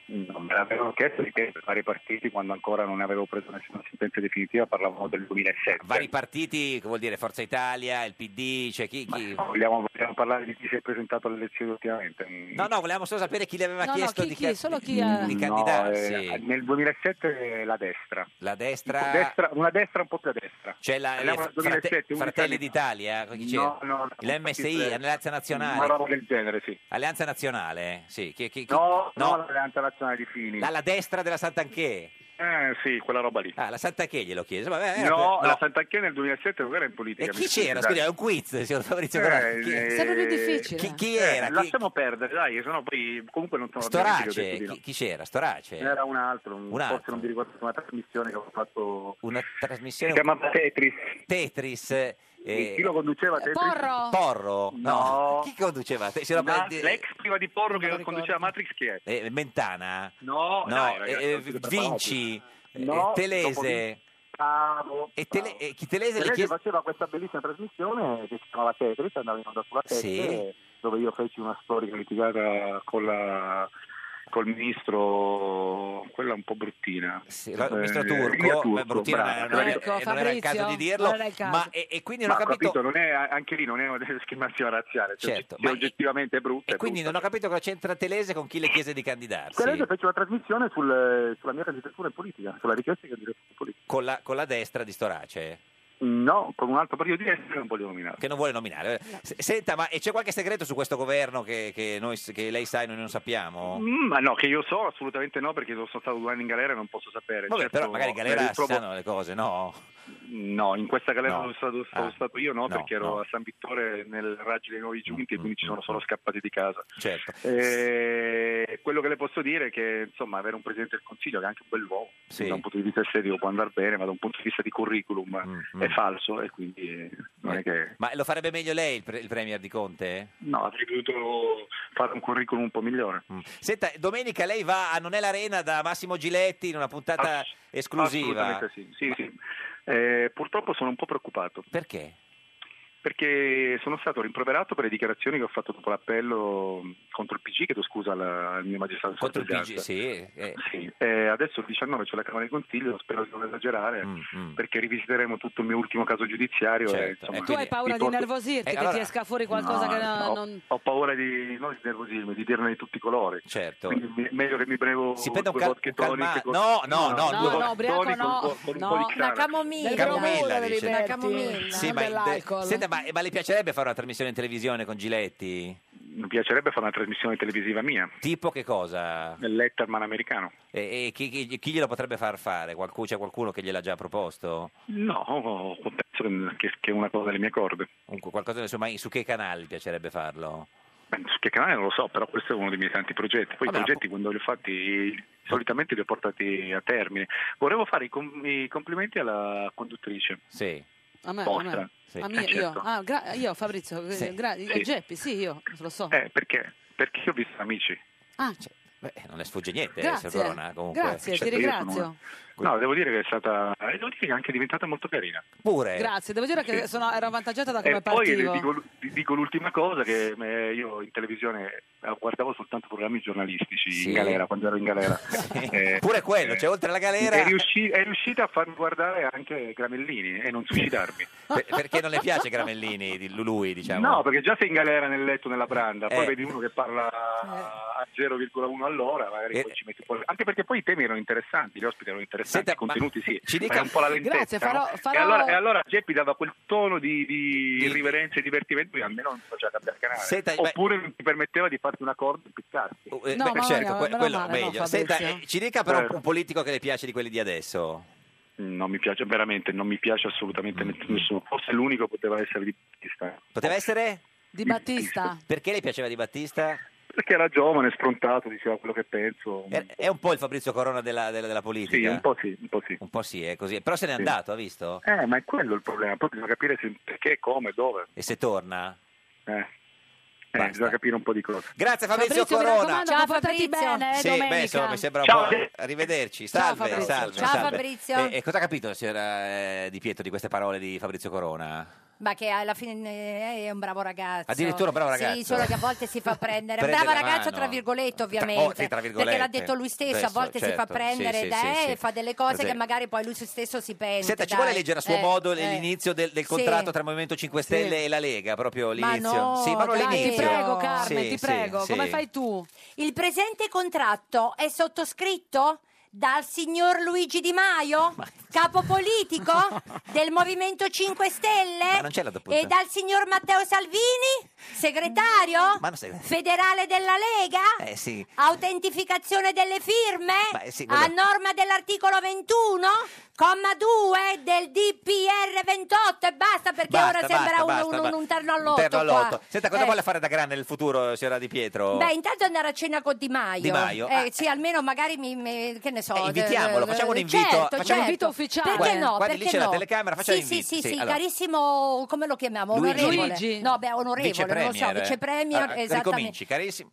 S19: non me l'avevano chiesto di chiedere vari partiti quando ancora non avevo preso nessuna sentenza definitiva, parlavamo del 2007.
S2: Vari partiti, che vuol dire Forza Italia, il PD, cioè chi... chi-
S19: Vogliamo, vogliamo parlare di chi si è presentato alle elezioni ultimamente?
S2: No, no, volevamo solo sapere chi le aveva
S1: No, no,
S2: chiesto
S1: chi-
S2: di,
S1: chi, solo chi
S2: di-
S1: ha-
S2: di
S19: No,
S2: candidarsi.
S19: eh, nel 2007 la destra.
S2: La
S19: Una
S2: destra...
S19: destra, una destra un po' più a destra.
S2: Cioè la,
S19: Parliamo
S2: le
S19: del 2007,
S2: frate-
S19: 11
S2: Fratelli
S19: anni fa.
S2: d'Italia, eh, chi c'era?
S19: No, no, no,
S2: l'MSI,
S19: partito-
S2: l'Alleanza Nazionale.
S19: Una roba del genere, sì.
S2: Alleanza Nazionale, sì. Chi, chi- chi-
S19: No,
S2: no,
S19: no, l'Alleanza Nazionale di Fini.
S2: alla destra della Sant'Anché.
S19: Eh sì, quella roba lì.
S2: Ah, la Santa Che glielo chiese. Vabbè, eh,
S19: No, la Sant'Acchia nel 2007 non era in politica.
S2: E
S19: mi
S2: chi
S19: scusi,
S2: c'era?
S19: dai.
S2: Scusi, è un quiz, signor Fabrizio.
S19: Eh,
S2: Corrado. Chi-
S19: eh,
S2: Chi, chi era?
S19: Eh, lasciamo perdere, dai, sennò poi comunque non sono
S2: Storace,
S19: ovviamente che ho detto di
S2: eh, chi, chi c'era? Storace.
S19: no. Era un altro, un,
S2: Un altro.
S19: forse non vi riguardo una trasmissione che ho fatto.
S2: Una trasmissione
S19: Si chiamava Tetris.
S2: Tetris. eh,
S19: chi lo conduceva Tetris?
S2: Porro. Porro? No. Chi conduceva? Te- signor
S19: Ma
S2: Fabrizio-
S19: l'ex prima di Porro che conduceva Matrix chi è?
S2: eh, Mentana?
S19: No, dai,
S2: eh,
S19: ragazzi,
S2: eh,
S19: non si deve parlare.
S2: Vinci?
S19: No,
S2: eh, Telese?
S19: Bravo.
S2: E Tele- e chi Telese le
S19: Telese
S2: chiese...
S19: faceva questa bellissima trasmissione che si chiamava Tetris, andava in onda sulla Tetris,
S2: Sì.
S19: dove io feci una storica litigata con la- col ministro, quella un po' bruttina.
S2: Il ministro
S19: Eh, Ilia
S2: Turco,
S19: Turco,
S2: beh, Bruttina
S19: bravo,
S2: non,
S19: te la
S2: era,
S19: ricordo.
S2: eh, non era il caso di dirlo, ma e, e quindi non
S19: Ma
S2: ho capito,
S19: non è, anche lì non è una discriminazione razziale, cioè,
S2: Certo,
S19: se
S2: ma-
S19: oggettivamente è brutta.
S2: e quindi non ho capito cosa c'entra Telese con chi le chiese di candidarsi,
S19: Telese fece una trasmissione sul- sulla mia candidatura in politica, sulla richiesta di candidatura in politica.
S2: con la, con la destra di Storace,
S19: No, con un altro partito di destra che non voglio nominare.
S2: che non vuole nominare. S- Senta, ma e c'è qualche segreto su questo governo che, che noi, s- che lei sa e noi non sappiamo?
S19: Mm, Ma no, che io so assolutamente no, perché sono stato due anni in galera e non posso sapere.
S2: Vabbè,
S19: Certo,
S2: però magari in
S19: mi
S2: galera si
S19: ritrovo-
S2: sanno le cose, no?
S19: No, in questa galera
S2: No.
S19: sono stato, sono
S2: Ah.
S19: stato io, no,
S2: No,
S19: perché ero
S2: no. Mm,
S19: a San Vittore nel raggio dei nuovi giunti e quindi ci sono solo scappati di casa. Eh,
S2: Certo.
S19: E quello che le posso dire è che insomma avere un presidente del consiglio che è anche un bell'uomo
S2: Sì.
S19: da un punto di vista estetico può andare bene, ma da un punto di vista di curriculum
S2: Mm,
S19: è falso e quindi eh, non è che
S2: Ma lo farebbe meglio lei, il, pre- il premier di Conte?
S19: no, avrei potuto fare un curriculum un po' migliore.
S2: Senta, domenica lei va a Non è l'Arena da Massimo Giletti in una puntata esclusiva.
S19: Assolutamente sì, sì, sì. Eh, purtroppo sono un po' preoccupato.
S2: Perché?
S19: Perché sono stato rimproverato per le dichiarazioni che ho fatto dopo l'appello contro il PG, chiedo scusa alla- al mio magistrato di
S2: Contro il PG,
S19: sorveglianza.
S2: sì. eh.
S19: Sì, eh, adesso il 19 c'è la Camera di Consiglio, spero di non esagerare, perché rivisiteremo tutto il mio ultimo caso giudiziario. e,
S2: Mm, Certo,
S19: insomma,
S1: Tu hai paura
S19: vi
S1: di
S19: porto-
S1: nervosirti,
S19: Eh,
S1: che ti
S19: allora-
S1: esca fuori qualcosa
S19: No,
S1: che no-
S19: ho,
S1: non...
S19: ho paura di non di nervosirmi, di dirne di tutti i colori.
S2: Certo.
S19: Quindi mi- meglio che mi brevo
S2: Si prenda un
S19: due
S2: cal-
S19: vodka
S2: un calma-
S19: tonic con-
S2: no, no, no,
S19: due
S2: due
S19: vodka
S2: no,
S1: ubriaco
S19: tonic con un po'- con un po' di
S17: una
S19: Xanax.
S17: camomilla.
S2: Camomilla,
S17: Una
S2: dice.
S17: camomilla.
S2: Sì, ma, senta, ma, ma le piacerebbe fare una trasmissione in televisione con Giletti?
S19: Mi piacerebbe fare una trasmissione televisiva mia.
S2: Tipo che cosa?
S19: Il Letterman americano.
S2: E, e chi, chi- chi glielo potrebbe far fare? Qualcuno, c'è qualcuno che gliel'ha già proposto?
S19: No, penso che, che è una cosa delle mie corde.
S2: Comunque, qualcosa, insomma, su che canali piacerebbe farlo?
S19: Su che canale non lo so, però questo è uno dei miei tanti progetti. Poi
S2: Vabbè,
S19: i progetti quando li ho fatti solitamente li ho portati a termine. Volevo fare i, com- i complimenti alla conduttrice.
S2: Sì.
S1: A me, a
S19: Vostra.
S1: me. A me, io.
S19: Certo.
S1: Ah, gra- io, Fabrizio, eh,
S19: Sì.
S1: gra-
S19: Sì.
S1: Geppi, sì, io lo so.
S19: Eh, perché? Perché io ho visto amici.
S1: Ah, c'è-
S2: Beh, non le sfugge niente,
S1: Grazie.
S2: eh, signor Corona, comunque.
S1: Grazie, ti
S19: Certo, io sono
S1: ringrazio.
S19: una- No, devo dire che è stata. eh, Devo dire che è anche diventata molto carina. Eh.
S2: Pure.
S1: Grazie, devo dire che
S19: Sì.
S1: sono, ero avvantaggiata da come
S19: E poi
S1: partivo.
S19: dico, vi dico l'ultima cosa che eh, io in televisione eh, guardavo soltanto programmi giornalistici
S2: Sì.
S19: in galera quando ero in galera. Eh,
S2: Pure quello, cioè, oltre alla galera-
S19: È, riusci- è riuscita a farmi guardare anche Gramellini e non suicidarmi.
S2: Per- perché non le piace Gramellini, di lui, diciamo?
S19: No, perché già sei in galera nel letto nella branda, poi
S2: Eh.
S19: vedi uno che parla a 0,1 all'ora, magari
S2: Eh.
S19: poi ci metti un po'. Anche perché poi i temi erano interessanti, gli ospiti erano interessanti, i contenuti sì,
S2: ci
S19: ma
S2: dica-
S19: è un po' la lentezza.
S1: Grazie, farò-
S19: no?
S1: farò-
S19: E allora, e allora Geppi dava quel tono di, di irriverenza e divertimento, lui almeno non faceva cambiare canale.
S2: Senta, ma-
S19: Oppure non ti permetteva di farti un accordo e piccarti.
S2: Eh, beh, certo, que- quello meglio. Senta, eh, ci dica
S19: Certo.
S2: però un- un politico che le piace di quelli di adesso.
S19: Non mi piace, veramente, non mi piace assolutamente nessuno. Forse l'unico poteva essere di Battista.
S2: Mm. Poteva essere?
S1: Di Battista.
S2: Perché le piaceva Di Battista?
S19: Perché era giovane, sprontato, diceva quello che penso.
S2: È, è un po' il Fabrizio Corona della, della- della politica.
S19: Sì, un po' sì, un po' sì.
S2: è così. Però se n'è
S19: Sì.
S2: andato, ha visto?
S19: Eh, ma è quello il problema. Poi bisogna capire se- perché, come, dove.
S2: E se torna?
S19: Eh. Eh, bisogna capire un po' di cose.
S2: Grazie Fabrizio,
S20: Fabrizio, mi
S2: Corona.
S20: raccomando, Ciao, comportati Fabrizio. bene, eh,
S2: Sì,
S20: domenica.
S2: beh, insomma, mi sembra un
S20: Ciao,
S2: po'.
S20: Fabrizio.
S2: Arrivederci.
S20: Ciao,
S2: Salve,
S20: Fabrizio.
S2: salve,
S17: Ciao,
S2: salve.
S17: Fabrizio.
S2: E, e cosa ha capito signora eh, Di Pietro di queste parole di Fabrizio Corona?
S17: Ma che alla fine eh, è un bravo ragazzo.
S2: Addirittura un bravo
S17: Sì,
S2: ragazzo.
S17: solo che a volte si fa prendere. Un
S2: Prende
S17: bravo
S2: la
S17: ragazzo,
S2: mano.
S17: tra virgolette, ovviamente.
S2: oh, sì, tra virgolette.
S17: Perché l'ha detto lui stesso,
S2: Adesso,
S17: a volte si fa
S2: certo,
S17: prendere
S2: sì, sì,
S17: ed è,
S2: sì, sì.
S17: e fa delle cose
S2: Così.
S17: che magari poi lui stesso si pensa.
S2: Senta, ci vuole leggere a
S17: eh,
S2: suo modo l'inizio del, del contratto tra il Movimento 5 Stelle e la Lega, proprio
S17: Ma
S2: l'inizio.
S17: no,
S2: sì, proprio
S17: dai, ti
S2: l'inizio.
S17: Ecco, prego,
S1: Carmen,
S2: Oh, Sì,
S1: ti
S2: sì,
S1: prego,
S2: sì.
S1: come fai tu?
S17: Il presente contratto è sottoscritto dal signor Luigi Di Maio? capo politico del Movimento 5 Stelle
S2: Ma non c'è la doppia-
S17: e dal signor Matteo Salvini, segretario
S2: Ma non sei-
S17: federale della Lega,
S2: Eh sì.
S17: autentificazione delle firme
S2: Ma, eh, sì, quello-
S17: a norma dell'articolo 21, comma 2 del DPR 28 e basta perché
S2: Basta,
S17: ora
S2: basta,
S17: sembra un,
S2: basta,
S17: un-
S2: basta.
S17: un terno all'otto.
S2: Terno all'otto.
S17: qua.
S2: Senta, cosa
S17: Eh.
S2: vuole fare da grande nel futuro, signora Di Pietro?
S17: Beh, intanto andare a cena con Di Maio.
S2: Di Maio,
S17: Eh,
S2: ah,
S17: sì, almeno magari mi, mi- che ne so.
S2: Eh, invitiamolo,
S17: d- d-
S2: facciamo un
S17: d-
S2: invito-
S17: certo,
S2: facciamo un
S17: certo.
S2: invito ufficiale.
S17: Perché no?
S2: Guardi, lì
S17: perché
S2: c'è la
S17: no?
S2: telecamera, facciamo
S17: sì,
S2: inviti,
S17: Sì, sì,
S2: sì,
S17: sì,
S2: allora.
S17: carissimo, come lo chiamiamo?
S2: Luigi.
S17: Onorevole.
S2: Luigi.
S17: No, beh, onorevole, non lo so,
S2: Vicepremier, eh.
S17: vicepremier,
S2: Allora,
S17: esattamente.
S2: Ricominci, carissimo.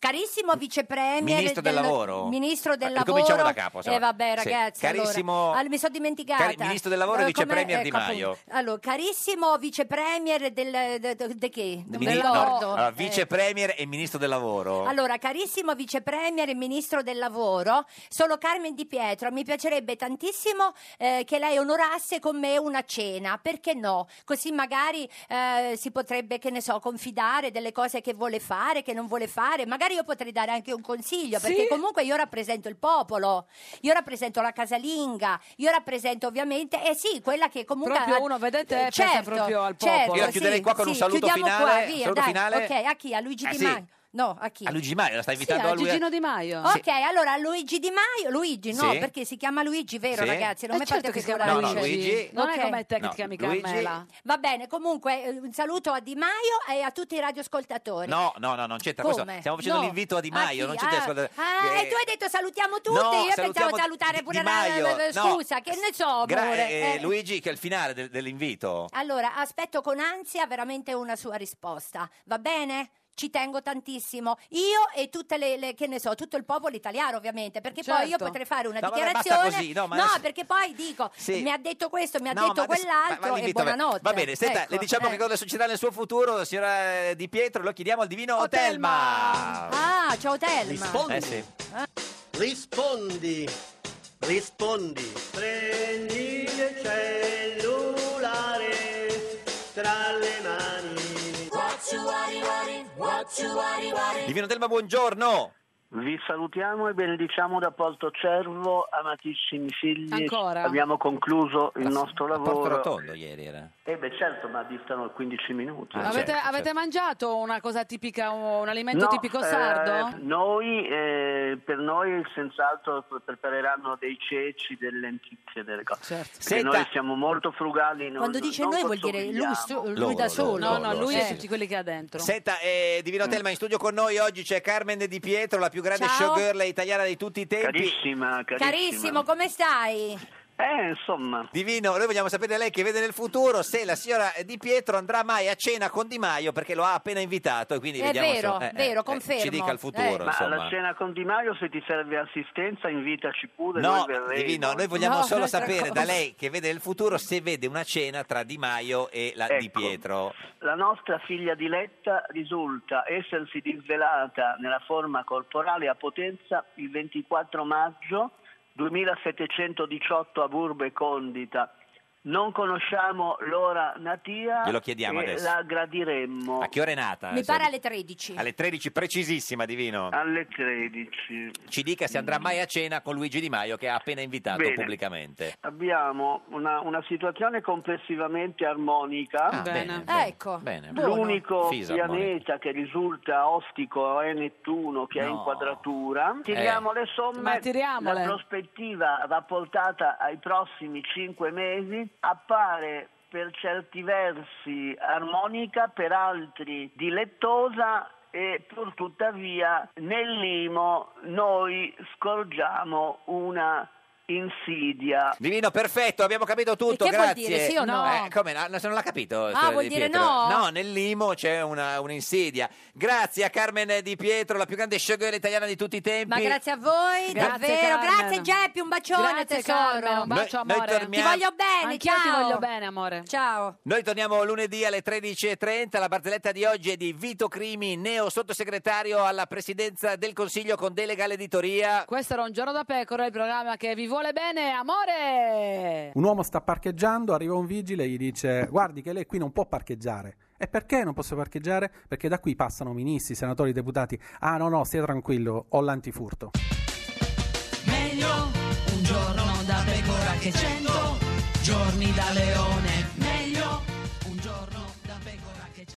S17: Carissimo vicepremier
S2: Ministro del lavoro.
S17: Ministro del
S2: Ah,
S17: lavoro.
S2: ricominciamo da capo,
S17: E
S2: insomma.
S17: vabbè,
S2: Sì.
S17: ragazzi, allora.
S2: Carissimo-
S17: Ah, mi sono dimenticata.
S2: Cari- Ministro del lavoro e
S17: Eh, com'è?
S2: vicepremier Di
S17: Ecco,
S2: Maio.
S17: appunto. Allora, carissimo vicepremier del de, de- de che? Non mi
S2: Mini- no,
S17: ricordo.
S2: allora,
S17: Eh.
S2: vicepremier e ministro del lavoro.
S17: Allora, carissimo vicepremier e ministro del lavoro, sono Carmen Di Pietro. Mi piacerebbe tantissimo eh, che lei onorasse con me una cena, perché no? Così magari eh, si potrebbe, che ne so, confidare delle cose che vuole fare, che non vuole fare. Magari io potrei dare anche un consiglio,
S20: Sì.
S17: perché comunque io rappresento il popolo, io rappresento la casalinga, io rappresento ovviamente, eh sì, quella che comunque.
S1: Proprio
S17: ha-
S1: uno, vedete,
S17: Eh,
S1: pensa
S17: certo,
S1: proprio al
S17: certo,
S2: popolo. Io la chiuderei
S17: sì,
S2: qua con un
S17: sì,
S2: saluto
S17: chiudiamo
S2: finale,
S17: Qua, via,
S2: saluto
S17: dai.
S2: finale.
S17: Ok, a chi? A Luigi
S2: Ah,
S17: Di
S2: sì.
S17: Maio. No, a chi?
S2: A Luigi Di Maio, la sta
S17: Sì,
S2: invitando
S17: a
S2: a lui. eh.
S1: Gigino Di Maio.
S17: Ok, allora Luigi Di Maio, Luigi no,
S2: Sì.
S17: perché si chiama Luigi, vero
S2: Sì.
S17: ragazzi? Non
S1: Eh,
S17: mi
S1: certo
S17: fate
S1: che si chiama
S17: figurare.
S2: No, no, Luigi. Luigi.
S1: Non è
S17: Ok.
S1: come te che
S2: No,
S1: ti chiami
S2: Luigi.
S1: Carmela.
S17: Va bene, comunque eh, un saluto a Di Maio e a tutti i radioascoltatori.
S2: No, no, no, non c'entra
S17: Come?
S2: questo. Stiamo facendo
S17: No.
S2: l'invito a Di
S17: A
S2: Maio,
S17: chi?
S2: non c'entra.
S17: Ah,
S2: ascolta-
S17: Ah,
S2: eh,
S17: e tu hai detto salutiamo tutti,
S2: no,
S17: io
S2: salutiamo
S17: pensavo salutare pure
S2: Di
S17: la- la- la-
S2: Maio, no.
S17: scusa, che ne so,
S2: gra-
S17: amore.
S2: eh,
S17: Eh,
S2: Luigi, che è il finale del- dell'invito.
S17: Allora, aspetto con ansia veramente una sua risposta, va bene? Ci tengo tantissimo, io e tutte le, le- che ne so, tutto il popolo italiano ovviamente, perché poi io
S1: Certo.
S17: potrei fare una
S1: No, vabbè, basta
S17: dichiarazione.
S2: così, no, ma adesso-
S17: perché poi dico,
S2: Sì.
S17: mi ha detto questo, mi ha
S2: No,
S17: detto
S2: ma adesso-
S17: quell'altro
S2: ma- ma
S17: Ah, e
S2: l'invito, vabbè.
S17: buonanotte.
S2: Va bene, senta,
S17: Ecco,
S2: le diciamo
S17: eh.
S2: che cosa succederà nel suo futuro, signora Di Pietro, lo chiediamo al divino Otelma.
S17: Ah, ciao Telma.
S2: Rispondi. Eh, sì.
S22: Rispondi, rispondi. Prendi il cellulare tra le mani.
S2: Divino Otelma, buongiorno.
S22: Vi salutiamo e benediciamo da Porto Cervo, amatissimi figli.
S2: Ancora?
S22: Abbiamo concluso il
S2: A-
S22: nostro
S2: a Porto
S22: lavoro.
S2: Rotondo ieri era.
S22: E beh certo, ma distano 15 minuti.
S1: avete,
S22: certo,
S2: certo,
S1: avete mangiato una cosa tipica, un alimento
S22: No,
S1: tipico
S22: eh,
S1: sardo?
S22: noi, eh, per noi senz'altro prepareranno dei ceci, delle lenticchie, delle cose. Perché
S1: Certo. Senta-
S22: noi siamo molto frugali. non-
S1: Quando dice
S22: non
S1: noi vuol dire lui
S22: consumiamo.
S1: su- lui
S22: Loro,
S1: da
S22: loro,
S1: solo.
S22: loro,
S1: no, no, lui
S22: sì,
S1: e
S22: sì.
S1: tutti quelli che ha dentro.
S2: Senta, eh, Divino
S22: Mm.
S2: Telma, in studio con noi oggi c'è Carmen De Di Pietro, la più grande
S17: Ciao.
S2: showgirl italiana di tutti i tempi.
S22: Carissima,
S17: Carissimo, come stai?
S22: Eh, insomma.
S2: Divino, noi vogliamo sapere da lei che vede nel futuro se la signora Di Pietro andrà mai a cena con Di Maio perché lo ha appena invitato e quindi
S22: È
S2: vediamo se-
S22: vero,
S2: eh, eh,
S22: vero,
S2: eh, Ci
S22: confermo.
S2: dica il futuro,
S22: Eh, Ma
S2: insomma.
S22: alla cena con Di Maio, se ti serve assistenza, invitaci pure.
S2: No,
S22: noi verremo.
S2: Divino, noi vogliamo solo sapere da lei che vede nel futuro se vede una cena tra Di Maio e la
S22: Ecco.
S2: Di Pietro.
S22: La nostra figlia diletta risulta essersi disvelata nella forma corporale a potenza il 24 maggio 2718 a Burbe Condita. Non conosciamo l'ora natia
S2: Glielo chiediamo
S22: e
S2: adesso.
S22: la gradiremmo.
S2: A che ora è nata?
S17: Mi
S2: signora
S17: pare
S2: Di-
S17: alle 13.
S2: alle 13 precisissima, Divino.
S22: Alle 13.
S2: Ci dica se andrà mai a cena con Luigi Di Maio che ha appena invitato
S22: Bene.
S2: pubblicamente.
S22: Abbiamo una, una situazione complessivamente armonica.
S2: Ah, bene,
S17: bene. Ecco.
S1: Eh,
S2: Bene.
S22: L'unico
S2: Fisarmonica.
S22: pianeta che risulta ostico è Nettuno che è in
S2: Eh.
S22: quadratura. Tiriamo le somme,
S1: Ma tiriamole.
S22: la prospettiva rapportata ai prossimi cinque mesi appare per certi versi armonica, per altri dilettosa e pur tuttavia nel limo noi scorgiamo una insidia.
S2: Divino, perfetto, abbiamo capito tutto,
S22: E che vuol
S2: grazie.
S22: dire, sì o no?
S2: Eh, come, no, no, se non l'ha capito.
S22: Ah,
S2: signora
S22: vuol
S2: Di
S22: dire
S2: Pietro.
S22: no?
S2: No, nel limo c'è una, un'insidia. Grazie a Carmen Di Pietro, la più grande showgirl italiana di tutti i tempi.
S17: Ma grazie a voi,
S2: Grazie,
S17: davvero.
S1: Carmen.
S17: Grazie Geppi, un bacione
S1: Grazie, Carmen,
S17: tesoro.
S1: un bacio,
S2: Noi- noi
S1: amore.
S2: torniamo-
S17: Ti voglio bene,
S1: Anch'io ti
S17: ciao.
S1: voglio bene, amore.
S17: Ciao.
S2: Noi torniamo lunedì alle 13.30. La barzelletta di oggi è di Vito Crimi, neo sottosegretario alla presidenza del Consiglio con delega all'editoria.
S1: Questo era un giorno da pecora, il programma che vi vuole bene, amore.
S23: Un uomo sta parcheggiando, arriva un vigile e gli dice: Guardi, che lei qui non può parcheggiare. E perché non posso parcheggiare? Perché da qui passano ministri, senatori, deputati. Ah, no, no, stia tranquillo, ho l'antifurto.
S4: Meglio un giorno da pecora
S1: che cento giorni da leone.